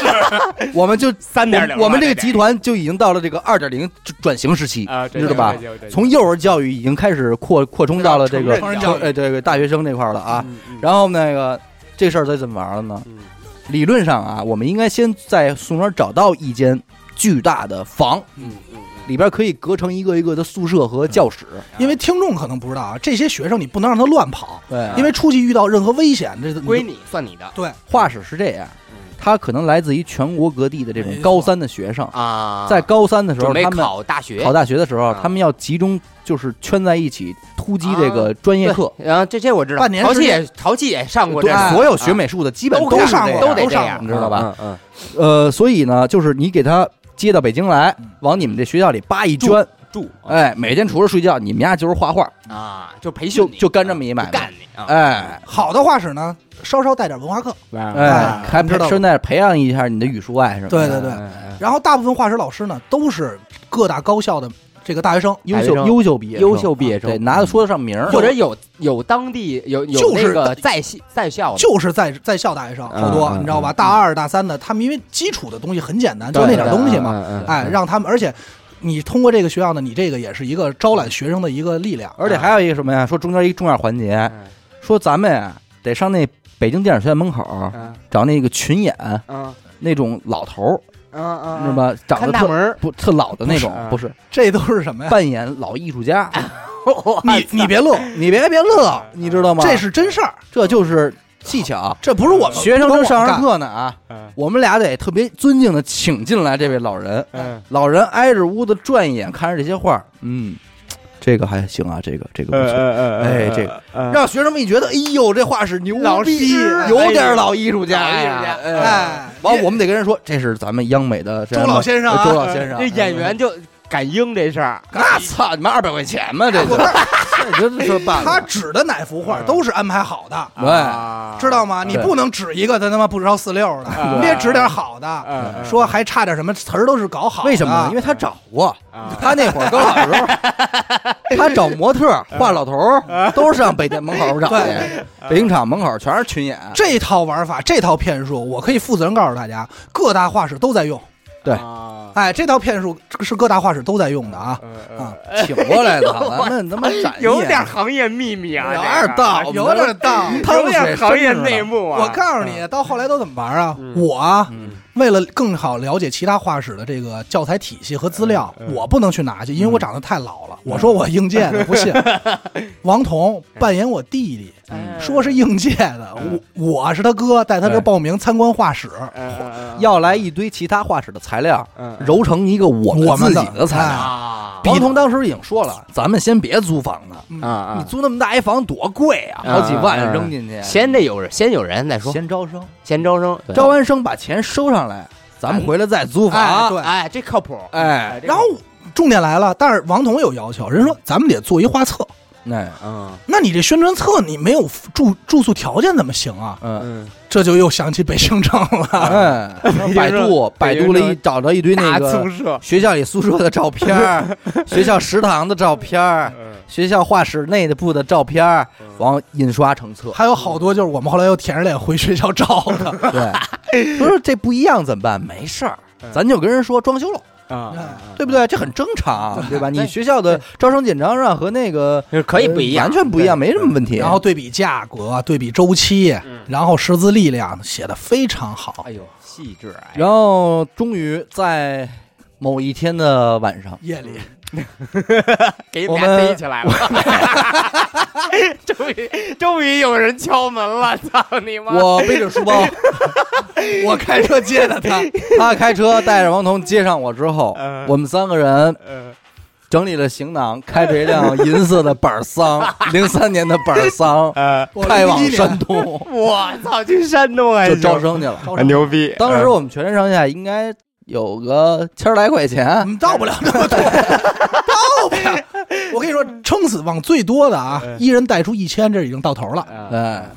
[SPEAKER 4] 我们就
[SPEAKER 6] 三点零，
[SPEAKER 4] 我们这个集团就已经到了这个二点零转型时期
[SPEAKER 3] 啊，，
[SPEAKER 4] 你知道吧？
[SPEAKER 3] 对？对对
[SPEAKER 4] 从幼儿教育已经开始扩扩充到了这个
[SPEAKER 1] 成人教育
[SPEAKER 4] 哎，这个大学生这块儿了啊。
[SPEAKER 6] 嗯嗯
[SPEAKER 4] 然后那个这事儿再怎么玩了呢
[SPEAKER 3] 嗯？
[SPEAKER 4] 理论上啊，我们应该先在宋庄找到一间巨大的房，
[SPEAKER 6] 嗯嗯嗯
[SPEAKER 4] 里边可以隔成一个一个的宿舍和教室。
[SPEAKER 1] 因为听众可能不知道啊，这些学生你不能让他乱跑，
[SPEAKER 4] 对
[SPEAKER 1] 因为出去遇到任何危险，这
[SPEAKER 6] 归你算你的
[SPEAKER 1] 对
[SPEAKER 4] 画室是这样
[SPEAKER 6] 嗯，
[SPEAKER 4] 他可能来自于全国各地的这
[SPEAKER 1] 没
[SPEAKER 4] 种
[SPEAKER 1] 错
[SPEAKER 4] 高三的学生，
[SPEAKER 6] 啊
[SPEAKER 4] 在高三的时候，
[SPEAKER 6] 准备
[SPEAKER 4] 他们
[SPEAKER 6] 考大学，
[SPEAKER 4] 考大学的时候
[SPEAKER 6] 啊，
[SPEAKER 4] 他们要集中就是圈在一起突击这个专业
[SPEAKER 6] 啊对
[SPEAKER 4] 课。
[SPEAKER 6] 然后这这我知道，
[SPEAKER 1] 半年
[SPEAKER 6] 淘
[SPEAKER 1] 时
[SPEAKER 6] 气
[SPEAKER 1] 间
[SPEAKER 6] 也淘气也上过这
[SPEAKER 4] 对
[SPEAKER 6] 个，
[SPEAKER 4] 所有学美术的基本
[SPEAKER 1] 都
[SPEAKER 4] 是
[SPEAKER 1] 上
[SPEAKER 4] 这
[SPEAKER 1] 过
[SPEAKER 4] 样
[SPEAKER 6] 都得
[SPEAKER 1] 都
[SPEAKER 6] 这
[SPEAKER 1] 上
[SPEAKER 6] 样，
[SPEAKER 4] 你知道吧？
[SPEAKER 6] 嗯？嗯，
[SPEAKER 4] 呃，所以呢，就是你给他接到北京来，往你们这学校里扒一圈，
[SPEAKER 6] 嗯住啊
[SPEAKER 4] 哎，每天除了睡觉，你们家就是画画，
[SPEAKER 6] 啊，就培训
[SPEAKER 4] 就
[SPEAKER 6] 你，
[SPEAKER 4] 就干这么一买卖，
[SPEAKER 6] 就干你啊！
[SPEAKER 4] 哎
[SPEAKER 1] 好的画室呢，稍稍带点文化课，
[SPEAKER 6] 啊
[SPEAKER 4] 哎，还
[SPEAKER 1] 知道
[SPEAKER 4] 顺带培养一下你的语数外什么的。
[SPEAKER 1] 对对对。
[SPEAKER 4] 哎
[SPEAKER 1] 然后大部分画室老师呢，都是各大高校的这个大学生，
[SPEAKER 4] 优
[SPEAKER 6] 海
[SPEAKER 4] 秀
[SPEAKER 6] 归生
[SPEAKER 4] 优秀毕业生，
[SPEAKER 6] 优秀毕业生嗯
[SPEAKER 4] 对，拿得说得上名儿，
[SPEAKER 6] 或者有有当地有有
[SPEAKER 1] 就是
[SPEAKER 6] 那个在系在校的，
[SPEAKER 1] 就是在在校大学生好多，
[SPEAKER 6] 嗯嗯
[SPEAKER 1] 你知道吧？大二大三的，他们因为基础的东西很简单，就
[SPEAKER 6] 对
[SPEAKER 1] 那点东西嘛，，
[SPEAKER 6] 对对对
[SPEAKER 1] 哎，让他们，而且你通过这个学校呢，你这个也是一个招揽学生的一个力量。
[SPEAKER 4] 而
[SPEAKER 6] 啊
[SPEAKER 4] 且还有一个什么呀？说中间一个重要环节，
[SPEAKER 6] 嗯
[SPEAKER 4] 说咱们啊得上那北京电影学院门口
[SPEAKER 6] 嗯
[SPEAKER 4] 找那个群演
[SPEAKER 6] 嗯
[SPEAKER 4] 那种老头儿，
[SPEAKER 6] 嗯嗯，
[SPEAKER 4] 你知道吧？长
[SPEAKER 6] 看
[SPEAKER 4] 得
[SPEAKER 6] 大
[SPEAKER 4] 特
[SPEAKER 6] 门儿，
[SPEAKER 4] 不特老的那种，
[SPEAKER 6] 不
[SPEAKER 4] 不是
[SPEAKER 1] 这都是什么呀？
[SPEAKER 4] 扮演老艺术
[SPEAKER 6] [LAUGHS]
[SPEAKER 4] 家。
[SPEAKER 1] 你你别乐，
[SPEAKER 4] 你别别乐，你知道吗？
[SPEAKER 1] 这是真事儿，
[SPEAKER 4] 这就是技
[SPEAKER 6] 啊
[SPEAKER 4] 巧。
[SPEAKER 1] 这不是我们
[SPEAKER 4] 学生正上着
[SPEAKER 6] [LAUGHS]
[SPEAKER 1] 课，
[SPEAKER 4] 课呢啊
[SPEAKER 6] 嗯，
[SPEAKER 4] 我们俩得特别尊敬的请进来这位老人。
[SPEAKER 6] 嗯
[SPEAKER 4] 老人挨着屋子转一眼，看着这些画儿，嗯，这个还行啊，这个这个
[SPEAKER 3] 呃
[SPEAKER 4] 不错。
[SPEAKER 6] 嗯
[SPEAKER 4] 哎这个
[SPEAKER 6] 嗯
[SPEAKER 4] 让学生们一觉得，哎呦，这画是牛
[SPEAKER 6] 老
[SPEAKER 4] 逼，
[SPEAKER 6] 师哎
[SPEAKER 4] 有点老艺术家
[SPEAKER 6] 老艺术
[SPEAKER 4] 呀
[SPEAKER 6] 家。
[SPEAKER 4] 哎，
[SPEAKER 1] 哎，
[SPEAKER 4] 完，我们得跟人说，这是咱们央美的
[SPEAKER 1] 周老先生啊
[SPEAKER 4] 呃周老先生。
[SPEAKER 6] 这演员就敢应这事儿，
[SPEAKER 4] 那操你妈二百块钱嘛，这
[SPEAKER 1] 我
[SPEAKER 4] 个
[SPEAKER 1] 告诉你
[SPEAKER 4] 这这这办
[SPEAKER 1] 他指的哪幅
[SPEAKER 6] 嗯
[SPEAKER 1] 画都是安排好的。
[SPEAKER 4] 对，
[SPEAKER 1] 知道
[SPEAKER 6] 吗？
[SPEAKER 1] 吗？你
[SPEAKER 4] 对
[SPEAKER 1] 不能指一个咱他妈不知道四六的，你得指点好的。
[SPEAKER 6] 嗯嗯
[SPEAKER 1] 说还差点什么词儿都是搞好的，
[SPEAKER 4] 为什么呢？因为他找过，
[SPEAKER 6] 啊
[SPEAKER 4] 他那会儿高考的时候， [LAUGHS] 他找模特儿、画老头儿，都是上北电门口找
[SPEAKER 1] 对
[SPEAKER 4] 的，北京厂门口全是群演。
[SPEAKER 1] 这套玩法、这套骗术，我可以负责任告诉大家，各大画室都在用。
[SPEAKER 4] 对
[SPEAKER 6] 啊
[SPEAKER 1] 哎，这套骗术是各大画室都在用的啊。
[SPEAKER 6] 嗯嗯
[SPEAKER 1] 啊，
[SPEAKER 4] 请过来 [LAUGHS] 的，咱们他妈展现啊
[SPEAKER 6] 有点行业秘密啊，
[SPEAKER 4] 有
[SPEAKER 6] 这
[SPEAKER 4] 点
[SPEAKER 6] 个
[SPEAKER 4] 道，
[SPEAKER 1] 有点道理。
[SPEAKER 4] 汤
[SPEAKER 6] 有
[SPEAKER 4] 水
[SPEAKER 6] 点行业
[SPEAKER 4] 深着呢
[SPEAKER 6] 内幕啊！
[SPEAKER 1] 我告诉你，到后来都怎么玩啊？
[SPEAKER 6] 嗯
[SPEAKER 1] 我啊
[SPEAKER 4] 嗯
[SPEAKER 1] 为了更好了解其他画室的这个教材体系和资料，
[SPEAKER 6] 嗯
[SPEAKER 1] 我不能去拿去，因为我长得太老了。我说我应届的，不
[SPEAKER 6] [LAUGHS]
[SPEAKER 1] 信。王彤
[SPEAKER 6] 嗯
[SPEAKER 1] 扮演我弟弟，
[SPEAKER 6] 哎
[SPEAKER 1] 说是应届的，我我是他哥，带他这报名参观画室。
[SPEAKER 6] 嗯
[SPEAKER 4] 要来一堆其他画室的材料，
[SPEAKER 6] 嗯嗯
[SPEAKER 4] 揉成一个我
[SPEAKER 1] 我
[SPEAKER 4] 自
[SPEAKER 1] 们
[SPEAKER 4] 己的材料。
[SPEAKER 6] 啊
[SPEAKER 4] 王彤当时已经说了，咱们先别租房子，
[SPEAKER 6] 啊
[SPEAKER 4] 你
[SPEAKER 6] 啊！
[SPEAKER 4] 租那么大一房多贵啊，
[SPEAKER 6] 啊
[SPEAKER 4] 好几万扔进去，
[SPEAKER 6] 先得有人，先有人再说，
[SPEAKER 4] 先招生，
[SPEAKER 6] 先招生，
[SPEAKER 4] 招完生把钱收上来，咱们回来再租
[SPEAKER 1] 哎
[SPEAKER 4] 房。
[SPEAKER 1] 对
[SPEAKER 6] 哎，这靠谱。
[SPEAKER 4] 哎，
[SPEAKER 6] 哎这
[SPEAKER 1] 然后重点来了，但是王彤有要求，人说咱们得做一画册。
[SPEAKER 4] 那
[SPEAKER 6] 嗯
[SPEAKER 1] 那你这宣传册你没有住住宿条件怎么行啊？
[SPEAKER 4] 嗯
[SPEAKER 6] 嗯，
[SPEAKER 1] 这就又想起北京城了。
[SPEAKER 4] 嗯， [LAUGHS] 百度百度了一找着一堆那
[SPEAKER 6] 大
[SPEAKER 4] 个
[SPEAKER 6] 宿舍，
[SPEAKER 4] 学校里宿舍的照片 [LAUGHS] 儿，学校食堂的照片儿，学校画室内部的照片儿，往印刷成 [LAUGHS] 册。
[SPEAKER 1] 还有好多就是我们后来又舔着脸回学校照的。
[SPEAKER 4] 对，不是这不一样怎么办？没事儿，咱就跟人说装修了，
[SPEAKER 1] 嗯
[SPEAKER 6] 啊，
[SPEAKER 4] 对不对？这很正常，嗯对吧？你学校的招生简章上和那个
[SPEAKER 1] 哎
[SPEAKER 6] 就是可以不一样，
[SPEAKER 4] 呃完全不一样，没什么问题。
[SPEAKER 1] 然后对比价格，对比周期，然后师资力量写的非常好
[SPEAKER 6] 哎。呦，细致哎，
[SPEAKER 4] 然后终于在某一天的晚上，
[SPEAKER 1] 夜里，
[SPEAKER 6] 给
[SPEAKER 4] 我
[SPEAKER 6] 你
[SPEAKER 4] 们
[SPEAKER 6] 俩逮起来了， [LAUGHS] 终于终于有人敲门了，操你妈！
[SPEAKER 4] 我背着书
[SPEAKER 6] [LAUGHS]
[SPEAKER 4] 包， [LAUGHS] 我开车接的他，他开车带着王彤接上我之后，
[SPEAKER 6] 嗯
[SPEAKER 4] 我们三个人
[SPEAKER 6] 嗯
[SPEAKER 4] 整理了行囊，开着一辆银色的板
[SPEAKER 6] [LAUGHS]
[SPEAKER 4] 桑，零三年的板桑，
[SPEAKER 6] 呃，
[SPEAKER 4] 开往山东
[SPEAKER 6] 我操，去山东啊还
[SPEAKER 4] 就
[SPEAKER 6] 行
[SPEAKER 4] 招，生去了。
[SPEAKER 6] 很牛逼。
[SPEAKER 4] 当时我们全身上下应该有个千来块
[SPEAKER 1] 我
[SPEAKER 4] 钱，
[SPEAKER 1] 们嗯到不了这么多，到不了。我跟你说，撑死往最多的啊，一人带出一千，这已经到头了。
[SPEAKER 6] 嗯
[SPEAKER 4] 哎，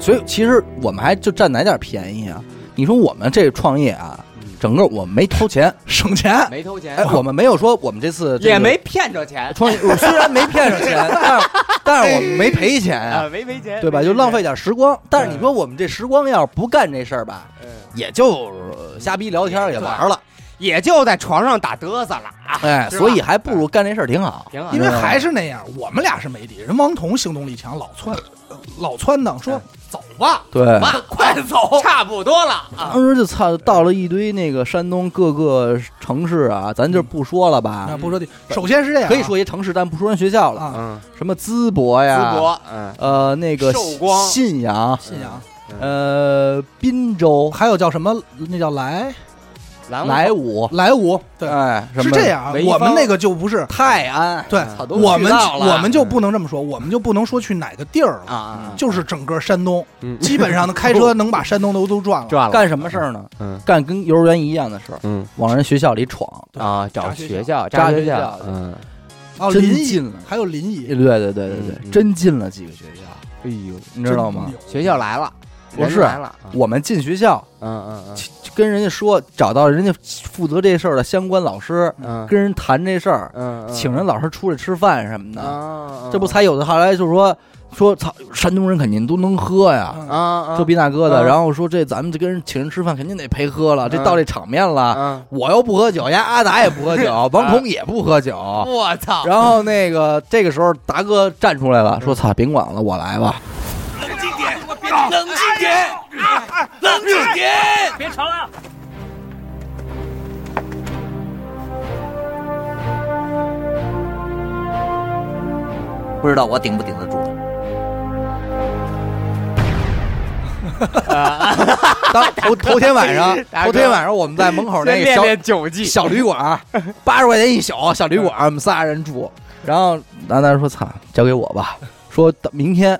[SPEAKER 4] 所以其实我们还就占哪点便宜啊？你说我们这创业啊，
[SPEAKER 6] 嗯
[SPEAKER 4] 整个我们没掏钱，
[SPEAKER 1] 省钱。
[SPEAKER 6] 没偷钱
[SPEAKER 4] 哎，，我们没有说我们这次这个
[SPEAKER 6] 也没骗着钱
[SPEAKER 4] 创业，我虽然没骗上钱，但是但是我们没赔钱啊
[SPEAKER 6] 啊，，没没钱，
[SPEAKER 4] 对吧？
[SPEAKER 6] 没
[SPEAKER 4] 就
[SPEAKER 6] 没
[SPEAKER 4] 浪
[SPEAKER 6] 钱
[SPEAKER 4] 费。点时光。但是你说我们这时光要是不干这事儿吧，
[SPEAKER 6] 嗯
[SPEAKER 4] 也就呃瞎逼聊天儿也玩儿了，
[SPEAKER 6] 也就在床上打嘚瑟了啊，
[SPEAKER 4] 哎，
[SPEAKER 6] 是吧嗯
[SPEAKER 4] 所以还不如干这事儿挺好。
[SPEAKER 6] 挺好
[SPEAKER 1] 因。为还是那样，我们俩是媒体人，王彤行动力强，老窜老窜荡
[SPEAKER 4] 哎
[SPEAKER 1] 说走吧，
[SPEAKER 4] 对，
[SPEAKER 6] 妈， [LAUGHS] 快
[SPEAKER 4] 哎
[SPEAKER 6] 走，差不多了啊！
[SPEAKER 4] 当时就操到了一堆那个山东各个城市啊，咱
[SPEAKER 6] 嗯
[SPEAKER 4] 就不说了吧
[SPEAKER 1] 那，不说地，首先是这样啊，
[SPEAKER 4] 啊可以说一城市，但不说人学校了，
[SPEAKER 1] 啊，
[SPEAKER 6] 嗯，
[SPEAKER 4] 什么淄博
[SPEAKER 6] 淄
[SPEAKER 4] 哎呀，
[SPEAKER 6] 博，嗯，
[SPEAKER 4] 呃，那个
[SPEAKER 6] 寿光
[SPEAKER 4] 信阳，
[SPEAKER 1] 信阳，
[SPEAKER 4] 呃，滨州、
[SPEAKER 1] 还有叫什么？那叫来
[SPEAKER 6] 蓝
[SPEAKER 4] 莱芜，
[SPEAKER 1] 来五，对，
[SPEAKER 4] 哎，什么
[SPEAKER 1] 是这样啊
[SPEAKER 6] 潍。坊
[SPEAKER 1] 我们那个就不是，
[SPEAKER 4] 泰安，
[SPEAKER 1] 对
[SPEAKER 4] 操，都
[SPEAKER 1] 我
[SPEAKER 4] 去
[SPEAKER 1] 们
[SPEAKER 4] 到了
[SPEAKER 1] 我们就不能这么说，我们就不能说去哪个地儿
[SPEAKER 6] 啊
[SPEAKER 1] 了，
[SPEAKER 6] 啊，
[SPEAKER 1] 就是整个山东，
[SPEAKER 6] 嗯
[SPEAKER 1] 基本上呢开车能把山东都都
[SPEAKER 4] [LAUGHS]
[SPEAKER 1] 转了。
[SPEAKER 6] 赚了
[SPEAKER 4] 干什么事儿呢？
[SPEAKER 6] 嗯
[SPEAKER 4] 干跟幼儿园一样的事儿，
[SPEAKER 6] 嗯
[SPEAKER 4] 往人学校里闯，
[SPEAKER 6] 啊，找
[SPEAKER 1] 扎学
[SPEAKER 6] 学校
[SPEAKER 4] 扎
[SPEAKER 6] 学
[SPEAKER 4] 学校
[SPEAKER 6] 嗯，
[SPEAKER 1] 哦，
[SPEAKER 4] 真
[SPEAKER 1] 临沂
[SPEAKER 4] 近了
[SPEAKER 1] 还有临
[SPEAKER 4] 对 [LAUGHS]
[SPEAKER 1] 沂，
[SPEAKER 4] 对对对对，
[SPEAKER 6] 嗯
[SPEAKER 4] 真进了几个学校，
[SPEAKER 6] 哎呦，
[SPEAKER 4] 你知道吗
[SPEAKER 1] 真？牛
[SPEAKER 6] 学校来了，
[SPEAKER 4] 不
[SPEAKER 6] 人
[SPEAKER 4] 是
[SPEAKER 6] 来了，啊
[SPEAKER 4] 我们进学校
[SPEAKER 6] 嗯嗯
[SPEAKER 4] 就跟人家说，找到人家负责这事儿的相关老师，
[SPEAKER 6] 嗯
[SPEAKER 4] 跟人谈这事儿，
[SPEAKER 6] 嗯嗯，
[SPEAKER 4] 请人老师出来吃饭什么的，
[SPEAKER 6] 啊，
[SPEAKER 4] 这不才有的。后来就说说，操，山东人肯定都能喝呀。
[SPEAKER 1] 嗯
[SPEAKER 6] 啊啊，
[SPEAKER 4] 这逼那哥的，
[SPEAKER 6] 嗯
[SPEAKER 4] 然后说这咱们这跟人请人吃饭肯定得陪喝了，这
[SPEAKER 6] 嗯
[SPEAKER 4] 到这场面了，
[SPEAKER 6] 啊，
[SPEAKER 4] 我又不喝酒，丫阿达也不
[SPEAKER 6] [LAUGHS]
[SPEAKER 4] 喝酒，王彤也不喝酒，
[SPEAKER 6] 我操，，
[SPEAKER 4] 然后那个这个时候，达哥站出来了，说：“操，甭管了，我来吧。
[SPEAKER 2] 不知道我顶不顶得住。”
[SPEAKER 4] [LAUGHS] 当头头天晚上
[SPEAKER 6] [LAUGHS] 达哥
[SPEAKER 4] 头天晚上我们在门口那个
[SPEAKER 6] 练
[SPEAKER 4] 小
[SPEAKER 6] 练酒技，
[SPEAKER 4] 小旅
[SPEAKER 2] [LAUGHS]
[SPEAKER 4] 馆，八十块钱一宿，小旅馆，我们仨人住。然后楠楠说：“操，交给我
[SPEAKER 2] [LAUGHS]
[SPEAKER 4] 吧。”说等明天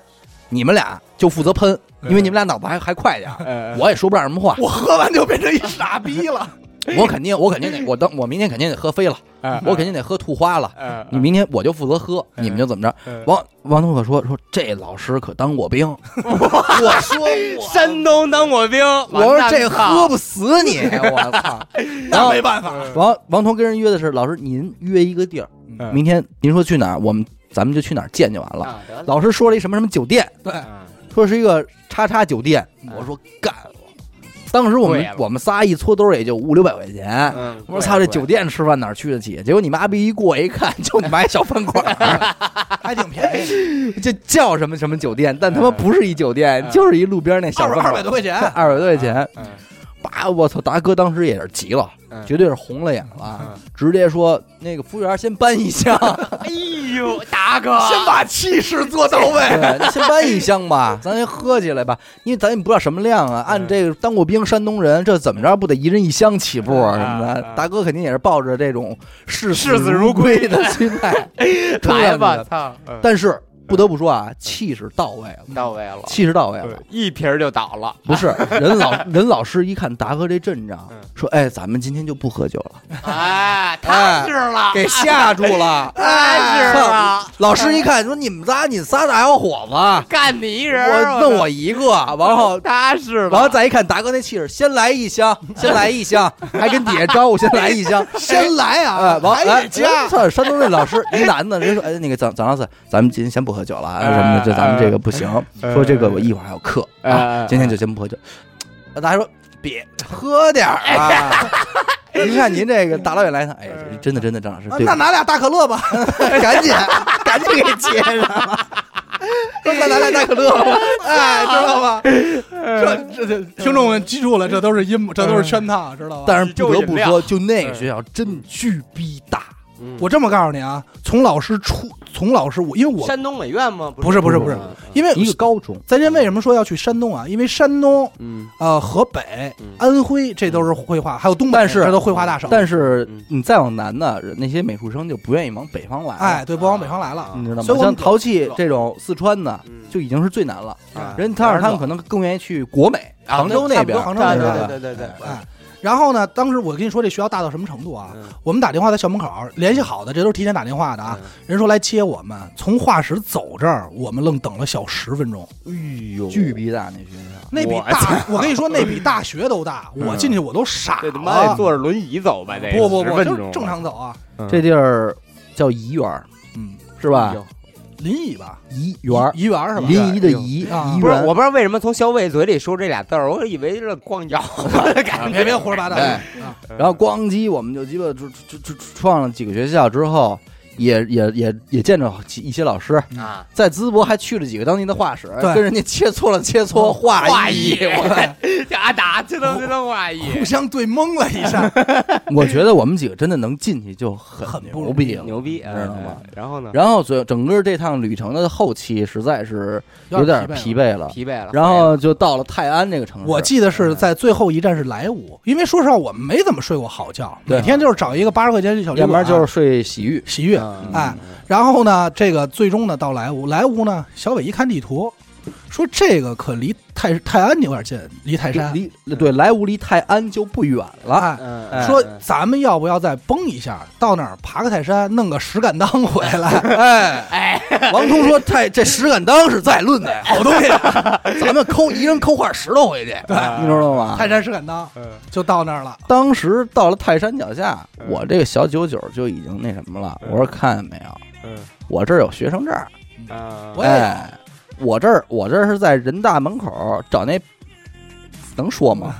[SPEAKER 4] 你们俩就负责喷，
[SPEAKER 2] 嗯
[SPEAKER 4] 因为你们俩脑子还还快点儿，我也说不了什么话。
[SPEAKER 1] 我喝完就变成一傻逼了。
[SPEAKER 4] 我肯定，我肯定得，我当我明天肯定得喝飞了，
[SPEAKER 2] 嗯
[SPEAKER 4] 我肯定得喝吐花了。
[SPEAKER 6] 嗯
[SPEAKER 4] 你明天我就负责喝，你们就怎么
[SPEAKER 6] 呃
[SPEAKER 4] 着？王王东可说说这老师可当过兵，
[SPEAKER 2] [LAUGHS] 我说我
[SPEAKER 6] 山东当过兵，
[SPEAKER 4] 我说这喝
[SPEAKER 6] 喝
[SPEAKER 4] 不死你，我操！
[SPEAKER 2] [LAUGHS]
[SPEAKER 4] 然后
[SPEAKER 1] 没办法，
[SPEAKER 4] 王王彤跟人约的是老师，您约一个地儿，
[SPEAKER 6] 嗯
[SPEAKER 4] 明天您说去哪儿，我们咱们就去哪儿见就完了。
[SPEAKER 6] 啊，得
[SPEAKER 1] 嗯
[SPEAKER 6] 了
[SPEAKER 4] 老师说了一什么什么酒店，
[SPEAKER 1] 对，
[SPEAKER 4] 说是一个叉叉酒店，
[SPEAKER 1] 嗯
[SPEAKER 4] 我说干我。当时我
[SPEAKER 6] 贵
[SPEAKER 4] 们
[SPEAKER 6] 了
[SPEAKER 4] 我们仨一搓兜儿也就五六百块钱，
[SPEAKER 6] 嗯，
[SPEAKER 4] 我说操，这酒店吃饭哪儿去得起？结果你妈逼一过一看，就你妈一小饭馆儿，
[SPEAKER 1] 还挺便宜，
[SPEAKER 4] 这叫什么什么酒店？但他妈不是一酒店，就是一路边那 [LAUGHS] 小
[SPEAKER 1] 二
[SPEAKER 4] 饭
[SPEAKER 1] 嗯
[SPEAKER 4] 馆
[SPEAKER 1] 二
[SPEAKER 4] 儿
[SPEAKER 1] 百多块钱，
[SPEAKER 4] 二百多块钱
[SPEAKER 6] 嗯，
[SPEAKER 4] 叭！我操，达哥当时也是急了，
[SPEAKER 6] 嗯
[SPEAKER 4] 绝对是红了眼了，直接说那个服务员先搬一
[SPEAKER 6] [LAUGHS]
[SPEAKER 4] 箱，
[SPEAKER 6] 哎呦，达哥，
[SPEAKER 1] 先把气势做到位。
[SPEAKER 4] 对，先搬一箱吧，咱先喝起来吧，因为咱也不知道什么量啊。
[SPEAKER 6] 嗯
[SPEAKER 4] 按这个当过兵山东人，这怎么着不得一人一箱起步啊什么
[SPEAKER 6] 啊啊
[SPEAKER 4] 的？达哥肯定也是抱着这种视
[SPEAKER 6] 视死
[SPEAKER 4] 如
[SPEAKER 6] 如
[SPEAKER 4] 归的心态
[SPEAKER 6] 来吧，
[SPEAKER 4] 对
[SPEAKER 6] 操，嗯
[SPEAKER 4] 但是不得不说啊，气势到位了，[LAUGHS]
[SPEAKER 6] 到位了，
[SPEAKER 4] 气势到位了。
[SPEAKER 6] 一瓶儿就倒了，
[SPEAKER 4] 不是人老人老师一看达哥这阵仗
[SPEAKER 6] 嗯，
[SPEAKER 4] 说：“哎，咱们今天就不喝酒了，
[SPEAKER 6] 哎，踏实了，
[SPEAKER 4] [LAUGHS] 给吓住了。
[SPEAKER 6] 踏实了，
[SPEAKER 4] 老师一看说：“你们仨，你仨大小伙子，
[SPEAKER 6] 干你一人儿，
[SPEAKER 4] 我弄我一个。”然后，
[SPEAKER 6] 踏实了，
[SPEAKER 4] 然后再一看达哥那气势，先来一箱，先来一箱，还跟底下招呼，先来一箱，
[SPEAKER 1] 先来
[SPEAKER 4] 啊，
[SPEAKER 1] 啊，
[SPEAKER 4] 王
[SPEAKER 1] 还
[SPEAKER 4] 哎
[SPEAKER 1] 得加，
[SPEAKER 4] 操，山东那老师一男的，人家说哎，那个张张老师，咱们今天先不喝酒了啊，
[SPEAKER 6] 哎
[SPEAKER 4] 什么的，这咱们这
[SPEAKER 6] 哎
[SPEAKER 4] 个不行，说这个我一会儿还有课
[SPEAKER 6] 哎
[SPEAKER 4] 啊，今天就先不喝酒。大家说别喝点儿啊。您看您这个大老远来一趟，哎呀，真的真的，张老师，
[SPEAKER 1] 啊
[SPEAKER 4] 对
[SPEAKER 1] 那
[SPEAKER 4] 不
[SPEAKER 1] 拿俩大可乐吧，
[SPEAKER 4] 起 [LAUGHS] 赶紧赶紧给接 [LAUGHS] 上了，说那咱俩大可乐吧， [LAUGHS] 哎，知道吗？
[SPEAKER 1] 这这这，哎听众们记住了，这都是阴谋，这都是圈套，知道吧？
[SPEAKER 4] 但是不得不
[SPEAKER 6] 宇宙饮料
[SPEAKER 4] 说，就那个学校真巨逼大，
[SPEAKER 1] 我这么告诉你啊，从老师出，从老师我，因为我
[SPEAKER 6] 山东美院吗？嗯
[SPEAKER 1] 不是不是不是，因为
[SPEAKER 4] 一个高中，
[SPEAKER 1] 咱先为什么说要去山东啊？因为山东、
[SPEAKER 6] 嗯
[SPEAKER 1] 呃河北
[SPEAKER 6] 嗯、
[SPEAKER 1] 安徽这都是绘画，还有东北，
[SPEAKER 4] 但是
[SPEAKER 1] 这都绘画大省。
[SPEAKER 4] 但是
[SPEAKER 6] 嗯
[SPEAKER 4] 你再往南呢，那些美术生就不愿意往北方来了，
[SPEAKER 1] 哎，对，不往北方来了。
[SPEAKER 4] 你知道吗？
[SPEAKER 1] 所以我们
[SPEAKER 4] 像陶器这种四川的
[SPEAKER 6] 嗯，
[SPEAKER 4] 就已经是最难了。
[SPEAKER 6] 啊
[SPEAKER 4] 人他他们可能更愿意去国美、
[SPEAKER 6] 啊
[SPEAKER 4] 杭州
[SPEAKER 1] 差
[SPEAKER 4] 那边
[SPEAKER 1] 不多。杭州
[SPEAKER 6] 对
[SPEAKER 1] 那
[SPEAKER 4] 对
[SPEAKER 1] 边
[SPEAKER 4] 吧
[SPEAKER 6] 对对对对，
[SPEAKER 1] 哎，然后呢，当时我跟你说这学校大到什么程度啊？
[SPEAKER 6] 嗯
[SPEAKER 1] 我们打电话在校门口联系好的，这都是提前打电话的啊。人说来接我们，从化石走这儿，我们愣等了小十分钟。
[SPEAKER 6] 哎呦，
[SPEAKER 4] 巨逼大那学校，
[SPEAKER 1] 那比大，我跟你说，那比大学都大。
[SPEAKER 4] 嗯
[SPEAKER 1] 我进去我都傻
[SPEAKER 6] 这他妈得
[SPEAKER 1] 了。
[SPEAKER 6] 坐着轮椅走吧，得
[SPEAKER 1] 啊不不
[SPEAKER 6] 10
[SPEAKER 1] 不，
[SPEAKER 6] 分
[SPEAKER 1] 就
[SPEAKER 6] 钟
[SPEAKER 1] 正常走啊。
[SPEAKER 4] 这地儿叫颐园儿，
[SPEAKER 1] 嗯，
[SPEAKER 4] 是吧
[SPEAKER 6] 哎？呦
[SPEAKER 1] 临沂吧，
[SPEAKER 4] 颐园儿，
[SPEAKER 1] 沂园儿是吧？
[SPEAKER 4] 临沂的颐，
[SPEAKER 1] 啊
[SPEAKER 4] 颐
[SPEAKER 6] 哎不是，
[SPEAKER 4] 园
[SPEAKER 6] 我不知道为什么从小伟嘴里说这俩字儿，我以为是逛窑的 [LAUGHS] 感觉。
[SPEAKER 1] 啊别别胡说八道。
[SPEAKER 4] 哎
[SPEAKER 1] 啊
[SPEAKER 4] 然后咣叽，我们就鸡巴就就就创了几个学校之后，也也也也见着几一些老师
[SPEAKER 6] 啊，
[SPEAKER 4] 在淄博还去了几个当地的画室，
[SPEAKER 1] 对嗯
[SPEAKER 4] 跟人家切磋了切磋画
[SPEAKER 6] 画
[SPEAKER 4] 艺
[SPEAKER 6] 艺。， [LAUGHS] 这阿达这都这都画艺，
[SPEAKER 1] [LAUGHS] 互相对懵了一下，
[SPEAKER 4] 我觉得我们几个真的能进去就很
[SPEAKER 1] 很不容易
[SPEAKER 4] 牛逼了。
[SPEAKER 6] 牛逼，
[SPEAKER 4] 知道吗
[SPEAKER 6] 嗯？然后呢？
[SPEAKER 4] 然后整整个这趟旅程的后期实在是有
[SPEAKER 1] 有
[SPEAKER 4] 点
[SPEAKER 1] 点
[SPEAKER 4] 疲
[SPEAKER 1] 疲
[SPEAKER 4] 惫了，
[SPEAKER 6] 疲惫了。
[SPEAKER 4] 啊然后就到了泰安这个城市。
[SPEAKER 1] 我记得
[SPEAKER 4] 哎
[SPEAKER 1] 是在最后一站是莱芜，因为说实话我们没怎么睡过好觉，
[SPEAKER 4] 对
[SPEAKER 1] 每天就是找一个八十块钱的小旅
[SPEAKER 4] 要
[SPEAKER 1] 馆，
[SPEAKER 4] 不然就是睡洗浴，
[SPEAKER 1] 洗浴。
[SPEAKER 4] 啊
[SPEAKER 6] 嗯
[SPEAKER 1] 哎，然后呢，这个最终呢到莱芜，莱芜呢，小伟一看地图，说这个可离泰泰安有点近，离泰山。
[SPEAKER 4] 离对莱芜离泰安就不远了。
[SPEAKER 1] 哎，
[SPEAKER 6] 嗯
[SPEAKER 4] 哎
[SPEAKER 1] 说咱们要不要再崩一下，到那儿爬个泰山，弄个石敢当回
[SPEAKER 4] [LAUGHS]
[SPEAKER 1] 来？
[SPEAKER 4] 哎哎， [LAUGHS] 王通说泰这石敢当是再论的好东西，咱们抠一人抠块石头回去，
[SPEAKER 6] 呃
[SPEAKER 4] 你知道吗？
[SPEAKER 1] 泰山石敢当
[SPEAKER 6] 嗯
[SPEAKER 1] 就到那儿了。
[SPEAKER 4] 当时到了泰山脚下，我这个小九九就已经那什么了。我说看见没有，
[SPEAKER 6] 嗯
[SPEAKER 4] 我这儿有学生证儿，
[SPEAKER 6] 啊
[SPEAKER 1] 我也有
[SPEAKER 4] 哎，我这儿我这儿是在人大门口找那，能说 [LAUGHS] 吗？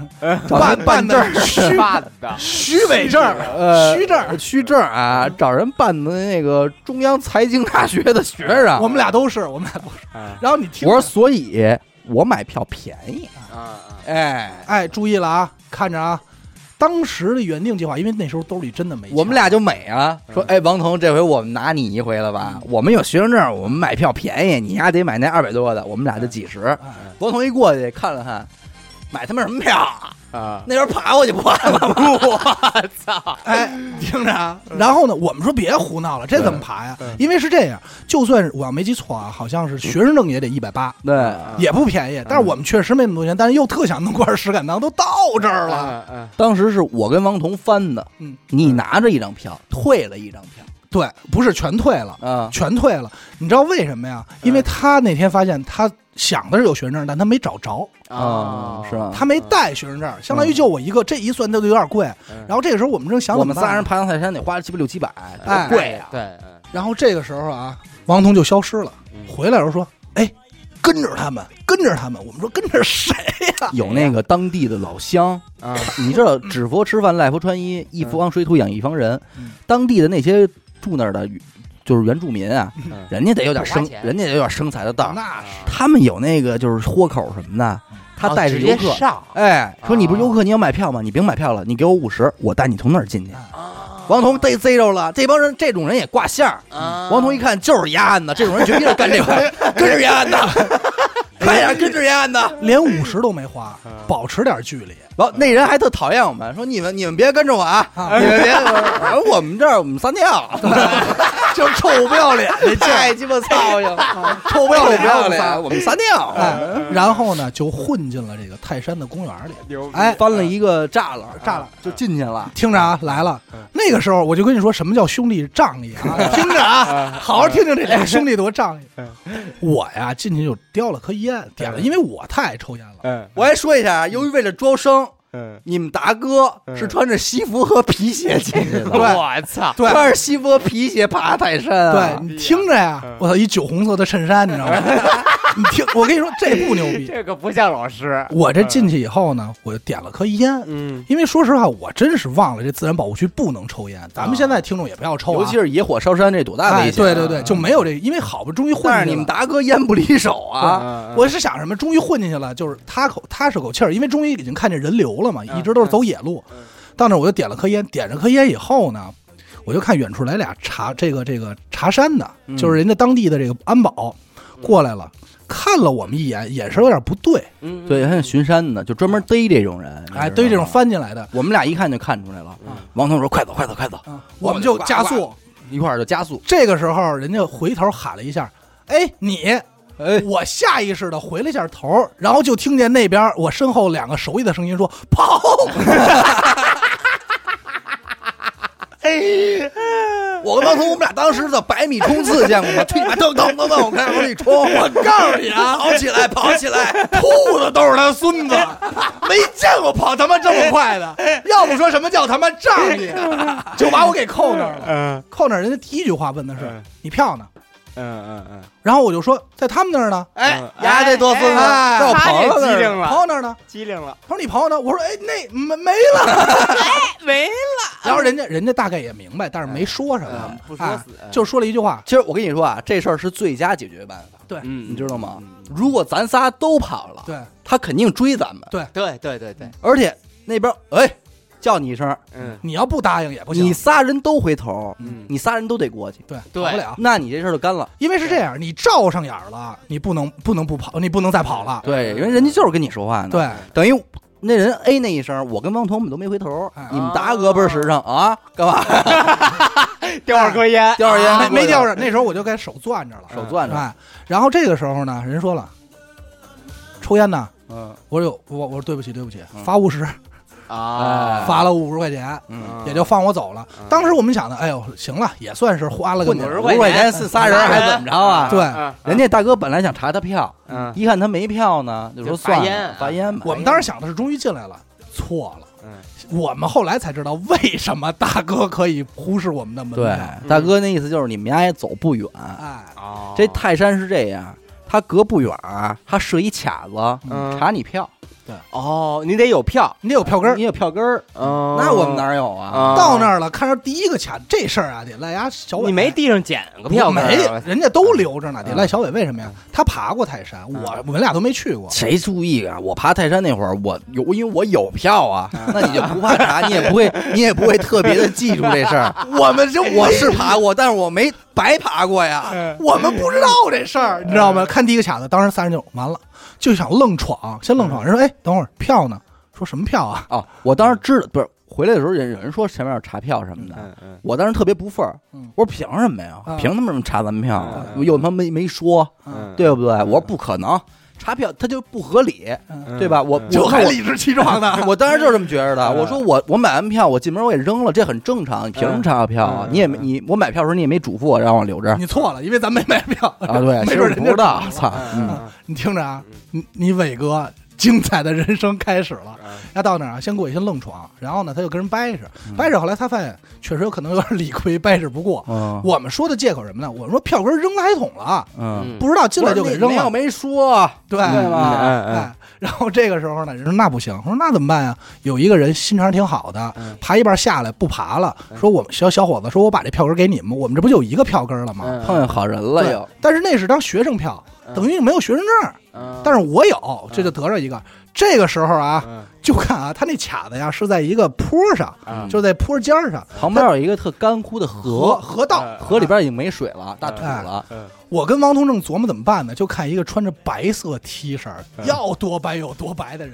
[SPEAKER 4] 找那
[SPEAKER 1] 办办
[SPEAKER 4] 证
[SPEAKER 1] 的
[SPEAKER 4] 儿
[SPEAKER 1] 虚
[SPEAKER 6] 发
[SPEAKER 4] [LAUGHS]
[SPEAKER 6] 的，
[SPEAKER 1] 虚伪证儿，
[SPEAKER 4] 呃
[SPEAKER 1] 虚证儿。
[SPEAKER 4] 虚证儿啊，找人办的那个中央财经大学的学生。
[SPEAKER 1] 我们俩都是，我们俩都是。
[SPEAKER 6] 啊
[SPEAKER 1] 然后你听
[SPEAKER 4] 我，说，所以我买票便宜，
[SPEAKER 6] 啊
[SPEAKER 4] 哎，
[SPEAKER 1] 哎，注意了啊，看着啊，当时的原定计划，因为那时候兜里真的没钱，
[SPEAKER 4] 我们俩就美啊，
[SPEAKER 1] 嗯
[SPEAKER 4] 说哎，王彤，这回我们拿你一回了吧？我们有学生证，我们买票便宜，你丫得买那二百多的，我们俩就几十
[SPEAKER 1] 哎。
[SPEAKER 4] 王彤一过去看了看，买他妈什么票啊？
[SPEAKER 6] 啊！
[SPEAKER 4] 那边爬过去不完
[SPEAKER 1] 嗯
[SPEAKER 4] 了吗？
[SPEAKER 1] [LAUGHS] 哎，听着啊。
[SPEAKER 4] 嗯
[SPEAKER 1] 然后呢，我们说别胡闹了，这怎么爬呀？因为是这样，就算是我要没记错啊，好像是学生证也得一百八，
[SPEAKER 4] 对，
[SPEAKER 1] 也不便宜。但是我们确实没那么多钱，但是又特想弄块石敢当，都到这儿了。
[SPEAKER 6] 嗯嗯
[SPEAKER 4] 当时是我跟王彤翻的，
[SPEAKER 1] 嗯，
[SPEAKER 4] 你拿着一张票，退了一张票，
[SPEAKER 1] 对，不是全退了，
[SPEAKER 4] 啊，
[SPEAKER 1] 全退了。你知道为什么呀？因为他那天发现他想的是有学生证，但他没找着，
[SPEAKER 6] 啊，
[SPEAKER 4] 是吧？
[SPEAKER 1] 他没带学生证，相当于就我一个。这一算，那就有点贵。
[SPEAKER 6] 嗯
[SPEAKER 1] 然后这个时候我们正想
[SPEAKER 4] 我
[SPEAKER 1] 怎么
[SPEAKER 4] 们
[SPEAKER 1] 办呢，啊
[SPEAKER 4] 仨人爬上泰山得花鸡巴六七百，
[SPEAKER 1] 哎
[SPEAKER 4] 多贵啊！
[SPEAKER 6] 对，嗯
[SPEAKER 1] 然后这个时候啊，王彤就消失了。
[SPEAKER 6] 嗯
[SPEAKER 1] 回来的时候说：“哎，跟着他们，跟着他们。”我们说：“跟着谁
[SPEAKER 4] 有那个当地的老乡，
[SPEAKER 6] 啊
[SPEAKER 4] 你知道“只服吃饭，赖服穿衣，一夫
[SPEAKER 6] 嗯
[SPEAKER 4] 当水土养一方人
[SPEAKER 1] 嗯”。
[SPEAKER 4] 当地的那些住那儿的，就是原住民啊
[SPEAKER 6] 嗯，
[SPEAKER 4] 人家得有点
[SPEAKER 6] 不
[SPEAKER 4] 生
[SPEAKER 6] 花，钱嗯
[SPEAKER 4] 人家得有点生财的？”道儿。
[SPEAKER 1] 那是
[SPEAKER 4] 他们有那个就是豁口什么的，他带着游客，
[SPEAKER 6] 哦上
[SPEAKER 4] 哎，说
[SPEAKER 6] 啊
[SPEAKER 4] 你不是游客，你要买票吗？你别买票了，你给我五十，我带你从那儿进去。王彤逮逮着了，这帮人这种人也挂线儿。[LAUGHS]
[SPEAKER 6] 啊
[SPEAKER 4] 王彤一看就是压案的，这种人绝逼是干这块儿，
[SPEAKER 6] [LAUGHS]
[SPEAKER 4] 跟着压案的，看呀，跟着压案的。
[SPEAKER 1] 连五十都没花，保持点距离。
[SPEAKER 4] 然后那人还特讨厌我们，说你们你们别跟着我啊，你们别，我说我们这儿我们
[SPEAKER 1] [LAUGHS]
[SPEAKER 4] 三跳，就臭不要脸的劲儿，太鸡巴操性， [LAUGHS] 臭不要脸，
[SPEAKER 1] 臭不要脸
[SPEAKER 4] 我们三
[SPEAKER 1] 哎
[SPEAKER 4] 跳，，
[SPEAKER 1] 然后呢，就混进了这个泰山的公园里。
[SPEAKER 6] 牛逼
[SPEAKER 4] 哎，翻了一个栅栏，
[SPEAKER 1] 栅栏
[SPEAKER 4] 就进去了。
[SPEAKER 1] 听着啊，来了。
[SPEAKER 4] 嗯
[SPEAKER 1] 那个时候我就跟你说什么叫兄弟仗义
[SPEAKER 4] [LAUGHS]
[SPEAKER 1] 啊！听着
[SPEAKER 4] 嗯
[SPEAKER 1] 啊，好好听听这俩兄弟多仗义。我呀进去就叼了颗烟，
[SPEAKER 4] 嗯
[SPEAKER 1] 点了，因为我太爱抽烟了。
[SPEAKER 6] 嗯
[SPEAKER 4] 我还说一下啊，由于为了招生，
[SPEAKER 6] 嗯，
[SPEAKER 4] 你们达哥
[SPEAKER 1] 嗯
[SPEAKER 4] 是穿着西服和皮鞋进去的，
[SPEAKER 6] 我操，
[SPEAKER 1] 对
[SPEAKER 4] 穿着西服和皮鞋爬泰山啊嗯
[SPEAKER 1] 对，你听着呀，我操，一酒红色的衬衫，你知道吗？ [LAUGHS] 你听，我跟你说，这不牛逼。
[SPEAKER 4] 嗯
[SPEAKER 6] [LAUGHS] 这个不像老师，
[SPEAKER 1] 我这进去以后呢，我就点了颗烟，
[SPEAKER 6] 嗯，
[SPEAKER 1] 因为说实话，我真是忘了这自然保护区不能抽烟。咱们现在听众也不要抽啊，
[SPEAKER 4] 尤其是野火烧山这多大
[SPEAKER 1] 哎，
[SPEAKER 4] 危险
[SPEAKER 1] 对
[SPEAKER 4] 啊！
[SPEAKER 1] 对对，就没有这，因为好不容易混进去
[SPEAKER 4] 但
[SPEAKER 1] 了
[SPEAKER 4] 是你们达哥烟不离手
[SPEAKER 1] 嗯
[SPEAKER 4] 啊，
[SPEAKER 6] 啊
[SPEAKER 1] 我是想什么，终于混进去了，就是他口踏实口气儿，因为终于已经看见人流了嘛，一直都是走野路。到那儿我就点了颗烟，点着颗烟以后呢，我就看远处来俩茶这个这个茶山的，就是人家当地的这个安保过来了，看了我们一眼，眼神有点不对，
[SPEAKER 6] 嗯
[SPEAKER 4] 对，还有巡山的，就专门逮这种人，
[SPEAKER 1] 哎，对于这种
[SPEAKER 4] 翻，
[SPEAKER 1] 翻进来的，
[SPEAKER 4] 我们俩一看就看出来了。王彤说：“快走，快走，快走
[SPEAKER 1] 我们就加速。
[SPEAKER 4] 一块儿就加速。
[SPEAKER 1] 这个时候，人家回头喊了一下：“哎，你！”哎，我下意识的回了一下头，然后就听见那边我身后两个熟悉的声音说：“跑！” [LAUGHS]
[SPEAKER 5] 哎
[SPEAKER 4] 我跟王聪，我们俩当时在百米冲刺见过吗？去你妈噔噔噔噔，我开始往
[SPEAKER 1] [LAUGHS]
[SPEAKER 4] 里冲！我告诉你啊，跑起来，跑起来！
[SPEAKER 5] 兔子都是他孙子，没见过跑他妈这么快
[SPEAKER 1] [LAUGHS]
[SPEAKER 5] 的。要不说什么叫他妈仗义，啊就把我给扣那儿了。
[SPEAKER 6] 嗯
[SPEAKER 1] 扣那儿人家第一句话问的是
[SPEAKER 6] 嗯：“
[SPEAKER 1] 你票呢
[SPEAKER 6] 嗯嗯嗯，？”
[SPEAKER 1] 然后我就说：“在他们那儿呢。
[SPEAKER 6] 哎
[SPEAKER 4] 丫这多孙子，在我
[SPEAKER 6] 他
[SPEAKER 4] 朋
[SPEAKER 6] 也
[SPEAKER 4] 友那
[SPEAKER 6] 机
[SPEAKER 4] 儿
[SPEAKER 6] 灵”
[SPEAKER 1] 朋
[SPEAKER 6] 了，
[SPEAKER 1] 友那儿呢？
[SPEAKER 6] 机灵了，
[SPEAKER 1] 他说你朋友呢？我说哎，那没没了。
[SPEAKER 6] 哎没
[SPEAKER 1] 然后人家人家大概也明白，但是没说什么，
[SPEAKER 6] 嗯不说
[SPEAKER 1] 哎
[SPEAKER 6] 死，
[SPEAKER 1] 就说了一句话，
[SPEAKER 4] 其实我跟你说啊，这事儿是最佳解决办法。
[SPEAKER 6] 嗯，
[SPEAKER 4] 你知道吗
[SPEAKER 6] 嗯？
[SPEAKER 4] 如果咱仨都跑了，
[SPEAKER 1] 对，
[SPEAKER 4] 他肯定追咱们，
[SPEAKER 6] 对对对对，
[SPEAKER 4] 而且那边哎叫你一声，
[SPEAKER 6] 嗯
[SPEAKER 1] 你要不答应也不
[SPEAKER 4] 你
[SPEAKER 1] 行，
[SPEAKER 4] 仨人都回头，
[SPEAKER 6] 嗯，
[SPEAKER 4] 你仨人都得过去，
[SPEAKER 1] 对，
[SPEAKER 6] 对
[SPEAKER 1] 跑不了，
[SPEAKER 4] 那你这事儿就干了。
[SPEAKER 1] 因为是这样，你照上眼儿了，你不能不能不跑，你不能再跑了，
[SPEAKER 4] 对，因为人家就是跟你说话呢。，
[SPEAKER 1] 对，
[SPEAKER 4] 等于那人 A 那一声，我跟汪彤我们都没回头
[SPEAKER 1] 哎，
[SPEAKER 4] 你们大哥倍儿时尚啊，干嘛？
[SPEAKER 6] 叼二根烟，
[SPEAKER 4] 哎叼着烟
[SPEAKER 1] 啊没没
[SPEAKER 4] 掉
[SPEAKER 1] 吊着，那时候我就该手攥着了，
[SPEAKER 4] 手攥着，
[SPEAKER 1] 哎，然后这个时候呢，人说了，抽烟呢，
[SPEAKER 4] 嗯
[SPEAKER 1] 我说有我我说对不起对不起，罚五十，
[SPEAKER 6] 啊，
[SPEAKER 1] 罚了五十块钱，
[SPEAKER 4] 嗯，
[SPEAKER 1] 也就放我走了。当时我们想的，哎呦，行了，也算是花了个
[SPEAKER 6] 嗯混
[SPEAKER 1] 年
[SPEAKER 6] 点儿
[SPEAKER 4] 五十块钱是仨人还怎么着啊？
[SPEAKER 1] 对
[SPEAKER 6] 嗯
[SPEAKER 4] 人家大哥本来想查他票，
[SPEAKER 6] 嗯
[SPEAKER 4] 一看他没票呢，啊就说
[SPEAKER 6] 就罚
[SPEAKER 4] 算
[SPEAKER 6] 烟
[SPEAKER 4] 了
[SPEAKER 6] 啊，
[SPEAKER 4] 罚烟吧。
[SPEAKER 1] 我们当时想的是，终于进来了，错了。
[SPEAKER 6] 嗯
[SPEAKER 1] 我们后来才知道为什么大哥可以忽视我们的门
[SPEAKER 4] 哎对
[SPEAKER 1] 票。，
[SPEAKER 4] 大哥那意思就是你们家也走不远。
[SPEAKER 1] 哎，
[SPEAKER 6] 哦
[SPEAKER 4] 这泰山是这样，他隔不远儿，他设一卡子
[SPEAKER 6] 嗯
[SPEAKER 4] 查你票，
[SPEAKER 6] 哦，你得有票，
[SPEAKER 1] 你得有票根儿
[SPEAKER 4] 你。有票根儿，
[SPEAKER 6] 嗯，
[SPEAKER 4] 那我们哪有啊？
[SPEAKER 1] 到那儿了，看着第一个卡，这事儿啊，得赖丫小伟。啊
[SPEAKER 6] 你没地上捡个票
[SPEAKER 1] 我
[SPEAKER 6] 根儿
[SPEAKER 1] 没
[SPEAKER 6] 我，
[SPEAKER 1] 人家都留着呢，
[SPEAKER 6] 嗯
[SPEAKER 1] 得赖小伟。为什么呀？他爬过泰山，我我们俩都没去过。
[SPEAKER 4] 谁注意啊？我爬泰山那会儿，我有，因为我有票啊，那你就不怕查，你也不会，你也不会特别的记住这事儿。 [LAUGHS] 我们这我嗯是爬过，但是我没白爬过呀。
[SPEAKER 1] 我们不知道这事儿，你知道吗？看第一个卡子，当时仨人就完了，就想愣闯，先愣闯。人说：“哎，等会儿票呢？”说什么票啊？
[SPEAKER 4] 哦，我当时知道，不是回来的时候人有人说前面要查票什么的，
[SPEAKER 6] 嗯嗯
[SPEAKER 4] 我当时特别不忿儿
[SPEAKER 1] 嗯，
[SPEAKER 4] 我说凭什么呀
[SPEAKER 1] 啊？
[SPEAKER 4] 凭什么查咱们票啊？
[SPEAKER 6] 嗯
[SPEAKER 4] 又他妈没没说，
[SPEAKER 6] 嗯，
[SPEAKER 4] 对不对？我说不可能，查票他就不合理，
[SPEAKER 6] 嗯
[SPEAKER 4] 对吧？我
[SPEAKER 6] 嗯
[SPEAKER 4] 我
[SPEAKER 1] 还理直气壮的。
[SPEAKER 4] [LAUGHS] 我当时就是这么觉着的。
[SPEAKER 6] 嗯
[SPEAKER 4] 我说我我买完票，我进门我也扔了，这很正常。你凭什么查我票啊
[SPEAKER 6] 嗯？嗯
[SPEAKER 4] 你也没你我买票的时候你也没嘱咐我让我留
[SPEAKER 1] [LAUGHS]
[SPEAKER 4] 着
[SPEAKER 1] 你错了，因为咱没买票。
[SPEAKER 4] 啊？对，
[SPEAKER 1] 没
[SPEAKER 4] 其
[SPEAKER 1] 准人
[SPEAKER 4] 实
[SPEAKER 1] 家
[SPEAKER 4] 不知道，操，嗯
[SPEAKER 6] 嗯
[SPEAKER 3] [LAUGHS]
[SPEAKER 6] 嗯
[SPEAKER 1] 你听着啊，你你伟哥精彩的人生开始 [LAUGHS] 了。
[SPEAKER 6] 嗯
[SPEAKER 1] 他到那儿啊，先过去先愣闯，然后呢，他就跟人掰扯，掰扯。后来他发现确实有可能有点理亏，掰扯不过。
[SPEAKER 4] 嗯
[SPEAKER 1] 我们说的借口是什么呢？我们说票根扔垃圾桶了，
[SPEAKER 4] 嗯，
[SPEAKER 1] 不知道进来就给
[SPEAKER 4] 我说
[SPEAKER 1] 扔
[SPEAKER 4] 你没有
[SPEAKER 1] 了，
[SPEAKER 4] 没说，
[SPEAKER 1] 对
[SPEAKER 4] 对
[SPEAKER 6] 嗯
[SPEAKER 4] 吧？
[SPEAKER 6] 嗯嗯
[SPEAKER 1] 哎， [LAUGHS] 然后这个时候呢，人说那不行，我说那怎么办呀？有一个人心肠挺好的，
[SPEAKER 6] 嗯
[SPEAKER 1] 爬一半下来不爬了，说我们小小伙子说我把这票根给你们，我们这不就有一个票根了吗？
[SPEAKER 6] 嗯
[SPEAKER 4] 碰见好人了
[SPEAKER 1] 对
[SPEAKER 4] 又，，
[SPEAKER 1] 但是那是张学生票，等于没有学生证，
[SPEAKER 6] 嗯
[SPEAKER 1] 但是我有，这就得着一个。这个时候啊，
[SPEAKER 6] 嗯
[SPEAKER 1] 就看啊，他那卡子呀是在一个坡上，
[SPEAKER 6] 嗯
[SPEAKER 1] 就在坡尖儿上，
[SPEAKER 4] 旁边有一个特干枯的
[SPEAKER 1] 河
[SPEAKER 4] 河，
[SPEAKER 1] 河
[SPEAKER 6] 嗯
[SPEAKER 1] 道。
[SPEAKER 4] 河里边已经没水了，大土
[SPEAKER 1] 哎
[SPEAKER 4] 了。
[SPEAKER 1] 我跟王同正琢磨怎么办呢，就看一个穿着白色 T 恤儿，要多白有多白的人。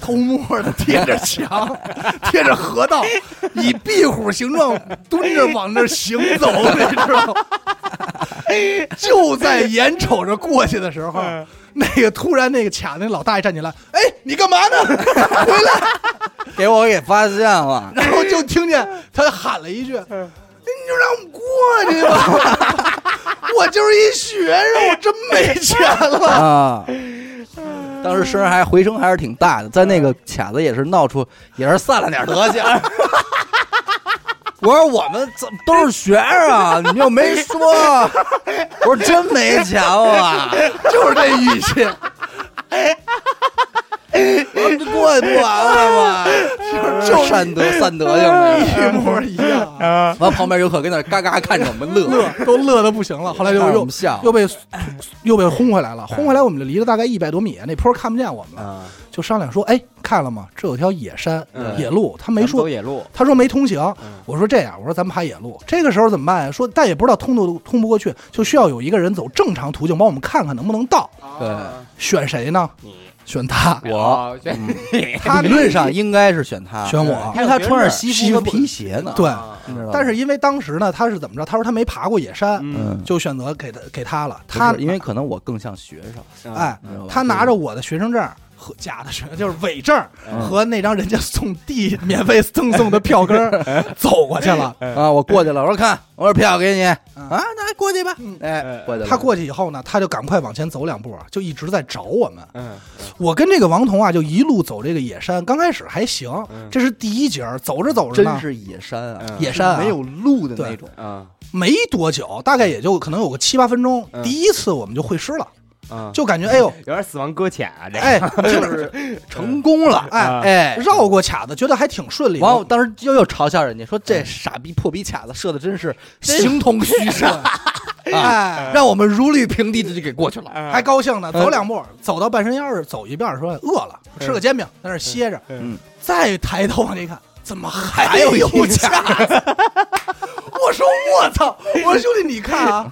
[SPEAKER 1] 偷摸的贴着墙， [LAUGHS] 贴着河道，以壁虎形状蹲着往那儿行走，你知道吗？ [LAUGHS] 就在眼瞅着过去的时候，那个突然那个卡那老大爷站起来，哎，你干嘛呢？ [LAUGHS] 回来！
[SPEAKER 4] 给我给发现 [LAUGHS] 了，
[SPEAKER 1] 然后就听见他喊了一句：“你就让我过去吧， [LAUGHS] 我就是一学生，我真没钱了。
[SPEAKER 4] 啊。当时声还回声还是挺大的，在那个卡子也是闹出，也是散了点德行。我说我们怎么都是学生啊，你们又没说，我说真没钱了，啊就是这语气。 [LAUGHS] 我这过去不完了吗？
[SPEAKER 1] 哎
[SPEAKER 4] 就是善德善德行了，一模一样。完旁边游客跟那嘎嘎看着我们
[SPEAKER 1] [LAUGHS]
[SPEAKER 4] 乐，
[SPEAKER 1] 乐都乐的不行
[SPEAKER 4] [LAUGHS]
[SPEAKER 1] 了，后来就
[SPEAKER 4] 看着我哎
[SPEAKER 1] 又
[SPEAKER 4] 们笑
[SPEAKER 1] 又被
[SPEAKER 4] [LAUGHS]
[SPEAKER 1] 又被轰回来了，轰回来我们就离了大概一百多米，那坡看不见我们
[SPEAKER 4] 嗯啊
[SPEAKER 1] 了，就商量说，哎，看了吗？这有条野山、
[SPEAKER 4] 嗯
[SPEAKER 1] 野路，他没说
[SPEAKER 6] 走野路，
[SPEAKER 1] 他说没通行，我说这样，我说咱们爬野路，这个时候怎么办呀？说但也不知道通不通不过
[SPEAKER 4] 啊
[SPEAKER 6] 嗯
[SPEAKER 1] 去，就需要有一个人走正常途径，帮我们看看能不能到。
[SPEAKER 4] 对，
[SPEAKER 1] 选谁呢？选他，
[SPEAKER 6] 我
[SPEAKER 1] 嗯他
[SPEAKER 4] 理论上应该是选他，
[SPEAKER 1] 选我
[SPEAKER 4] 因为他穿着西服和皮鞋呢。
[SPEAKER 1] 对，
[SPEAKER 4] 你知道吗，
[SPEAKER 1] 但是因为当时呢，他是怎么着？他说他没爬过野山，
[SPEAKER 4] 嗯，
[SPEAKER 1] 就选择给他给他了。
[SPEAKER 4] 他
[SPEAKER 1] 他
[SPEAKER 4] 因为可能我更像学生，
[SPEAKER 1] 哎
[SPEAKER 4] 你知道吧，
[SPEAKER 1] 他拿着我的学生证。和假的学就是伪证和那张人家送地免费赠送的票根
[SPEAKER 4] [LAUGHS]
[SPEAKER 1] 儿走过去了。
[SPEAKER 4] 啊，我过去了，我说看，我说票给你啊，那过去吧
[SPEAKER 1] 嗯，
[SPEAKER 4] 哎，过去了，
[SPEAKER 1] 他过去以后呢，他就赶快往前走两步，就一直在找我们。
[SPEAKER 6] 嗯，
[SPEAKER 1] 我跟这个王彤啊，就一路走这个野山。刚开始还行，这是第一节儿，走着走着
[SPEAKER 4] 嗯真
[SPEAKER 1] 呢，
[SPEAKER 4] 是野山啊，
[SPEAKER 1] 野山啊
[SPEAKER 4] 没有路的那
[SPEAKER 1] 对
[SPEAKER 4] 种，
[SPEAKER 6] 啊
[SPEAKER 1] 没多久，大概也就可能有个七八分钟。
[SPEAKER 4] 嗯
[SPEAKER 1] 第一次我们就会师了，
[SPEAKER 6] 啊，
[SPEAKER 1] 就感觉哎呦，
[SPEAKER 6] 有点死亡搁浅啊，
[SPEAKER 4] [LAUGHS]
[SPEAKER 6] 这
[SPEAKER 1] 哎，就是
[SPEAKER 4] 成功 [LAUGHS] 了，
[SPEAKER 1] 哎
[SPEAKER 4] 哎，
[SPEAKER 1] 绕过卡子，觉得还挺顺利。
[SPEAKER 4] 完，我当时又又嘲笑人家说：“这傻逼破逼卡子射嗯的真是形同虚 [LAUGHS] 设，啊
[SPEAKER 1] 哎，
[SPEAKER 4] 让我们如履平地的就给过去了。
[SPEAKER 1] 还高兴呢，走两
[SPEAKER 4] 嗯
[SPEAKER 1] 步，走到半山腰儿走一遍，说饿了，吃个煎饼，在那儿歇着。
[SPEAKER 4] 嗯，
[SPEAKER 1] 再抬头往里看，怎么还有一卡？ [LAUGHS] 我说我操！我说兄弟，你看
[SPEAKER 4] [LAUGHS]
[SPEAKER 1] 啊，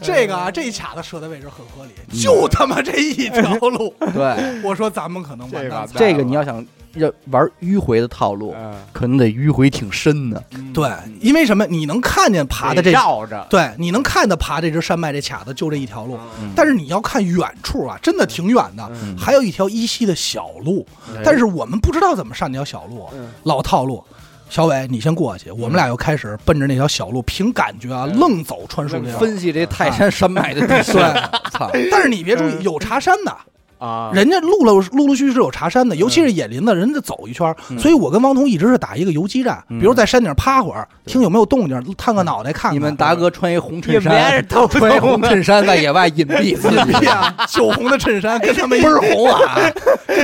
[SPEAKER 1] 这个啊，这一卡子射的位置很合理，就他妈这一条路。
[SPEAKER 4] 对，
[SPEAKER 1] [LAUGHS] 我说咱们可能完蛋了。
[SPEAKER 4] [LAUGHS] 这个你要想要玩迂回的套路，
[SPEAKER 6] 嗯
[SPEAKER 4] 可能得迂回挺深的。
[SPEAKER 1] 对，因为什么？你能看见爬的这
[SPEAKER 6] 绕着，
[SPEAKER 1] 对，你能看到爬这只山脉这卡子就这一条路，
[SPEAKER 4] 嗯
[SPEAKER 1] 但是你要看远处啊，真的挺远的，还有一条依稀的小路，
[SPEAKER 4] 哎
[SPEAKER 1] 但是我们不知道怎么上那条小路，啊
[SPEAKER 4] 嗯
[SPEAKER 1] 老套路。小伟，你先过去，我们俩又开始奔着那条小路，凭感觉啊，愣走穿树林。
[SPEAKER 4] 嗯分析这泰山山脉 [LAUGHS] 的地形，操，
[SPEAKER 1] 但是你别注意，
[SPEAKER 4] 嗯
[SPEAKER 1] 有茶山的，
[SPEAKER 6] 啊，
[SPEAKER 1] 人家陆陆陆陆续续是有茶山的，尤其是
[SPEAKER 4] 嗯
[SPEAKER 1] 野林的，人家走一圈儿。所以我跟王彤一直是打一个游击战，比如在山顶趴会儿，听有没有动静，探个脑袋看看。
[SPEAKER 4] 嗯你们达哥穿一红
[SPEAKER 6] 也
[SPEAKER 4] 衬
[SPEAKER 6] 别是
[SPEAKER 4] 衫，
[SPEAKER 6] 偷
[SPEAKER 4] 穿一红
[SPEAKER 1] 啊
[SPEAKER 4] 衬衫在野外隐蔽自 [LAUGHS] 己，
[SPEAKER 1] 哎呀，酒红的衬衫跟他们一
[SPEAKER 4] 倍儿红啊，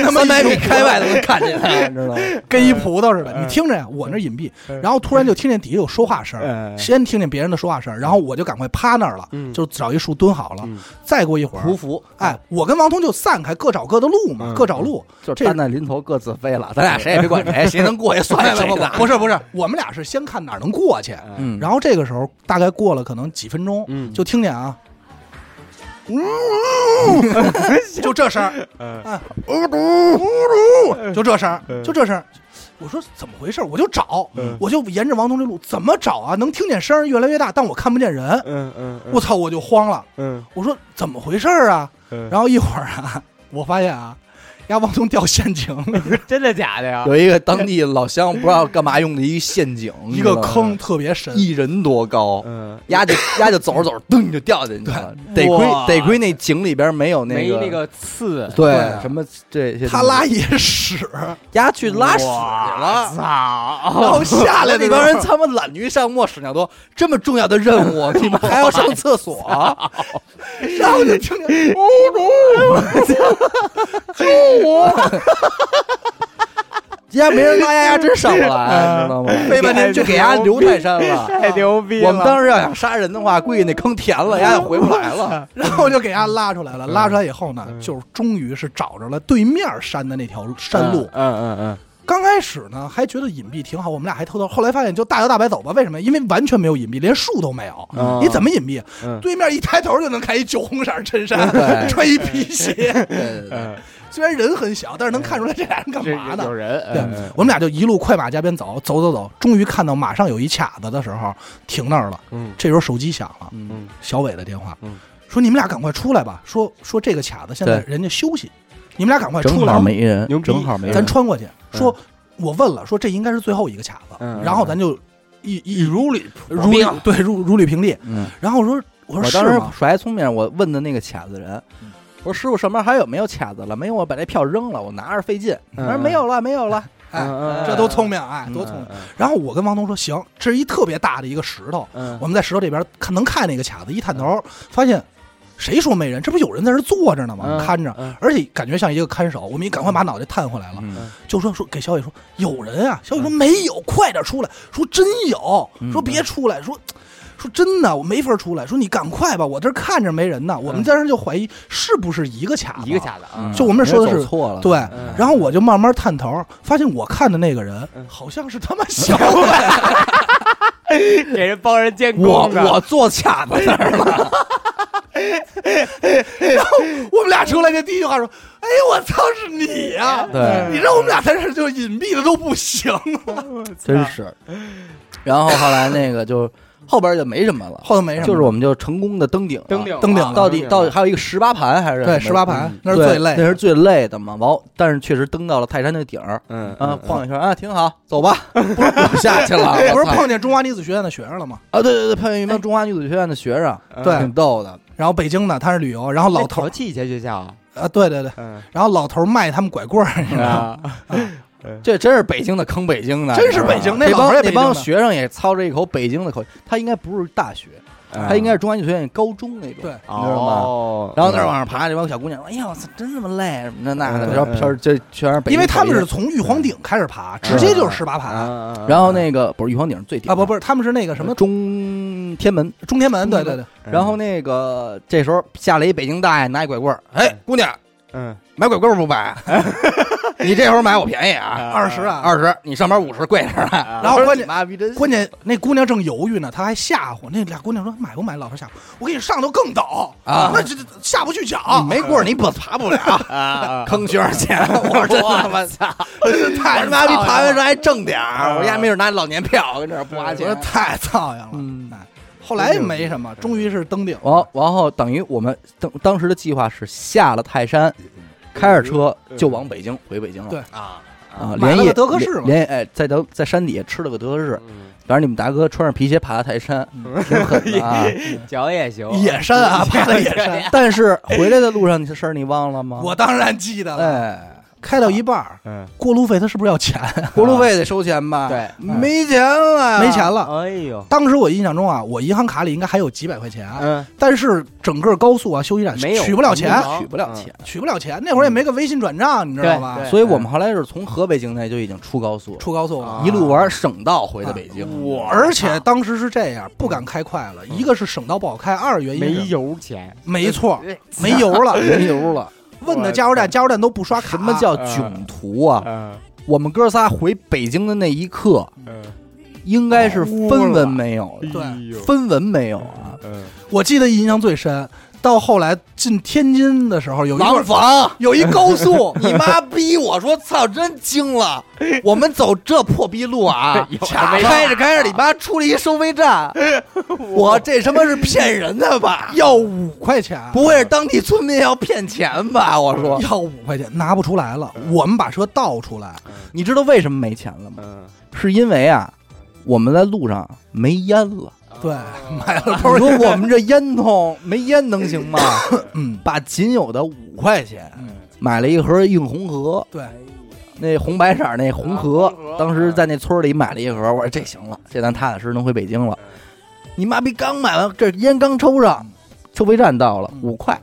[SPEAKER 1] 他妈啊
[SPEAKER 4] 三百米开外都能看见他，你知道吗？
[SPEAKER 1] [LAUGHS] 跟一葡萄似
[SPEAKER 4] 哎
[SPEAKER 1] 的。你听着呀，我那儿隐蔽，然后突然就听见底下有说话声
[SPEAKER 4] 哎
[SPEAKER 1] 儿，先听见别人的说话声儿，然后我就赶快趴那儿了，就找一树蹲好了。再过一会
[SPEAKER 4] 嗯匍
[SPEAKER 1] 儿，
[SPEAKER 4] 匐，嗯
[SPEAKER 1] 哎，我跟王通就散开，各找各的路嘛，各找路。
[SPEAKER 4] 啊就
[SPEAKER 1] 这
[SPEAKER 4] 站在临头各自飞了，咱俩谁也别管
[SPEAKER 1] [LAUGHS]
[SPEAKER 4] 谁，谁能过去 [LAUGHS] 算谁
[SPEAKER 1] 不
[SPEAKER 4] 的。
[SPEAKER 1] 不是不是，我们俩是先看哪儿能过去，
[SPEAKER 4] 嗯
[SPEAKER 1] 然后这个时候大概过了可能几分钟，就听见啊，呜， [LAUGHS] 就这声儿，啊，呜噜呜噜，就这声儿，就这声儿。我说怎么回事？我就找，我就沿着王东这路怎么找啊？能听见声儿越来越大，但我看不见人。
[SPEAKER 6] 嗯嗯
[SPEAKER 1] 我操，我就慌了。
[SPEAKER 6] 嗯
[SPEAKER 1] 我说怎么回事儿啊？
[SPEAKER 6] 嗯
[SPEAKER 1] 然后一会儿啊，我发现啊，丫王东掉陷阱了。
[SPEAKER 6] 嗯，真的假的呀？
[SPEAKER 4] 有一个当地老乡不知道干嘛用的一陷阱，你
[SPEAKER 1] 一
[SPEAKER 4] 知道
[SPEAKER 1] 个
[SPEAKER 4] 吗
[SPEAKER 1] 坑，特别深，
[SPEAKER 4] 一人多高，
[SPEAKER 6] 嗯，
[SPEAKER 4] 丫就丫就走着走着，噔就掉进去了。得
[SPEAKER 6] 哇
[SPEAKER 4] 亏得亏那井里边没有
[SPEAKER 6] 没
[SPEAKER 4] 个
[SPEAKER 6] 那个刺，
[SPEAKER 4] 对什么这些东西，
[SPEAKER 1] 他拉野屎，
[SPEAKER 4] 丫去拉屎去
[SPEAKER 6] 哇
[SPEAKER 4] 了。
[SPEAKER 6] 操！
[SPEAKER 4] 然后下来，那帮人他妈懒驴上磨屎尿多，这么重要的任务，你们还要上厕所？
[SPEAKER 1] 然后就听见
[SPEAKER 4] 丫没人拉，丫丫真上不来，你知道吗？
[SPEAKER 1] 费半天
[SPEAKER 4] 就给丫留泰山了。
[SPEAKER 6] 太牛逼了！
[SPEAKER 4] 我们当时要想杀人的话，估计那坑填了，丫也回不来了。
[SPEAKER 1] 然后就给他拉出来了。拉出来以后呢，就是终于是找着了对面山的那条山路。
[SPEAKER 6] 嗯嗯嗯，
[SPEAKER 1] 刚开始呢还觉得隐蔽挺好，我们俩还偷偷，后来发现就大摇大摆走吧。为什么？因为完全没有隐蔽，连树都没有，你怎么隐蔽？对面一抬头就能看一酒红色衬衫，
[SPEAKER 4] 对
[SPEAKER 1] 穿一皮鞋。
[SPEAKER 4] 对对对，
[SPEAKER 1] [LAUGHS] 虽然人很小，但是能看出来这俩人干
[SPEAKER 6] 这
[SPEAKER 1] 嘛呢
[SPEAKER 6] 有？人，
[SPEAKER 1] 对
[SPEAKER 6] 嗯，
[SPEAKER 1] 我们俩就一路快马加鞭走，走走走，终于看到马上有一卡子的时候停那儿了。
[SPEAKER 6] 嗯
[SPEAKER 1] 这时候手机响了，
[SPEAKER 6] 嗯
[SPEAKER 1] 小伟的电话，
[SPEAKER 6] 嗯
[SPEAKER 1] 说你们俩赶快出来吧，说说这个卡子现在人家休息，你们俩赶快出
[SPEAKER 4] 正
[SPEAKER 1] 来
[SPEAKER 4] 好，没人
[SPEAKER 6] 牛，逼
[SPEAKER 4] 正好没人，嗯
[SPEAKER 1] 咱穿过去。说我问了，说这应该是最后一个卡子，
[SPEAKER 6] 嗯
[SPEAKER 1] 然后咱就一一如履如履
[SPEAKER 6] 平啊
[SPEAKER 1] 对如如履平地。
[SPEAKER 4] 嗯，
[SPEAKER 1] 然后我说我说
[SPEAKER 4] 我
[SPEAKER 1] 是
[SPEAKER 4] 当时
[SPEAKER 1] 吗？
[SPEAKER 4] 甩聪明，我问的那个卡子人，我说师傅上边还有没有卡子了？没有，我把这票扔了，我拿着费劲。他说
[SPEAKER 6] 嗯
[SPEAKER 4] 没有了，没有了。
[SPEAKER 1] 哎
[SPEAKER 6] 嗯
[SPEAKER 1] 这都聪明哎，多聪明！然后我跟王东说行，这是一特别大的一个石头，
[SPEAKER 6] 嗯
[SPEAKER 1] 我们在石头这边看能看那个卡子，一探头发现谁说没人？这不有人在这坐着呢吗？
[SPEAKER 6] 嗯
[SPEAKER 1] 看着
[SPEAKER 6] 嗯，
[SPEAKER 1] 而且感觉像一个看守，我们也赶快把脑袋探回来了，就说说给小伟说有人啊，小伟说没有，快点
[SPEAKER 6] 嗯
[SPEAKER 1] 出来，说真有，说别出来，说。说真的，我没法出来。说你赶快吧，我这儿看着没人呢。我们当时就怀疑是不是一个卡子，
[SPEAKER 6] 嗯一个卡子啊，
[SPEAKER 1] 就我们说的是
[SPEAKER 4] 走错了，
[SPEAKER 1] 对，
[SPEAKER 6] 嗯
[SPEAKER 1] 然后我就慢慢探头，发现我看的那个人
[SPEAKER 4] 嗯
[SPEAKER 1] 好像是他妈小伟，
[SPEAKER 6] 给人帮
[SPEAKER 4] [LAUGHS]
[SPEAKER 6] 人啊监
[SPEAKER 4] 我
[SPEAKER 6] 工的，
[SPEAKER 4] 我坐卡子那儿了，
[SPEAKER 1] 我们俩出来的第一句话说：“哎，
[SPEAKER 5] 我操，是你
[SPEAKER 1] 啊
[SPEAKER 5] 呀、
[SPEAKER 4] 对，
[SPEAKER 5] 你让我们俩在这儿就隐蔽的都不行。
[SPEAKER 4] 真是。然后后来那个就后边就没什么了，
[SPEAKER 1] 后头没什么，
[SPEAKER 4] 就是我们就成功的登顶了，
[SPEAKER 6] 登顶了
[SPEAKER 1] 登顶了
[SPEAKER 4] 到底到底还有一个十八盘还是
[SPEAKER 1] 对十八盘那是
[SPEAKER 4] 对
[SPEAKER 1] 最累
[SPEAKER 4] 那
[SPEAKER 1] 的，
[SPEAKER 4] 是最累的嘛。完，但是确实登到了泰山的顶儿，
[SPEAKER 6] 嗯
[SPEAKER 4] 啊，晃一圈啊，挺好，走吧，我下去了，
[SPEAKER 1] 不
[SPEAKER 4] 我
[SPEAKER 1] 是
[SPEAKER 4] 操
[SPEAKER 1] 碰见中华女子学院的学生了吗？
[SPEAKER 4] 啊，对对对，碰见一帮中华女子学院的学生，
[SPEAKER 1] 对
[SPEAKER 4] 挺逗的，
[SPEAKER 1] 然后北京的他是旅游，然后老头
[SPEAKER 6] 淘气以前学校，
[SPEAKER 1] 啊，对对对，
[SPEAKER 6] 嗯
[SPEAKER 1] 然后老头卖他们拐棍儿，你
[SPEAKER 4] 嗯
[SPEAKER 1] 知道吗？ [LAUGHS]
[SPEAKER 6] 啊，
[SPEAKER 4] 这真是北京的坑北京的，
[SPEAKER 1] 真是北京那
[SPEAKER 4] 那
[SPEAKER 1] 老头儿也北
[SPEAKER 4] 帮那
[SPEAKER 1] 京的
[SPEAKER 4] 帮学生也操着一口北京的口音，他应该不是大学，他应该是中华女学院高中那种，
[SPEAKER 1] 对
[SPEAKER 4] 你知道吗？
[SPEAKER 6] 哦，
[SPEAKER 4] 然后那儿往上爬，这帮小姑娘说：“哎呀，我操，真他妈累，什么这那嗯的。”然后飘这全是北京口音，嗯
[SPEAKER 1] 因为他们是从玉皇顶开始爬，直接就是十八盘
[SPEAKER 6] 啊
[SPEAKER 4] 然后那嗯个不是玉皇顶是最顶
[SPEAKER 1] 啊，不
[SPEAKER 4] 是
[SPEAKER 1] 不是，他们是那个什么
[SPEAKER 4] 中天门，
[SPEAKER 1] 中天门，对对对，
[SPEAKER 4] 然后那个这时候下来一北京大爷拿一拐棍儿，哎，姑娘
[SPEAKER 6] 嗯，
[SPEAKER 4] 买拐棍儿不 [LAUGHS] 买？你这会儿买我便宜啊，
[SPEAKER 1] 二十啊，
[SPEAKER 4] 二十，你上班五十贵着呢。
[SPEAKER 1] 然后关键
[SPEAKER 6] 妈逼真
[SPEAKER 1] 关键那姑娘正犹豫呢，她还吓唬那俩姑娘说买不买？老头吓唬我给你上头更陡
[SPEAKER 4] 啊
[SPEAKER 1] 那这这下不去脚，
[SPEAKER 4] 你没棍儿你不爬不
[SPEAKER 1] [LAUGHS] 嗯
[SPEAKER 4] 了，
[SPEAKER 6] 啊，
[SPEAKER 4] 坑学生钱， [LAUGHS] 我真他妈操！
[SPEAKER 1] 太
[SPEAKER 4] 我他妈比爬完山还挣点儿，我丫没准拿老年票跟这儿不花
[SPEAKER 1] 我说
[SPEAKER 4] 钱。
[SPEAKER 1] 太操心了。
[SPEAKER 4] 嗯
[SPEAKER 1] 哎后来也没什么，终于是登顶
[SPEAKER 4] 完完后等于我们当当时的计划是下了泰山，开着车就往北京回北京了。
[SPEAKER 1] 对
[SPEAKER 6] 啊
[SPEAKER 4] 啊，
[SPEAKER 1] 买了
[SPEAKER 4] 连
[SPEAKER 1] 个
[SPEAKER 4] 夜
[SPEAKER 1] 德克士嘛
[SPEAKER 4] 连夜哎，在德在山底下吃了个德克士。
[SPEAKER 3] 嗯
[SPEAKER 4] 当然，你们达哥穿上皮鞋爬的泰山，
[SPEAKER 1] 嗯
[SPEAKER 4] 挺狠的啊。
[SPEAKER 6] 脚也行，
[SPEAKER 1] 野山啊，爬的野山。
[SPEAKER 4] [LAUGHS] 但是回来的路上的事儿你忘了吗？
[SPEAKER 1] 我当然记得了， [LAUGHS]
[SPEAKER 4] 哎，
[SPEAKER 1] 开到一半儿，
[SPEAKER 6] 嗯，
[SPEAKER 1] 过路费他是不是要钱？
[SPEAKER 4] 过路费得收钱吧？
[SPEAKER 1] 哎
[SPEAKER 6] 对，
[SPEAKER 4] 没钱
[SPEAKER 1] [LAUGHS]
[SPEAKER 4] 了，
[SPEAKER 1] 没钱了。
[SPEAKER 6] 哎呦，
[SPEAKER 1] 当时我印象中啊，我银行卡里应该还有几百块钱啊，
[SPEAKER 6] 嗯，
[SPEAKER 1] 但是整个高速啊，休息站
[SPEAKER 6] 没有
[SPEAKER 1] 取不了钱，
[SPEAKER 6] 没有
[SPEAKER 4] 取不了钱。
[SPEAKER 1] 取不了钱。那会儿也没个微信转账，你知道吧
[SPEAKER 6] 对？
[SPEAKER 4] 所以我们后来是从河北境内就已经出高速，
[SPEAKER 1] 嗯出高啊速了
[SPEAKER 6] 啊
[SPEAKER 4] 一路玩省道回的北京。
[SPEAKER 1] 我而且当时是这样，不敢开快了，一个是省道不好开，二原因
[SPEAKER 6] 没
[SPEAKER 1] 是
[SPEAKER 6] 油钱，哎
[SPEAKER 1] 没错，没油了。
[SPEAKER 4] 没油了，
[SPEAKER 1] 问的加油站，加油站都不刷卡。
[SPEAKER 4] 什么叫囧途啊？
[SPEAKER 6] 嗯
[SPEAKER 4] 我们哥仨回北京的那一刻，
[SPEAKER 6] 嗯，
[SPEAKER 4] 应该是分文没有了，
[SPEAKER 1] 对
[SPEAKER 4] 分文没有啊，
[SPEAKER 6] 嗯，
[SPEAKER 1] 我记得印象最深，到后来进天津的时候，有一段
[SPEAKER 4] 廊坊。，
[SPEAKER 1] 有一高速
[SPEAKER 4] 你妈逼！我说操，真惊
[SPEAKER 1] [LAUGHS]
[SPEAKER 4] 了！我们走这破逼路
[SPEAKER 1] 哎
[SPEAKER 4] 啊，卡开着开着，你妈出了一收费站，我这他妈是骗人的吧？
[SPEAKER 1] 要五块钱，
[SPEAKER 4] 不会是当地村民要骗钱吧？我说，
[SPEAKER 1] 要五块钱，拿不出来了。我们把车倒出来，
[SPEAKER 4] 你知道为什么没钱了吗？
[SPEAKER 6] 嗯，
[SPEAKER 4] 是因为啊，我们在路上没烟了。
[SPEAKER 1] 对，买了包
[SPEAKER 4] 你说我们这烟筒没烟能行吗？嗯，把仅有的五块钱
[SPEAKER 1] 嗯
[SPEAKER 4] 买了一盒硬红河，
[SPEAKER 1] 对，
[SPEAKER 4] 那红白色儿那红河，
[SPEAKER 1] 啊
[SPEAKER 6] 红河
[SPEAKER 4] 当时在那村儿里买了一盒，我说这行了，这咱踏踏实实能回北京了。你妈逼刚买完，这烟刚抽上，收费站到了
[SPEAKER 1] 嗯
[SPEAKER 4] 五块，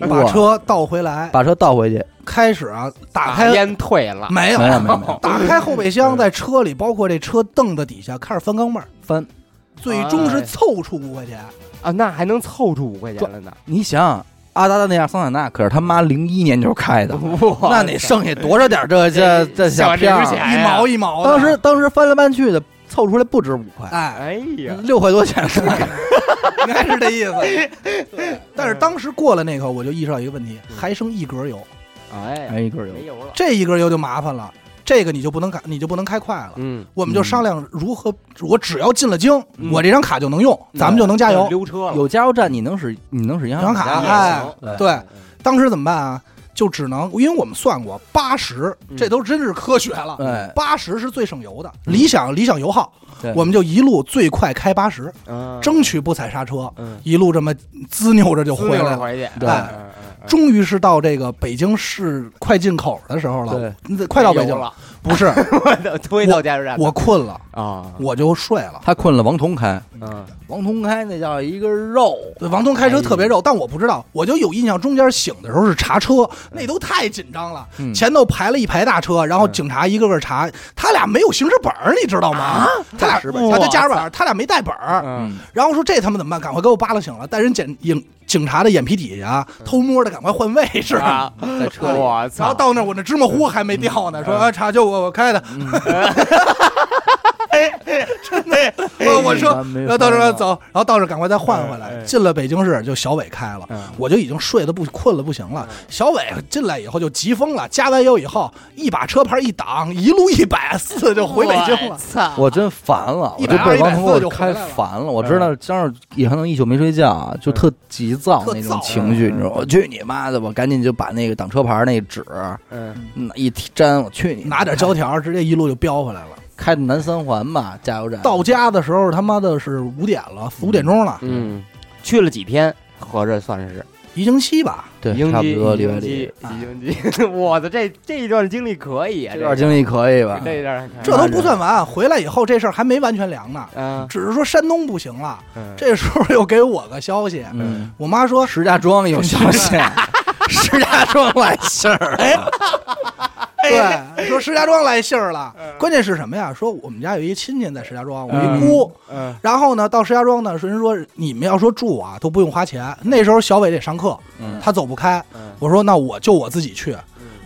[SPEAKER 1] 把车倒回来，
[SPEAKER 4] 把车倒回去，
[SPEAKER 1] 开始啊，打
[SPEAKER 6] 把
[SPEAKER 1] 开
[SPEAKER 6] 烟退了，
[SPEAKER 1] 没有
[SPEAKER 4] 没有没有没有
[SPEAKER 1] [LAUGHS] 打开后备箱，在车里，包括这车凳子底下开始翻钢镚儿，
[SPEAKER 4] 翻。
[SPEAKER 1] 最终是
[SPEAKER 6] 哎
[SPEAKER 1] 凑出五块钱。
[SPEAKER 6] 啊，那还能凑出五块钱了呢，
[SPEAKER 4] 你想想，阿达的那辆桑塔纳可是他妈零一年就开的，那你剩下多少点儿这这这小票
[SPEAKER 6] 小零钱
[SPEAKER 4] 儿？
[SPEAKER 1] 一毛一毛的，
[SPEAKER 4] 哎当时当时翻来翻去的，凑出来不止五块，
[SPEAKER 1] 哎，
[SPEAKER 6] 哎呀，
[SPEAKER 4] 六块多钱是吧。
[SPEAKER 1] [LAUGHS] 应该是这意思。但是当时过了那口，我就意识到一个问题，
[SPEAKER 4] 嗯
[SPEAKER 1] 还剩一格油，
[SPEAKER 6] 哎，
[SPEAKER 4] 哎，一根油，
[SPEAKER 6] 没油了，
[SPEAKER 1] 这一格油就麻烦了，这个你就不能开，你就不能开快了。
[SPEAKER 6] 嗯，
[SPEAKER 1] 我们就商量如何，我只要进了京，
[SPEAKER 6] 嗯
[SPEAKER 1] 我这张卡就能用，咱们就能加油。
[SPEAKER 6] 溜车了，
[SPEAKER 4] 有加油站你能使你能使银
[SPEAKER 1] 银行
[SPEAKER 4] 行
[SPEAKER 1] 卡，
[SPEAKER 4] 卡，
[SPEAKER 1] 哎，
[SPEAKER 6] 对
[SPEAKER 1] 对，当时怎么办啊？就只能，因为我们算过，八十，这都真是科学了。
[SPEAKER 4] 哎
[SPEAKER 1] 八十是最省油的，理想理想油耗
[SPEAKER 4] 对，
[SPEAKER 1] 我们就一路最快开八十，
[SPEAKER 3] 哎
[SPEAKER 6] 嗯，
[SPEAKER 1] 争取不踩刹车，
[SPEAKER 6] 嗯
[SPEAKER 1] 一路这么滋扭着就
[SPEAKER 6] 滋
[SPEAKER 1] 回
[SPEAKER 6] 溜
[SPEAKER 1] 来
[SPEAKER 6] 着
[SPEAKER 1] 了。
[SPEAKER 6] 回去，
[SPEAKER 4] 对
[SPEAKER 6] 哎嗯嗯嗯
[SPEAKER 1] 终于是到这个北京市快进口的时候了
[SPEAKER 4] 对，
[SPEAKER 1] 那快到北京
[SPEAKER 6] 没油，哎了，
[SPEAKER 1] 不是
[SPEAKER 6] 推到加油站
[SPEAKER 1] 我困了，
[SPEAKER 6] 啊，
[SPEAKER 1] 我就睡了。
[SPEAKER 4] 他困了，王彤开，
[SPEAKER 6] 嗯，
[SPEAKER 4] 王彤开那叫一个肉，
[SPEAKER 1] 对，王东开车特别肉，但我不知道，我就有印象，中间醒的时候是查车，那都太紧张了，
[SPEAKER 4] 嗯
[SPEAKER 1] 前头排了一排大车，然后警察一个个查，他俩没有行驶本儿，你知道吗？他俩
[SPEAKER 6] 本儿
[SPEAKER 1] 啊，对，驾驶本儿，他俩没带本儿，
[SPEAKER 6] 嗯，
[SPEAKER 1] 然后说这他妈怎么办？赶快给我扒拉醒了，带人检影警察的眼皮底下偷摸的赶快换位置。
[SPEAKER 6] 啊，
[SPEAKER 4] 在车里，
[SPEAKER 6] 我
[SPEAKER 1] 然后
[SPEAKER 6] 操，
[SPEAKER 1] 到
[SPEAKER 4] 嗯
[SPEAKER 1] [LAUGHS] 那儿，我那芝麻糊还没掉呢，说啊，查就我我开的，我我说，
[SPEAKER 4] 哎没
[SPEAKER 1] 然后到时候
[SPEAKER 4] 法哎
[SPEAKER 1] 走，然后到时候赶快再换回来。进了北京市，就小伟开了，
[SPEAKER 4] 嗯
[SPEAKER 1] 我就已经睡得不困了不行了。小伟进来以后就急疯了，加完油以后，一把车牌一挡，一路一百四就回北京了。
[SPEAKER 8] 操！
[SPEAKER 4] 我真烦了，我
[SPEAKER 1] 120
[SPEAKER 4] 这被王同给
[SPEAKER 1] 140就回来
[SPEAKER 4] 我开
[SPEAKER 1] 了嗯
[SPEAKER 4] 烦了。我知道，加上也可能一宿没睡觉啊，就特急躁
[SPEAKER 1] 特
[SPEAKER 4] 那种
[SPEAKER 1] 躁啊嗯
[SPEAKER 4] 情绪，你知道吗？我去你妈的吧！赶紧就把那个挡车牌那纸，嗯，一粘，我去你妈
[SPEAKER 1] 拿点胶条，直接一路就飙回来了。
[SPEAKER 4] 开的南三环吧，加油站
[SPEAKER 1] 到家的时候他妈的是五点了，四五点钟了，
[SPEAKER 6] 嗯，去了几天，合着算是
[SPEAKER 1] 一星期吧。
[SPEAKER 4] 对，
[SPEAKER 6] 英
[SPEAKER 4] 差不
[SPEAKER 6] 机，
[SPEAKER 4] 多礼拜
[SPEAKER 6] 英
[SPEAKER 4] 里
[SPEAKER 6] 机，英机，我的这这一段经历可以啊，
[SPEAKER 4] 这段经历可以吧？
[SPEAKER 6] 这一段
[SPEAKER 4] 哎
[SPEAKER 6] 看
[SPEAKER 1] 这都不算完，啊回来以后这事儿还没完全凉呢，
[SPEAKER 6] 嗯
[SPEAKER 1] 只是说山东不行了。
[SPEAKER 6] 嗯
[SPEAKER 1] 这时候又给我个消息，
[SPEAKER 4] 嗯，
[SPEAKER 1] 我妈说
[SPEAKER 4] 石家庄有消息，石家庄来信儿，
[SPEAKER 1] 对，说石家庄来信儿了。关键是什么呀？说我们家有一亲戚在石家庄，我一姑。
[SPEAKER 6] 嗯
[SPEAKER 1] 然后呢，到石家庄呢，人说你们要说住啊，都不用花钱。那时候小伟得上课，他走不开。
[SPEAKER 6] 嗯
[SPEAKER 1] 我说那我就我自己去。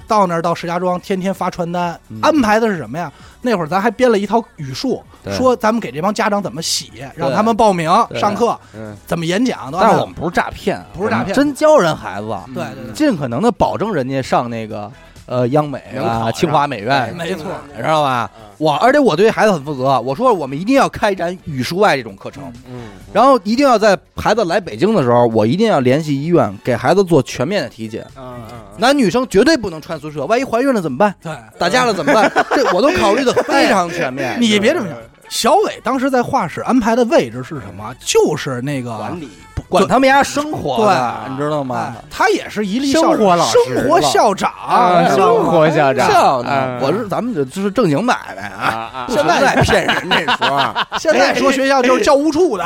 [SPEAKER 1] 到那儿到石家庄，天天发传单，
[SPEAKER 4] 嗯
[SPEAKER 1] 安排的是什么呀？那会儿咱还编了一套语数，
[SPEAKER 4] 对
[SPEAKER 1] 说咱们给这帮家长怎么洗，让他们报名
[SPEAKER 4] 对
[SPEAKER 1] 上课，
[SPEAKER 6] 嗯
[SPEAKER 1] 怎么演讲都安
[SPEAKER 4] [LAUGHS] 但
[SPEAKER 1] 排
[SPEAKER 4] 是
[SPEAKER 1] 好。
[SPEAKER 4] 我们不是诈骗啊，
[SPEAKER 1] 不是诈骗嗯
[SPEAKER 4] 真教人孩子啊，
[SPEAKER 1] 对对对，
[SPEAKER 4] 尽可能的保证人家上那个呃央美
[SPEAKER 6] 能考
[SPEAKER 4] 啊、
[SPEAKER 6] 上
[SPEAKER 4] 清华美院，
[SPEAKER 1] 没错。
[SPEAKER 4] 知道吧？我而且我对孩子很负责，我说我们一定要开展语数外这种课程，
[SPEAKER 6] 嗯
[SPEAKER 4] 然后一定要在孩子来北京的时候，我一定要联系医院给孩子做全面的体检。
[SPEAKER 6] 嗯嗯，
[SPEAKER 4] 男女生绝对不能穿宿舍，万一怀孕了怎么办？
[SPEAKER 1] 对，
[SPEAKER 4] 打架了怎么办？这我都考虑的非常全面。
[SPEAKER 1] 你别这么想。
[SPEAKER 6] 啊
[SPEAKER 1] 小伟当时在画室安排的位置是什么？就是那个
[SPEAKER 6] 管理
[SPEAKER 4] 管他们家生活呢，
[SPEAKER 6] 对
[SPEAKER 4] 你知道吗
[SPEAKER 1] 哎？他也是一例校
[SPEAKER 6] 生活老师
[SPEAKER 1] 生活校长，
[SPEAKER 4] 啊
[SPEAKER 1] 知道
[SPEAKER 6] 生
[SPEAKER 1] 吗
[SPEAKER 6] 活校长，
[SPEAKER 4] 笑嗯
[SPEAKER 6] 啊
[SPEAKER 3] 哎
[SPEAKER 4] 呢！哎我是咱们这这是正经买卖
[SPEAKER 6] 啊
[SPEAKER 4] 啊，
[SPEAKER 6] 啊，
[SPEAKER 4] 现在骗人那时候。
[SPEAKER 1] 现在说学校就是教务处的。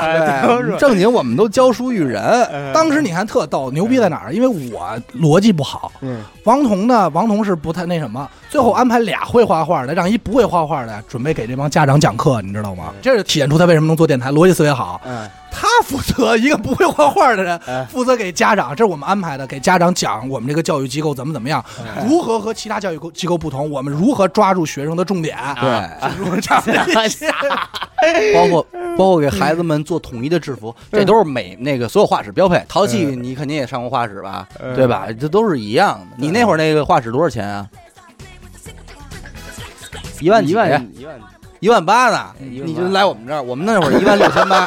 [SPEAKER 4] 对，正经哎我们都教书育人，
[SPEAKER 1] 嗯当时你看特逗，牛逼在哪儿？因为我逻辑不好。
[SPEAKER 6] 嗯，
[SPEAKER 1] 王彤呢？王彤是不太那什么，最后安排俩会画画的，让一不会画画的准备给这帮家长讲课，你知道吗？这是体现出他为什么能做电台，逻辑思维好。
[SPEAKER 6] 嗯，
[SPEAKER 1] 他负责一个不会画画的人
[SPEAKER 6] 嗯，
[SPEAKER 1] 负责给家长，这是我们安排的，给家长讲我们这个教育机构怎么怎么样，如何和其他教育机构不同，我们如何抓住学生的重点。
[SPEAKER 4] 对，
[SPEAKER 1] 如何抓住这些
[SPEAKER 4] 包括包括给孩子们做统一的制服，这都是美那个所有画室标配。淘气你肯定也上过画室吧，对吧？这都是一样的。你那会儿那个画室多少钱啊？一万几
[SPEAKER 6] 一万一万，
[SPEAKER 4] 一万八呢？
[SPEAKER 6] 一万八
[SPEAKER 4] 你就来我们这儿，我们那会儿一万六千八，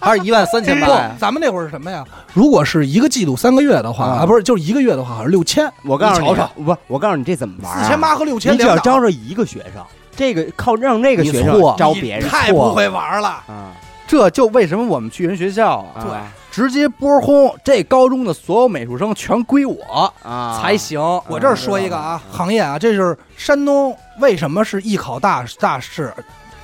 [SPEAKER 4] 还是一万三千八呀？
[SPEAKER 1] 咱们那会儿是什么呀？如果是一个季度三个月的话，
[SPEAKER 4] 啊
[SPEAKER 1] 啊，不是，就是一个月的话，好像六千，
[SPEAKER 6] 我告诉你，
[SPEAKER 1] 你瞅
[SPEAKER 6] 不，我告诉你这怎么玩、啊，
[SPEAKER 1] 四千八和六千
[SPEAKER 6] 你只要
[SPEAKER 1] 两档
[SPEAKER 6] 招着一个学生，这个靠让那个
[SPEAKER 4] 你
[SPEAKER 6] 学生
[SPEAKER 4] 错
[SPEAKER 6] 招
[SPEAKER 1] 你
[SPEAKER 6] 别人，
[SPEAKER 1] 太不会玩了。
[SPEAKER 6] 啊，
[SPEAKER 4] 这就为什么我们去人学校啊，
[SPEAKER 6] 啊
[SPEAKER 4] 直接拨轰，这高中的所有美术生全归我
[SPEAKER 6] 啊
[SPEAKER 4] 才行。
[SPEAKER 1] 我这儿说一个啊，行业啊，这就是山东为什么是艺考大大市。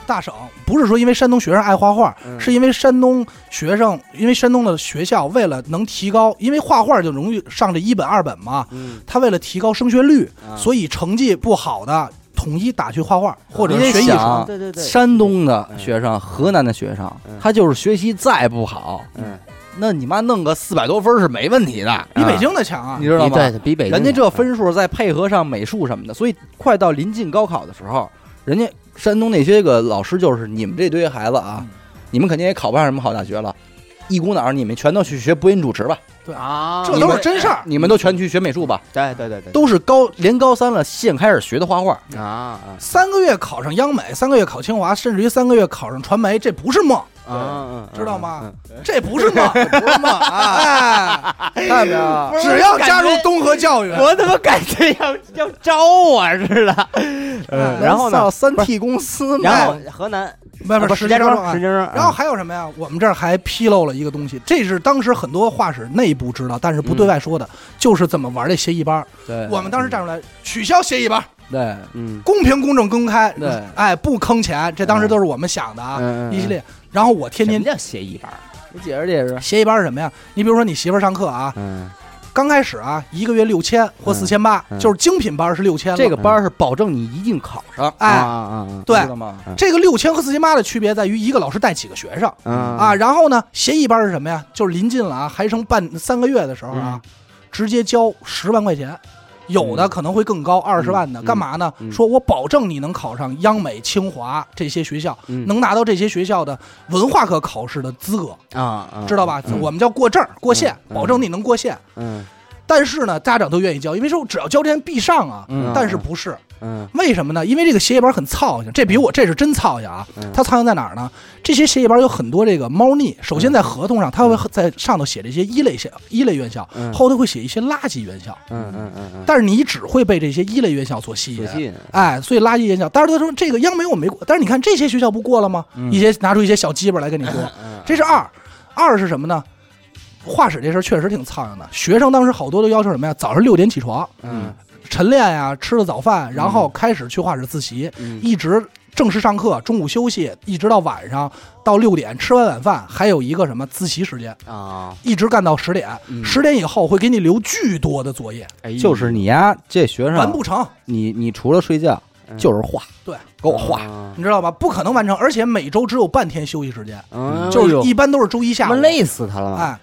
[SPEAKER 1] 大省不是说因为山东学生爱画画，
[SPEAKER 6] 嗯
[SPEAKER 1] 是因为山东学生，因为山东的学校为了能提高，因为画画就容易上这一本二本嘛，
[SPEAKER 6] 嗯
[SPEAKER 1] 他为了提高升学率，
[SPEAKER 6] 啊
[SPEAKER 1] 所以成绩不好的统一打去画画或
[SPEAKER 6] 啊
[SPEAKER 1] 者
[SPEAKER 4] 你得
[SPEAKER 1] 学艺术。
[SPEAKER 4] 想，
[SPEAKER 6] 对对对
[SPEAKER 4] 山东的学生、河南的学生
[SPEAKER 6] 嗯，
[SPEAKER 4] 他就是学习再不好，
[SPEAKER 6] 嗯，
[SPEAKER 4] 那你妈弄个四百多分是没问题的，
[SPEAKER 1] 比北京的强啊
[SPEAKER 4] 你！知道吗？
[SPEAKER 6] 对比北京啊
[SPEAKER 4] 人家这分数再配合上美术什么的，所以快到临近高考的时候，人家山东那些个老师就是你们这堆孩子
[SPEAKER 6] 嗯
[SPEAKER 4] 啊，你们肯定也考不上什么好大学了，一股脑儿你们全都去学播音主持吧，
[SPEAKER 6] 啊，
[SPEAKER 1] 这都是真事儿。
[SPEAKER 4] 你们都全去学美术吧，
[SPEAKER 6] 对对对对
[SPEAKER 4] 都是高连高三了，现开始学的画画。
[SPEAKER 6] 啊啊
[SPEAKER 1] 三个月考上央美，三个月考清华，甚至于三个月考上传媒，这不是梦，
[SPEAKER 6] 啊，
[SPEAKER 1] 知道吗？这不是梦，哎
[SPEAKER 4] 不是吗？啊，看没有？
[SPEAKER 1] 只要加入东河教育，
[SPEAKER 6] 我怎么感觉要要招我似
[SPEAKER 1] [LAUGHS]
[SPEAKER 6] 的？
[SPEAKER 1] 呃
[SPEAKER 6] 嗯，然后呢？
[SPEAKER 4] 三 T 公司卖
[SPEAKER 6] 然后河南
[SPEAKER 1] 外边
[SPEAKER 6] 不
[SPEAKER 1] 石
[SPEAKER 6] 石家
[SPEAKER 1] 庄
[SPEAKER 6] 庄，
[SPEAKER 1] 啊
[SPEAKER 6] 石。家庄，
[SPEAKER 1] 然后还有什么呀？我们这儿还披露了一个东西，这是当时很多画室内部知道，但是不
[SPEAKER 6] 嗯
[SPEAKER 1] 对外说的，就是怎么玩这协议班儿。
[SPEAKER 4] 对
[SPEAKER 1] 我们当时站出来取消协议班儿，
[SPEAKER 4] 对
[SPEAKER 6] 嗯
[SPEAKER 1] 公平、公正、公开。
[SPEAKER 4] 对
[SPEAKER 1] 哎，不坑钱，这当时都是我们想的啊，
[SPEAKER 6] 嗯嗯嗯
[SPEAKER 1] 一系列。然后我天
[SPEAKER 6] 什么
[SPEAKER 1] 天
[SPEAKER 6] 叫协议班？
[SPEAKER 4] 你解释解释，
[SPEAKER 1] 协议班是什么呀？你比如说你媳妇儿上课啊，
[SPEAKER 6] 嗯，
[SPEAKER 1] 刚开始啊，一个月六千或
[SPEAKER 6] 嗯
[SPEAKER 1] 四千八，
[SPEAKER 6] 嗯
[SPEAKER 1] 就是精品班是六千。
[SPEAKER 4] 这个班儿是保证你一定考上，
[SPEAKER 1] 哎，
[SPEAKER 6] 啊
[SPEAKER 1] 对
[SPEAKER 4] 嗯知，道吗？
[SPEAKER 1] 这个六千和四千八的区别在于一个老师带几个学生。
[SPEAKER 6] 啊啊
[SPEAKER 1] 啊，然后呢，协议班是什么
[SPEAKER 6] 嗯
[SPEAKER 1] 呀？就是临近了啊，还剩半三个月的时候啊，直接交十万块钱，有的可能会更高，二十
[SPEAKER 6] 嗯
[SPEAKER 1] 万的，干嘛呢？说我保证你能考上央美、清华这些学校，
[SPEAKER 6] 嗯
[SPEAKER 1] 能拿到这些学校的文化课考试的资格，
[SPEAKER 6] 啊，
[SPEAKER 1] 知道吧？我们叫过证、过线，保证你能过线。
[SPEAKER 6] 嗯
[SPEAKER 1] 但是呢，家长都愿意交，因为说只要交这钱必上啊。
[SPEAKER 6] 嗯
[SPEAKER 1] 但是不是？
[SPEAKER 6] 嗯
[SPEAKER 1] 为什么呢？因为这个协议班很操心，这比我这是真操心啊
[SPEAKER 6] 嗯！
[SPEAKER 1] 它操心在哪儿呢？这些协议班有很多这个猫腻。首先在合同上，它会在上头写这些一类校、一类院校，
[SPEAKER 6] 嗯
[SPEAKER 1] 后头会写一些垃圾院校。
[SPEAKER 6] 嗯嗯嗯
[SPEAKER 1] 但是你只会被这些一类院校所吸
[SPEAKER 6] 嗯，
[SPEAKER 1] 引。
[SPEAKER 6] 自信，
[SPEAKER 1] 哎，所以垃圾院校，当然他说这个央美我没过，但是你看这些学校不过了吗？
[SPEAKER 6] 嗯
[SPEAKER 1] 一些拿出一些小鸡巴来跟你说，这是二，二是什么呢？画室这事儿确实挺苍蝇的，学生当时好多都要求什么呀？早上六点起床，
[SPEAKER 6] 嗯
[SPEAKER 1] 晨练呀、吃了早饭，然后开始去画室自习，
[SPEAKER 6] 嗯
[SPEAKER 1] 一直正式上课，中午休息，一直到晚上到六点吃完晚饭，还有一个什么自习时间，
[SPEAKER 6] 啊，
[SPEAKER 1] 一直干到十点。
[SPEAKER 6] 嗯
[SPEAKER 1] 十点以后会给你留巨多的作业，
[SPEAKER 6] 哎
[SPEAKER 4] 就是你呀，这学
[SPEAKER 1] 完
[SPEAKER 4] 生，
[SPEAKER 1] 不成。
[SPEAKER 4] 你你除了睡觉就是画，
[SPEAKER 1] 对，
[SPEAKER 4] 给我画。
[SPEAKER 1] 你知道吧？不可能完成，而且每周只有半天休息时间，
[SPEAKER 6] 嗯，
[SPEAKER 1] 就是一般都是周一下
[SPEAKER 6] 他
[SPEAKER 1] 午
[SPEAKER 6] 们。累啊死他了嘛，
[SPEAKER 1] 哎，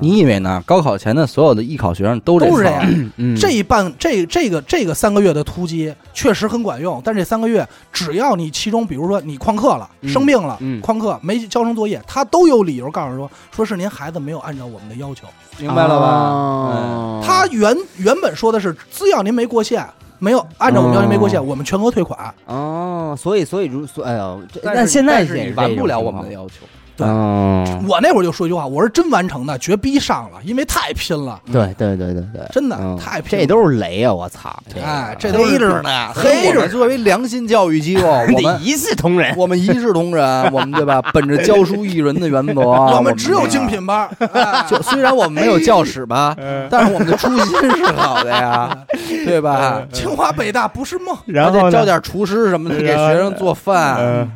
[SPEAKER 4] 你以为呢？高考前的所有的艺考学生都
[SPEAKER 1] 都是这
[SPEAKER 4] 操 [LAUGHS]
[SPEAKER 1] 样。
[SPEAKER 6] 嗯
[SPEAKER 1] 这一半，这这个这个三个月的突击确实很管用，但这三个月，只要你其中，比如说你旷课了、
[SPEAKER 6] 嗯
[SPEAKER 1] 生病了、
[SPEAKER 6] 嗯
[SPEAKER 1] 旷课没交上作业，他都有理由告诉说，说是您孩子没有按照我们的要求。
[SPEAKER 4] 明白了吧？嗯
[SPEAKER 6] 吧
[SPEAKER 1] 他原原本说的是，只要您没过线，没有按照我们要求没过线，
[SPEAKER 6] 哦
[SPEAKER 1] 我们全额退款。
[SPEAKER 6] 哦，所以所以如所哎呦，这
[SPEAKER 4] 但
[SPEAKER 6] 那
[SPEAKER 4] 是
[SPEAKER 6] 现在
[SPEAKER 4] 但是
[SPEAKER 6] 也
[SPEAKER 4] 你
[SPEAKER 6] 是
[SPEAKER 4] 完
[SPEAKER 6] 这
[SPEAKER 4] 不
[SPEAKER 6] 种
[SPEAKER 4] 了
[SPEAKER 6] 情
[SPEAKER 4] 我们的
[SPEAKER 6] 况
[SPEAKER 4] 要求，
[SPEAKER 1] 对
[SPEAKER 6] 哦，
[SPEAKER 1] 我那会儿就说一句话，我是真完成的，绝逼上了，因为太拼了，
[SPEAKER 6] 对对对对对，
[SPEAKER 1] 真的、
[SPEAKER 6] 嗯
[SPEAKER 1] 太拼了。
[SPEAKER 6] 这都是雷啊！我操，这个
[SPEAKER 1] 哎，这都是
[SPEAKER 4] 黑着呢，
[SPEAKER 1] 黑
[SPEAKER 4] 黑
[SPEAKER 1] 着
[SPEAKER 4] 着
[SPEAKER 1] 呢
[SPEAKER 4] 呢。作为良心教育 [LAUGHS] 机构，我
[SPEAKER 6] 得
[SPEAKER 4] 们
[SPEAKER 6] 一视同仁。
[SPEAKER 4] 我们一视同仁，我们对吧？本着教书育人的原则，
[SPEAKER 1] 啊我
[SPEAKER 4] [LAUGHS] 我
[SPEAKER 1] 们只有精。品 [LAUGHS] 班，哎
[SPEAKER 4] 就虽然我们没有教室 [LAUGHS] 吧，
[SPEAKER 6] 嗯
[SPEAKER 4] 但是我们的初心是好的 [LAUGHS] 呀，对吧？
[SPEAKER 1] 清华北大不是梦。
[SPEAKER 5] 然
[SPEAKER 4] 还
[SPEAKER 5] 后
[SPEAKER 4] 得招
[SPEAKER 5] 呢？
[SPEAKER 4] 点厨师什么的给
[SPEAKER 5] 然后
[SPEAKER 4] 学生做饭，
[SPEAKER 5] 嗯，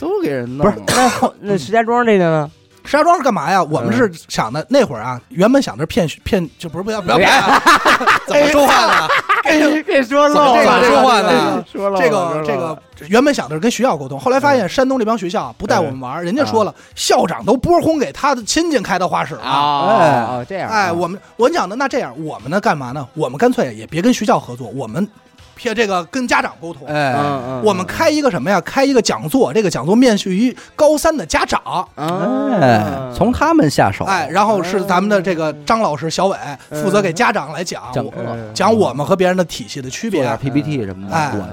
[SPEAKER 4] 都给人弄
[SPEAKER 6] 不是
[SPEAKER 4] 了。，
[SPEAKER 6] 那后哦那石家庄这个呢？
[SPEAKER 1] [LAUGHS] 石家庄是干嘛呀？我们是想的那会儿啊，原本想着骗骗，就不是不要不要骗啊， [LAUGHS]
[SPEAKER 4] 怎么说话
[SPEAKER 1] 哎
[SPEAKER 4] 呢？
[SPEAKER 6] 别说
[SPEAKER 1] 怎么
[SPEAKER 4] 漏
[SPEAKER 1] 这
[SPEAKER 4] 了啊
[SPEAKER 1] 个
[SPEAKER 4] 说话
[SPEAKER 1] 呢
[SPEAKER 6] 哎
[SPEAKER 4] 呢？
[SPEAKER 5] 说了
[SPEAKER 1] 这个这个原本想的是跟学校沟通，后来发现山东这帮学校啊不带我们玩儿，人家说了，校长都拨空给他的亲戚开的花室了。
[SPEAKER 6] 啊，哦这样啊，
[SPEAKER 1] 哎，我们我讲的那这样，我们呢干嘛呢？我们干脆也别跟学校合作，我们撇这个跟家长沟通。
[SPEAKER 6] 嗯
[SPEAKER 4] 哎，
[SPEAKER 6] 嗯，
[SPEAKER 1] 我们开一个什么呀？开一个讲座，这个讲座面向于高三的家长，
[SPEAKER 4] 哎
[SPEAKER 5] 嗯
[SPEAKER 6] 哎，
[SPEAKER 4] 从他们下手，
[SPEAKER 1] 哎，然后是咱们的这个
[SPEAKER 6] 嗯
[SPEAKER 1] 张老师小伟负责给家长来讲，
[SPEAKER 4] 讲
[SPEAKER 1] 我
[SPEAKER 4] 课
[SPEAKER 1] 讲我们和别人的体系的区
[SPEAKER 4] 做
[SPEAKER 1] 别
[SPEAKER 6] 啊
[SPEAKER 4] 点。PPT 什么的
[SPEAKER 1] 哎
[SPEAKER 4] 过去。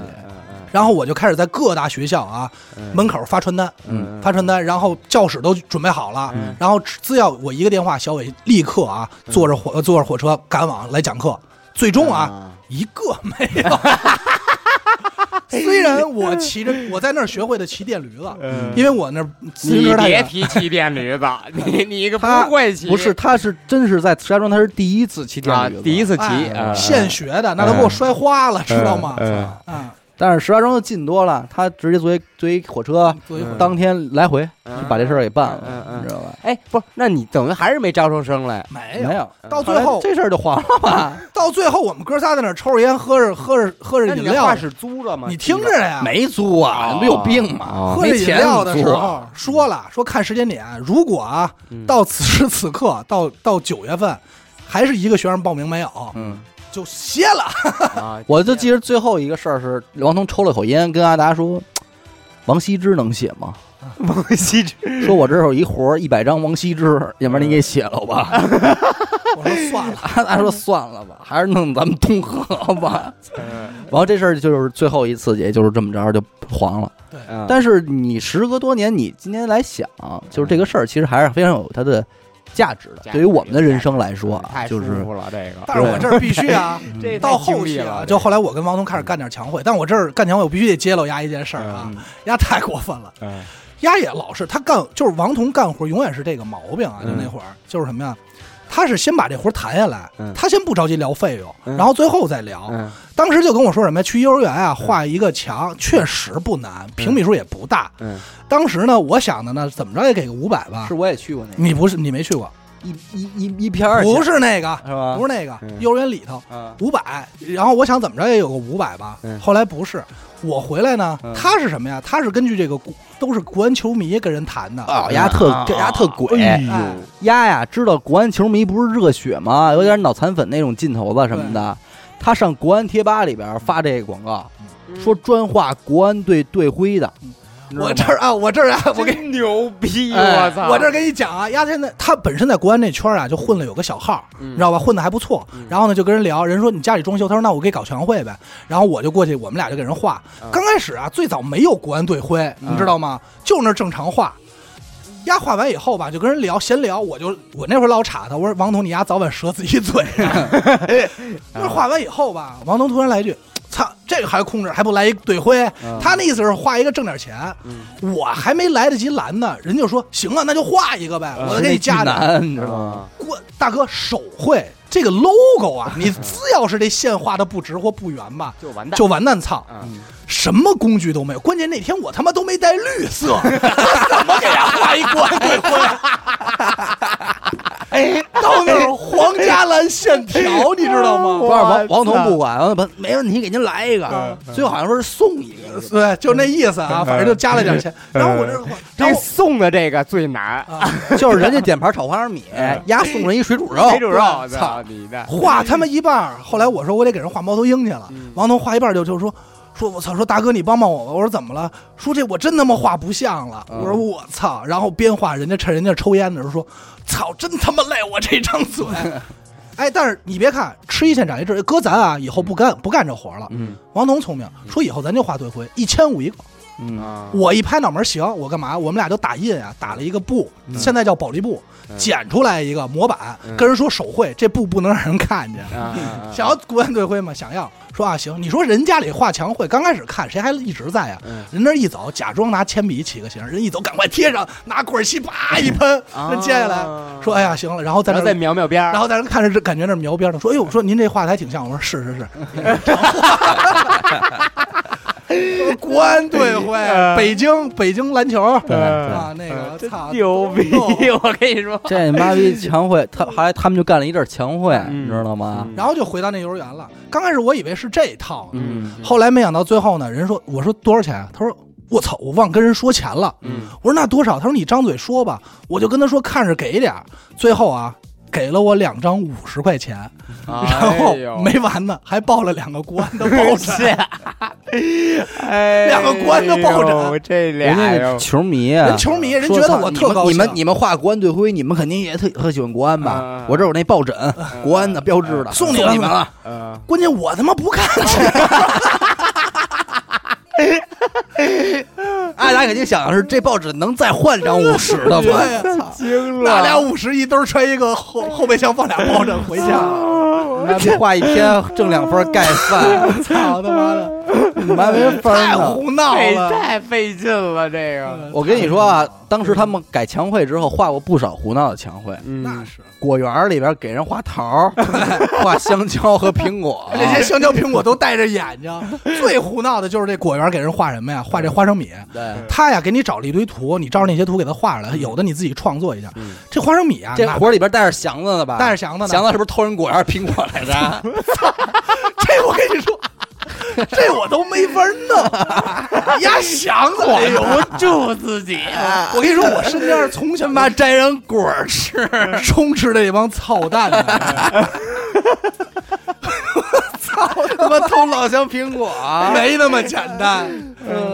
[SPEAKER 1] 然后我就开始在各大学校啊门口发传单，
[SPEAKER 6] 嗯
[SPEAKER 1] 发传单，然后教室都准备好了，然后只要我一个电话，小伟立刻啊
[SPEAKER 6] 嗯
[SPEAKER 1] 坐着火坐着火车赶往来讲课，最终啊 [LAUGHS] 一个没
[SPEAKER 6] [LAUGHS]
[SPEAKER 1] 有。虽然我骑着我在那儿学会的骑电驴了，因为我那儿自行
[SPEAKER 6] 嗯你
[SPEAKER 1] 车太
[SPEAKER 6] 别
[SPEAKER 1] 远，
[SPEAKER 6] 提 [LAUGHS] 骑电驴子，你你一个不
[SPEAKER 4] 他
[SPEAKER 6] 会骑，
[SPEAKER 4] 不是，他是真是在石家庄，他是第一次骑电
[SPEAKER 6] 啊
[SPEAKER 4] 驴子，，
[SPEAKER 6] 第一次骑
[SPEAKER 1] 哎，
[SPEAKER 6] 嗯
[SPEAKER 1] 现学的，那都给我摔花了，知道吗？
[SPEAKER 5] 嗯
[SPEAKER 1] 啊，
[SPEAKER 4] 但是石家庄就近多了，他直接坐一坐一火车，
[SPEAKER 1] 坐一会儿
[SPEAKER 4] 当天来回
[SPEAKER 6] 嗯
[SPEAKER 4] 就把这事儿给办
[SPEAKER 6] 嗯
[SPEAKER 4] 了，
[SPEAKER 6] 嗯
[SPEAKER 4] 你知道吧？
[SPEAKER 6] 哎，不是，那你等于还是没招出生来，
[SPEAKER 1] 没
[SPEAKER 4] 没
[SPEAKER 1] 有，
[SPEAKER 4] 有，
[SPEAKER 1] 到最后
[SPEAKER 4] 这事儿就黄了嘛。
[SPEAKER 6] 啊
[SPEAKER 1] 到最后，我们哥仨在那儿抽着烟，喝着喝着喝
[SPEAKER 6] 那
[SPEAKER 1] 着
[SPEAKER 6] 你
[SPEAKER 1] 饮
[SPEAKER 6] 的画
[SPEAKER 1] 料，
[SPEAKER 6] 室租了吗？
[SPEAKER 1] 你听着呀，
[SPEAKER 4] 没租啊，
[SPEAKER 6] 哦
[SPEAKER 4] 你不有病吗？
[SPEAKER 1] [LAUGHS] 喝着饮料的时
[SPEAKER 4] 没钱
[SPEAKER 1] 候说了，说看时间点，如果啊
[SPEAKER 6] 嗯
[SPEAKER 1] 到此时此刻到到九月份，还是一个学生报名没有，
[SPEAKER 4] 嗯，
[SPEAKER 1] 就歇了。
[SPEAKER 6] 啊，
[SPEAKER 4] 我就记得最后一个事儿是王彤抽了口烟，跟阿达说：“王羲之能写吗？”
[SPEAKER 6] 不吸纸，
[SPEAKER 4] 说我这儿有一活一百张王羲之，要不然你给写了吧？
[SPEAKER 1] 我说算了，
[SPEAKER 4] [LAUGHS] 阿达说算了吧，还是弄咱们东河吧。[LAUGHS]
[SPEAKER 3] 嗯
[SPEAKER 6] 嗯
[SPEAKER 4] 然后这事儿就是最后一次，也就是这么着就黄了。
[SPEAKER 6] 但
[SPEAKER 4] 但是你时隔多年，你今天来想，就是这个事儿其实还是非常有它的价值的。
[SPEAKER 6] 价值
[SPEAKER 4] 对于我们的人生来说啊，
[SPEAKER 6] 太
[SPEAKER 4] 就
[SPEAKER 6] 舒
[SPEAKER 4] 是
[SPEAKER 6] 服了，这个
[SPEAKER 1] 但是我这儿必须啊，
[SPEAKER 6] 这也太
[SPEAKER 1] 到
[SPEAKER 6] 经
[SPEAKER 1] 后
[SPEAKER 6] 历
[SPEAKER 1] 期
[SPEAKER 6] 了
[SPEAKER 1] 啊，
[SPEAKER 6] 这
[SPEAKER 1] 就后来我跟王东开始干点强会，但我这儿干强会，我必须得揭露丫一件事儿啊，丫太过分了，
[SPEAKER 6] 啊
[SPEAKER 5] 嗯
[SPEAKER 1] 丫也老是他干，就是王彤干活永远是这个毛病
[SPEAKER 6] 嗯
[SPEAKER 1] 啊，就那会儿就是什么呀，他是先把这活谈下来
[SPEAKER 6] 嗯，
[SPEAKER 1] 他先不着急聊费用，
[SPEAKER 6] 嗯
[SPEAKER 1] 然后最后再聊，
[SPEAKER 6] 嗯
[SPEAKER 1] 当时就跟我说什么呀？去幼儿园啊，画一个墙确实不难，平米数也不大。
[SPEAKER 6] 嗯，
[SPEAKER 1] 当时呢，我想的呢，怎么着也给个五百吧
[SPEAKER 4] 是。我也去过那个
[SPEAKER 1] 你不是你没去过，
[SPEAKER 4] 一一一一片儿
[SPEAKER 1] 不是那个，
[SPEAKER 4] 是吧
[SPEAKER 1] 不？是那个
[SPEAKER 6] 啊嗯
[SPEAKER 1] 幼儿园里头
[SPEAKER 6] 嗯
[SPEAKER 1] 五百。然后我想怎么着也有个五百吧
[SPEAKER 6] 嗯。
[SPEAKER 1] 后来不是，我回来呢，他是什么呀？他是根据这个国都是国安球迷跟人谈的。
[SPEAKER 4] 啊，丫特这丫特鬼，
[SPEAKER 1] 哎，
[SPEAKER 4] 丫呀，知道国安球迷不是热血吗？有点脑残粉那种劲头子什么的。他上国安贴吧里边发这个广告，说专化国安队队徽的。
[SPEAKER 1] 我这儿啊，我这儿啊，我给
[SPEAKER 6] 真牛逼！
[SPEAKER 4] 哎
[SPEAKER 6] 我操！
[SPEAKER 1] 我这儿跟你讲啊，丫现在他本身在国安那圈儿啊，就混了有个小号，你知道吧？混的还不错。然后呢，就跟人聊，人说你家里装修，他说那我给搞全会呗。然后我就过去，我们俩就给人画。刚开始啊，最早没有国安队徽，你知道吗？就那儿正常画。丫画完以后吧，就跟人聊闲聊，我就我那会儿老插他，我说王彤，你丫早晚折自己嘴。啊那画完以后吧，王彤突然来一句：“操，这个还控制，还不来一队徽？”他那意思是画一个挣点钱，我还没来得及拦呢，人就说：“行啊，那就画一个呗，我再给你加点。”
[SPEAKER 4] 难，你知道吗？
[SPEAKER 1] 过大哥手绘这个 logo 啊，你只要是这线画的不直或不圆吧，
[SPEAKER 6] 就完蛋，
[SPEAKER 1] 就完蛋操！
[SPEAKER 6] 嗯
[SPEAKER 1] 什么工具都没有，关键那天我他妈都没带绿色，
[SPEAKER 6] [LAUGHS]
[SPEAKER 1] 我怎么给人画一关对灰？
[SPEAKER 6] 哎
[SPEAKER 1] 到那儿皇家蓝线条，你知道
[SPEAKER 4] 不是
[SPEAKER 1] 吗？
[SPEAKER 4] 王王彤不管，王彤不没问题，给您来一个。最后好像说是送 [LAUGHS] 一个，
[SPEAKER 1] 对，哎就那意思啊，反正就加了点钱。
[SPEAKER 6] 哎
[SPEAKER 1] 然后我这，然
[SPEAKER 6] 这
[SPEAKER 1] 后
[SPEAKER 6] 送的这个最难，
[SPEAKER 4] 就是人家点盘炒花生米，丫送人一水煮肉，
[SPEAKER 6] 没准肉，
[SPEAKER 4] 操！
[SPEAKER 6] 哦操你的！啊
[SPEAKER 1] 画他妈一半儿，后来我说我得给人画猫头鹰去了。
[SPEAKER 6] 嗯
[SPEAKER 1] 王彤画一半儿就就说说我操，说大哥你帮帮我吧。我说怎么了？说这我真他妈画不像了。
[SPEAKER 6] 嗯
[SPEAKER 1] 我说我操，然后边画人家趁人家抽烟的时候说，操，真他妈赖我这张
[SPEAKER 6] [LAUGHS]
[SPEAKER 1] 嘴。哎，但是你别看吃一堑长一智，哥咱啊以后不干不干这活了。
[SPEAKER 6] 嗯
[SPEAKER 1] 王彤聪明，说以后咱就画对回，一千五一个。
[SPEAKER 6] 啊，
[SPEAKER 1] 我一拍脑门儿行，我干嘛？我们俩就打印啊，打了一个布，
[SPEAKER 6] 嗯
[SPEAKER 1] 现在叫保利布，剪出来一个模板，跟人说手绘，这布不能让人看见。
[SPEAKER 6] [LAUGHS] 啊
[SPEAKER 1] 想要国安队徽吗？想要。说啊，行，你说人家里画墙绘，刚开始看谁还一直在啊？
[SPEAKER 6] 嗯
[SPEAKER 1] 人那儿一走，假装拿铅笔起个形，人一走赶快贴上，拿滚漆叭一喷，人接下来说，哎呀，行了，然后在
[SPEAKER 6] 啊然
[SPEAKER 1] 那儿
[SPEAKER 6] 后再瞄瞄边儿，
[SPEAKER 1] 然后在那看着这感觉那描边呢，说：“哎呦，我说您这画的还挺像。”我说：“是是
[SPEAKER 6] [LAUGHS]
[SPEAKER 1] 是。”国安队徽，
[SPEAKER 6] 嗯
[SPEAKER 1] 北京北京篮球
[SPEAKER 2] 对
[SPEAKER 1] 啊，那个
[SPEAKER 6] 真
[SPEAKER 1] 操，
[SPEAKER 6] 牛 [LAUGHS] 逼！哦我跟 [LAUGHS] 你说，
[SPEAKER 4] 这妈逼强会，他后来他们就干了一阵强会，
[SPEAKER 6] 嗯
[SPEAKER 4] 你知道吗？
[SPEAKER 1] 然后就回到那幼儿园了。刚开始我以为是这套呢，
[SPEAKER 6] 嗯
[SPEAKER 1] 后来没想到最后呢，人说：“我说多少钱啊？”他说。我操！我忘跟人说钱了。
[SPEAKER 6] 嗯
[SPEAKER 1] 我说那多少？他说你张嘴说吧。我就跟他说看着给点儿。最后啊，给了我两张五十块钱，
[SPEAKER 4] 哎
[SPEAKER 1] 然
[SPEAKER 6] 哎
[SPEAKER 1] 后没完呢，还报了两个国安的报
[SPEAKER 4] [LAUGHS]
[SPEAKER 1] 纸。
[SPEAKER 6] 哎呦，
[SPEAKER 1] 两个关都抱着
[SPEAKER 6] 这
[SPEAKER 4] 人
[SPEAKER 6] 俩
[SPEAKER 3] 哎
[SPEAKER 4] 家
[SPEAKER 6] 哟
[SPEAKER 4] 那球迷啊，
[SPEAKER 1] 人球迷人
[SPEAKER 4] 说
[SPEAKER 1] 觉得
[SPEAKER 4] 操
[SPEAKER 1] 我
[SPEAKER 4] 你
[SPEAKER 1] 特
[SPEAKER 4] 们
[SPEAKER 1] 高
[SPEAKER 4] 你
[SPEAKER 1] 兴
[SPEAKER 4] 们
[SPEAKER 1] 啊嗯
[SPEAKER 4] 你们画国安队徽，你们肯定也特特喜欢国安吧
[SPEAKER 6] 啊？
[SPEAKER 4] 我这有那抱枕，国安的标志的，
[SPEAKER 1] 送
[SPEAKER 4] 你
[SPEAKER 1] 你了
[SPEAKER 4] 们
[SPEAKER 1] [LAUGHS]
[SPEAKER 4] 了。
[SPEAKER 6] 嗯
[SPEAKER 1] 关键我他妈不看，
[SPEAKER 4] [LAUGHS] 艾哎达肯定想的是，这报纸能再换张五十
[SPEAKER 1] [LAUGHS]
[SPEAKER 4] 的吗？
[SPEAKER 6] 惊
[SPEAKER 1] 那俩五十一兜儿揣一个后后备箱放俩抱枕回
[SPEAKER 4] [LAUGHS]
[SPEAKER 1] 家，
[SPEAKER 4] 啊妈逼画一天挣两分盖
[SPEAKER 1] [LAUGHS]
[SPEAKER 4] 饭，
[SPEAKER 1] 操他妈的
[SPEAKER 4] 妈没法
[SPEAKER 1] 太
[SPEAKER 4] 呢。
[SPEAKER 1] 胡闹
[SPEAKER 6] 费
[SPEAKER 1] 了！
[SPEAKER 6] 太费劲了，这个。
[SPEAKER 4] 哎我跟你说啊，当时他们改墙绘之后，画过不少胡闹的墙绘。
[SPEAKER 1] 那是
[SPEAKER 4] 果园里边给人画桃
[SPEAKER 1] [LAUGHS]
[SPEAKER 4] 儿，画香蕉和苹果，
[SPEAKER 1] 啊这些香蕉苹果都戴着眼睛，最胡闹的就是这果园给人画什么呀？画这花生米。
[SPEAKER 4] 对，
[SPEAKER 1] 他呀给你找了一堆图，你照着那些图给他画出来，有的你自己创作一下。这花生米啊，
[SPEAKER 4] 这
[SPEAKER 1] 哪
[SPEAKER 4] 活儿里边带着祥子的
[SPEAKER 6] [LAUGHS]
[SPEAKER 4] 吧？
[SPEAKER 1] 带着祥子呢
[SPEAKER 4] 祥子是不是偷人果园苹果来着？
[SPEAKER 1] [LAUGHS] 这我跟你说，这我都没法 [LAUGHS] 弄，呀想管不住自己。哎我跟你说，我身边从小妈摘人果儿吃， [LAUGHS] 充斥着一帮操蛋的。操他妈偷老乡苹果、 [LAUGHS] 没那么简单。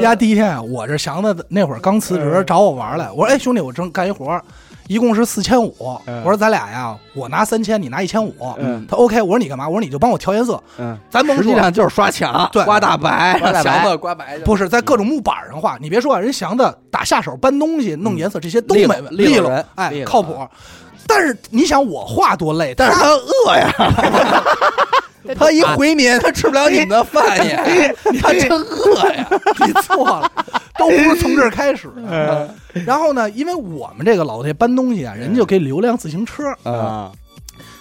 [SPEAKER 1] 呀，第一天啊我这祥子那会儿刚辞
[SPEAKER 4] 嗯
[SPEAKER 1] 职，找我玩来。我说：“哎，兄弟，我正干一活儿，一共是四千五。”
[SPEAKER 4] 嗯
[SPEAKER 1] 我说：“咱俩呀，我拿三千，你拿一千五。”他 OK，我说你干嘛？我说你就帮我调颜色。
[SPEAKER 6] 嗯，
[SPEAKER 1] 咱甭
[SPEAKER 4] 实际
[SPEAKER 1] 说
[SPEAKER 4] 上就是刷墙，
[SPEAKER 1] 对
[SPEAKER 4] 刮大白，
[SPEAKER 6] 刮大白
[SPEAKER 4] 祥子刮白就
[SPEAKER 1] 不是在各种木板上画，你别说啊，人祥子打下手搬东西、弄颜色，这些都没问
[SPEAKER 4] 嗯利落利
[SPEAKER 1] 利
[SPEAKER 4] 落
[SPEAKER 1] 落
[SPEAKER 4] 人，利
[SPEAKER 1] 哎，
[SPEAKER 4] 落啊
[SPEAKER 1] 靠谱。但是你想我画多累，但是
[SPEAKER 4] 他饿呀，他一回民，他吃不了你们的饭
[SPEAKER 1] [LAUGHS]
[SPEAKER 4] 呀，他真饿呀。
[SPEAKER 1] 你错
[SPEAKER 4] [LAUGHS]
[SPEAKER 1] 了，都不是从这儿开始
[SPEAKER 6] 嗯
[SPEAKER 1] 的。然后呢，因为我们这个老爹搬东西啊，人家就给留辆自行车，
[SPEAKER 4] 啊，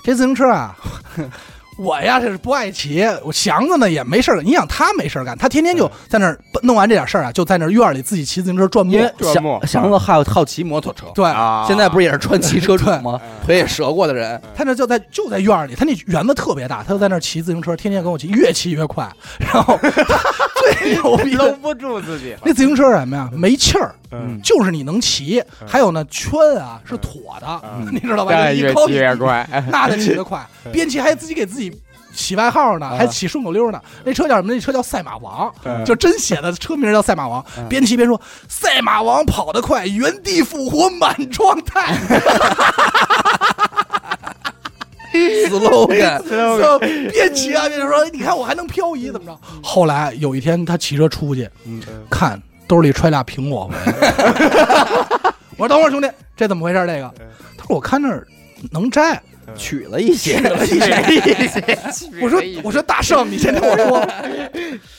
[SPEAKER 1] 这自行车啊。 [LAUGHS] 我呀，这是不爱骑。我祥子呢也没事儿干，你想他没事儿干，他天天就在那儿弄完这点事儿啊，就在那儿院里自己骑自行车转
[SPEAKER 4] 因
[SPEAKER 1] 磨。
[SPEAKER 4] 为
[SPEAKER 6] 这幕
[SPEAKER 4] 祥祥子好好骑摩托车，
[SPEAKER 1] 对，
[SPEAKER 6] 啊
[SPEAKER 4] 现在不是也是穿骑车主吗？
[SPEAKER 6] 嗯
[SPEAKER 4] 腿也折过的人，
[SPEAKER 1] 他那就在就在院儿里，他那园子特别大，他就在那儿骑自行车，天天跟我骑，越骑越快。然
[SPEAKER 6] [LAUGHS]
[SPEAKER 1] 后最牛逼
[SPEAKER 6] 搂 [LAUGHS]
[SPEAKER 1] 的
[SPEAKER 6] 不住自己了。
[SPEAKER 1] [LAUGHS] 那自行车是什么呀？没气儿，
[SPEAKER 6] 嗯
[SPEAKER 1] 就是你能骑。还有呢，圈啊是妥的，
[SPEAKER 6] 嗯
[SPEAKER 1] 你知道吧？
[SPEAKER 6] 但
[SPEAKER 1] 就
[SPEAKER 6] 越
[SPEAKER 1] 一抠
[SPEAKER 6] 骑越快，
[SPEAKER 1] 那得骑得快，边骑还自己给自己起外号呢，
[SPEAKER 6] 啊
[SPEAKER 1] 还起顺口溜呢。那车叫什么？那车叫赛马王，
[SPEAKER 6] 嗯
[SPEAKER 1] 就真写的车名叫赛马王。边骑边说：“赛马王跑得快，原地复活满状态。
[SPEAKER 4] [LAUGHS] slogan，
[SPEAKER 1] 就边骑啊边说：“你看我还能漂移，怎么着？”后来有一天他骑车出去，看兜里揣俩苹果回来。我说：“等会儿兄弟，这怎么回事儿？这个？”他说：“我看那儿能摘。”
[SPEAKER 4] 取了一
[SPEAKER 1] [LAUGHS]
[SPEAKER 4] [LAUGHS] 些，
[SPEAKER 1] 我说我说大圣，你先听我说，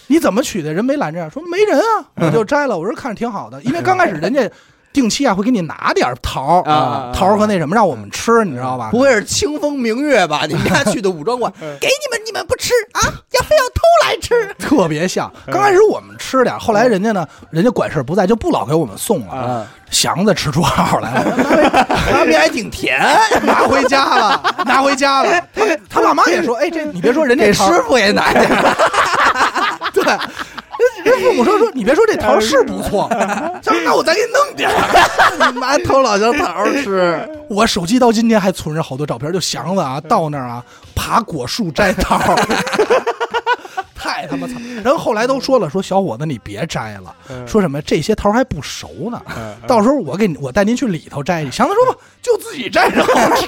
[SPEAKER 1] 你怎么取的？人没拦着，说没人啊，我就摘了。我说看着挺好的，因为刚开始人家定期啊会给你拿点儿桃儿
[SPEAKER 6] 啊
[SPEAKER 1] 桃儿和那什么让我们吃，你知道吧？
[SPEAKER 4] 不会是清风明月
[SPEAKER 6] [LAUGHS]
[SPEAKER 4] 吧？你们家去的武装馆，
[SPEAKER 1] 嗯
[SPEAKER 4] 给你们，你们不吃
[SPEAKER 1] [LAUGHS]
[SPEAKER 4] 啊？要非要偷来吃？嗯
[SPEAKER 1] 特别像。刚开始我们吃点儿，后来人家呢，人家管事儿不在，就不老给我们送
[SPEAKER 4] 嗯
[SPEAKER 1] 了。祥子吃出号来
[SPEAKER 4] [LAUGHS]
[SPEAKER 1] 了，
[SPEAKER 4] 拉面还挺甜，
[SPEAKER 1] [LAUGHS] 拿回家了，拿回家了。他他爸妈也说，哎，这你别说人家
[SPEAKER 4] 嗯给师
[SPEAKER 1] 桃儿
[SPEAKER 4] 傅也拿去。
[SPEAKER 1] [LAUGHS] 对，人人父母说说，你别说这桃儿是不
[SPEAKER 4] [LAUGHS]
[SPEAKER 1] 错，他说那我再给你弄点儿。你妈偷老乡桃吃，
[SPEAKER 6] [LAUGHS]
[SPEAKER 1] 我手机到今天还存着好多照片，就祥子啊，到那儿啊，爬果树摘桃儿。 [LAUGHS] 太他妈惨！然后后来都说了，说小伙子你别摘了，说什么这些桃儿还不熟呢，到时候我给你，我带您去里头摘去。祥子说不，就自己摘着好吃，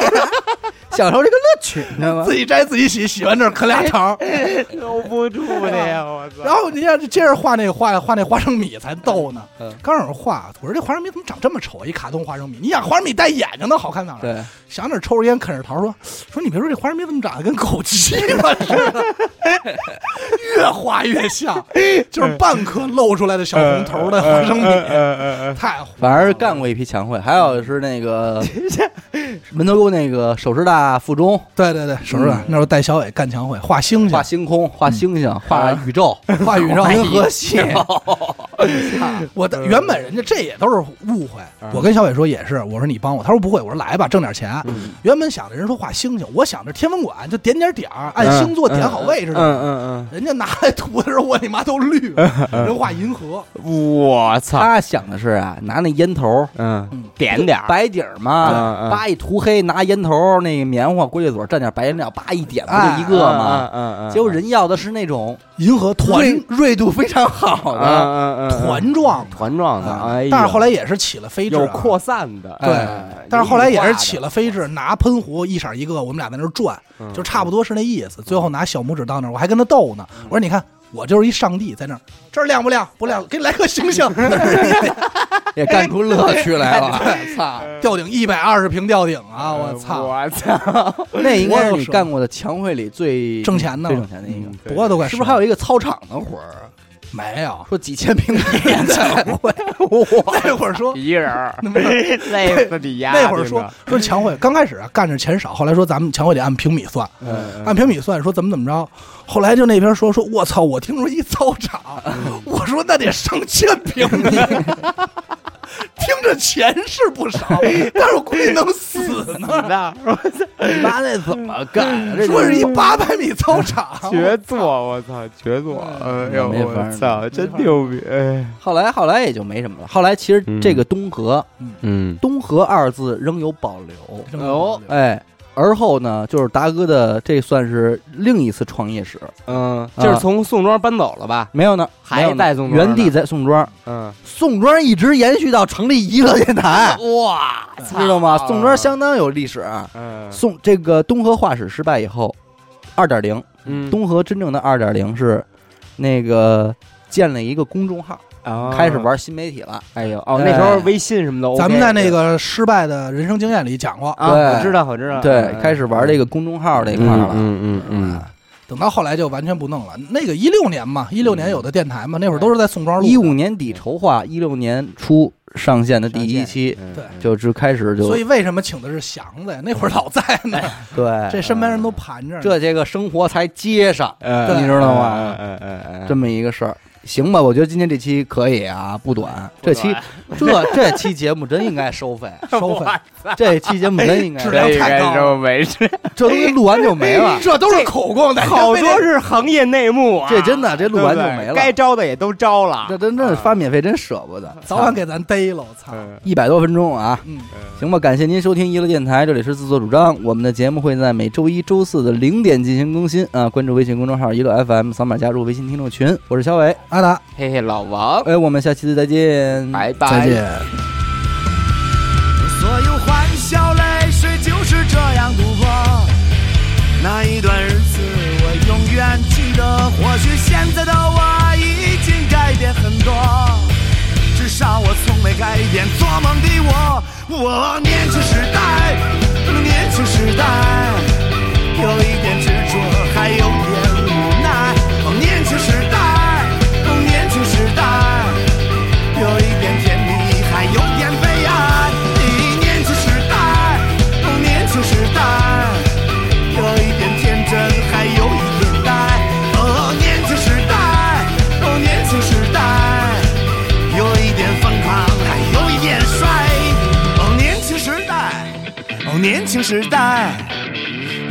[SPEAKER 1] [LAUGHS]
[SPEAKER 4] 享受这个乐趣，你知道吗？
[SPEAKER 1] 自己摘自己洗，洗完这儿啃俩桃儿。
[SPEAKER 6] 搂不住的哎呀，我操！
[SPEAKER 1] 然后你看，接着画那个画画那花生米才逗呢。刚开始画，我说这花生米怎么长这么丑？一卡通花生米，你想花生米戴眼睛能好看哪儿？
[SPEAKER 4] 对，
[SPEAKER 1] 想着抽着烟啃着桃，说说你别说这花生米怎么长得跟狗鸡巴似的，越画越像，就是半颗露出来的小红头的花生
[SPEAKER 6] 嗯
[SPEAKER 1] 米，太火了
[SPEAKER 4] 反正干过一批强会，还有是那个门头沟那个首师大附中
[SPEAKER 1] 对对对，是不是？那时候带小伟干墙会画星星
[SPEAKER 4] 画，星空、画星星、画宇宙、
[SPEAKER 1] 画宇宙
[SPEAKER 4] 银河
[SPEAKER 6] [LAUGHS]
[SPEAKER 4] 系，
[SPEAKER 1] 我
[SPEAKER 6] 嗯
[SPEAKER 1] 的原本人家这也都是误会，我跟小伟说也是，我说你帮我，他说不会，我说来吧，挣点钱。
[SPEAKER 6] 嗯
[SPEAKER 1] 原本想着人说画星星，我想着天文馆就点点点儿，按星座点好位置的。
[SPEAKER 6] 嗯嗯
[SPEAKER 1] 人家拿来图的时候，我你妈都绿了，人画银河，
[SPEAKER 6] 嗯，我操！
[SPEAKER 4] [LAUGHS] 他想的是啊，拿那烟头。
[SPEAKER 6] 嗯，点点儿，
[SPEAKER 4] 白底儿嘛，
[SPEAKER 6] 嗯嗯
[SPEAKER 4] 叭一涂黑，拿烟头那个棉花过去嘴蘸点白颜料，叭一点不就一个
[SPEAKER 6] 嗯
[SPEAKER 4] 吗？
[SPEAKER 6] 嗯嗯，
[SPEAKER 4] 结果人要的是那种啊
[SPEAKER 1] 银河团
[SPEAKER 4] 锐锐度非常好
[SPEAKER 6] 嗯
[SPEAKER 4] 的，
[SPEAKER 6] 嗯嗯嗯
[SPEAKER 1] 团状的。
[SPEAKER 6] 团状的，
[SPEAKER 1] 啊
[SPEAKER 6] 哎呦，
[SPEAKER 1] 但是后来也是起了飞智
[SPEAKER 6] 有
[SPEAKER 1] 啊，
[SPEAKER 6] 扩散的，
[SPEAKER 1] 对
[SPEAKER 6] 哎
[SPEAKER 1] 但是后来也是起了飞智，拿喷壶一色一个，我们俩在那儿转，
[SPEAKER 4] 嗯
[SPEAKER 6] 嗯
[SPEAKER 1] 就差不多是那意思。最后拿小拇指到那儿，我还跟他逗呢，
[SPEAKER 4] 嗯
[SPEAKER 1] 我说你看。我就是一上帝，在那儿，这儿亮不亮？不亮，
[SPEAKER 4] 哎
[SPEAKER 1] 给你来颗星
[SPEAKER 4] [LAUGHS]
[SPEAKER 1] 星。
[SPEAKER 4] 也干出乐趣来了。操，
[SPEAKER 1] 吊顶一百二十平吊顶啊！
[SPEAKER 6] 呃
[SPEAKER 1] 我
[SPEAKER 4] 哎
[SPEAKER 1] 操，
[SPEAKER 6] 我操！
[SPEAKER 4] 那应该是你干过的强会里最
[SPEAKER 1] 挣钱的
[SPEAKER 4] 最挣钱的一个。
[SPEAKER 1] 脖子都快
[SPEAKER 4] 是不是还有一个操场的活儿？啊
[SPEAKER 1] 没有？
[SPEAKER 4] 说几千平米的 [LAUGHS] 会，
[SPEAKER 1] [LAUGHS] 那会儿说，
[SPEAKER 6] 一个人儿
[SPEAKER 4] 哎
[SPEAKER 6] 累死你呀！
[SPEAKER 1] 那会儿说说强会，刚开始啊干着钱少，后来说咱们强会得按平米算，
[SPEAKER 6] 真的，
[SPEAKER 1] 按平米算，说怎么怎么着。后来就那边说说，我操，我听说一操场，
[SPEAKER 4] 嗯
[SPEAKER 1] 我说那得上千平米。 [LAUGHS] 听着钱是不
[SPEAKER 4] [LAUGHS]
[SPEAKER 1] 少，
[SPEAKER 4] 哎
[SPEAKER 1] 但是我估计能死呢。
[SPEAKER 6] 那
[SPEAKER 4] 你妈那怎么干啊？这
[SPEAKER 1] 说是一八百米操场，
[SPEAKER 4] [LAUGHS]
[SPEAKER 6] 绝作，我操，绝作！哎呦，
[SPEAKER 4] 嗯没法
[SPEAKER 6] 我
[SPEAKER 4] 儿
[SPEAKER 6] 操，真牛逼！哎，
[SPEAKER 4] 后来后来也就没什么了。后来其实这个东河，
[SPEAKER 3] 嗯，
[SPEAKER 4] 东河二字仍有保留。
[SPEAKER 1] 哦，
[SPEAKER 4] 哎，而后呢，就是达哥的这算是另一次创业史，
[SPEAKER 6] 嗯，就是从宋庄搬走了吧？
[SPEAKER 4] 没有呢，
[SPEAKER 6] 还
[SPEAKER 4] 没有呢
[SPEAKER 6] 在宋庄呢
[SPEAKER 4] 原地在宋庄，
[SPEAKER 6] 嗯，
[SPEAKER 4] 宋庄一直延续到成立娱乐电台，
[SPEAKER 6] 啊哇，
[SPEAKER 4] 知道吗？宋庄相当有历史。啊
[SPEAKER 6] 嗯
[SPEAKER 4] 宋这个东河画室失败以后，二点零，
[SPEAKER 6] 嗯
[SPEAKER 4] 东河真正的二点零是那个建了一个公众号，
[SPEAKER 6] 啊
[SPEAKER 4] 开始。玩新媒体了。
[SPEAKER 6] 哎呦，哦，那时候微信什么的 OK，
[SPEAKER 1] 咱们在那个失败的人生经验里讲过，
[SPEAKER 6] 啊，
[SPEAKER 4] 对
[SPEAKER 6] 我知道，我知道，
[SPEAKER 4] 对，
[SPEAKER 6] 嗯
[SPEAKER 4] 开始玩这个公众号这一块儿了。
[SPEAKER 3] 嗯嗯
[SPEAKER 1] 等到后来就完全不弄了。那个一六年嘛，一六年有的电台嘛，那会儿都是在宋庄录。
[SPEAKER 4] 嗯哎一五年底筹划，一六年初上线的第一期，
[SPEAKER 6] 嗯
[SPEAKER 1] 对
[SPEAKER 4] 就只开始就哎
[SPEAKER 1] 所以为什么请的是祥子呀？那会儿老在呢，
[SPEAKER 4] 对
[SPEAKER 1] 这身边人都盘着呢。
[SPEAKER 4] 这些个生活才接上，
[SPEAKER 6] 嗯
[SPEAKER 4] 呃你知道吗
[SPEAKER 6] 嗯嗯嗯嗯，
[SPEAKER 4] 这么一个事儿。行吧，我觉得今天这期可以啊，不短。这期这这期节目真应该收费，
[SPEAKER 1] 收费，
[SPEAKER 4] 这期节目真应该收
[SPEAKER 1] 质
[SPEAKER 4] 费，
[SPEAKER 1] 量太高了，
[SPEAKER 6] 就没事，
[SPEAKER 4] 这东西录完就没了。
[SPEAKER 5] 这都是口供的，
[SPEAKER 6] [LAUGHS] 好多是行业内幕啊，
[SPEAKER 4] 这真的，这录完就没了。
[SPEAKER 6] 该啊招的也都招了
[SPEAKER 4] 这。真的发免费真舍不得，
[SPEAKER 1] 早晚给咱逮了，我操！
[SPEAKER 6] 嗯
[SPEAKER 4] 一百多分钟啊，
[SPEAKER 1] 嗯，
[SPEAKER 4] 行吧，感谢您收听娱乐电台，这里是自作主张，我们的节目会在每周一周四的零点进行更新啊，关注微信公众号娱乐 FM，扫码加入微信听众群，我是小伟，
[SPEAKER 1] 阿达，
[SPEAKER 6] 嘿嘿，老王，
[SPEAKER 4] 哎，我们下期再见，
[SPEAKER 6] 拜拜，
[SPEAKER 1] 再见。
[SPEAKER 8] 所有欢笑泪水就是这样度过。那一段日子我永远记得，或许现在的我已经改变很多，至少我从没改变做梦的我。我年轻时代，年轻时代，有一点执着，还有点无奈。哦，年轻时代，哦，年轻时代。有一点甜蜜，还有点悲哀。你年轻时代，哦，年轻时代，有一点天真，还有一点呆。哦，年轻时代，哦，年轻时代，有一点疯狂，还有一点帅。哦，年轻时代，哦，年轻时代，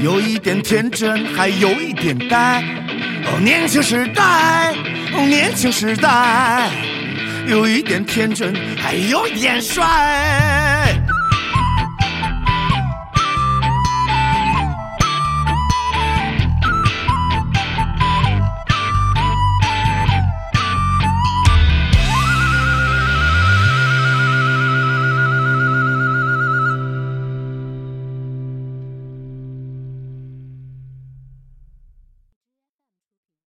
[SPEAKER 8] 有一点天真，还有一点呆。哦，年轻时代，哦，年轻时代。有一点天真，还有一点帅。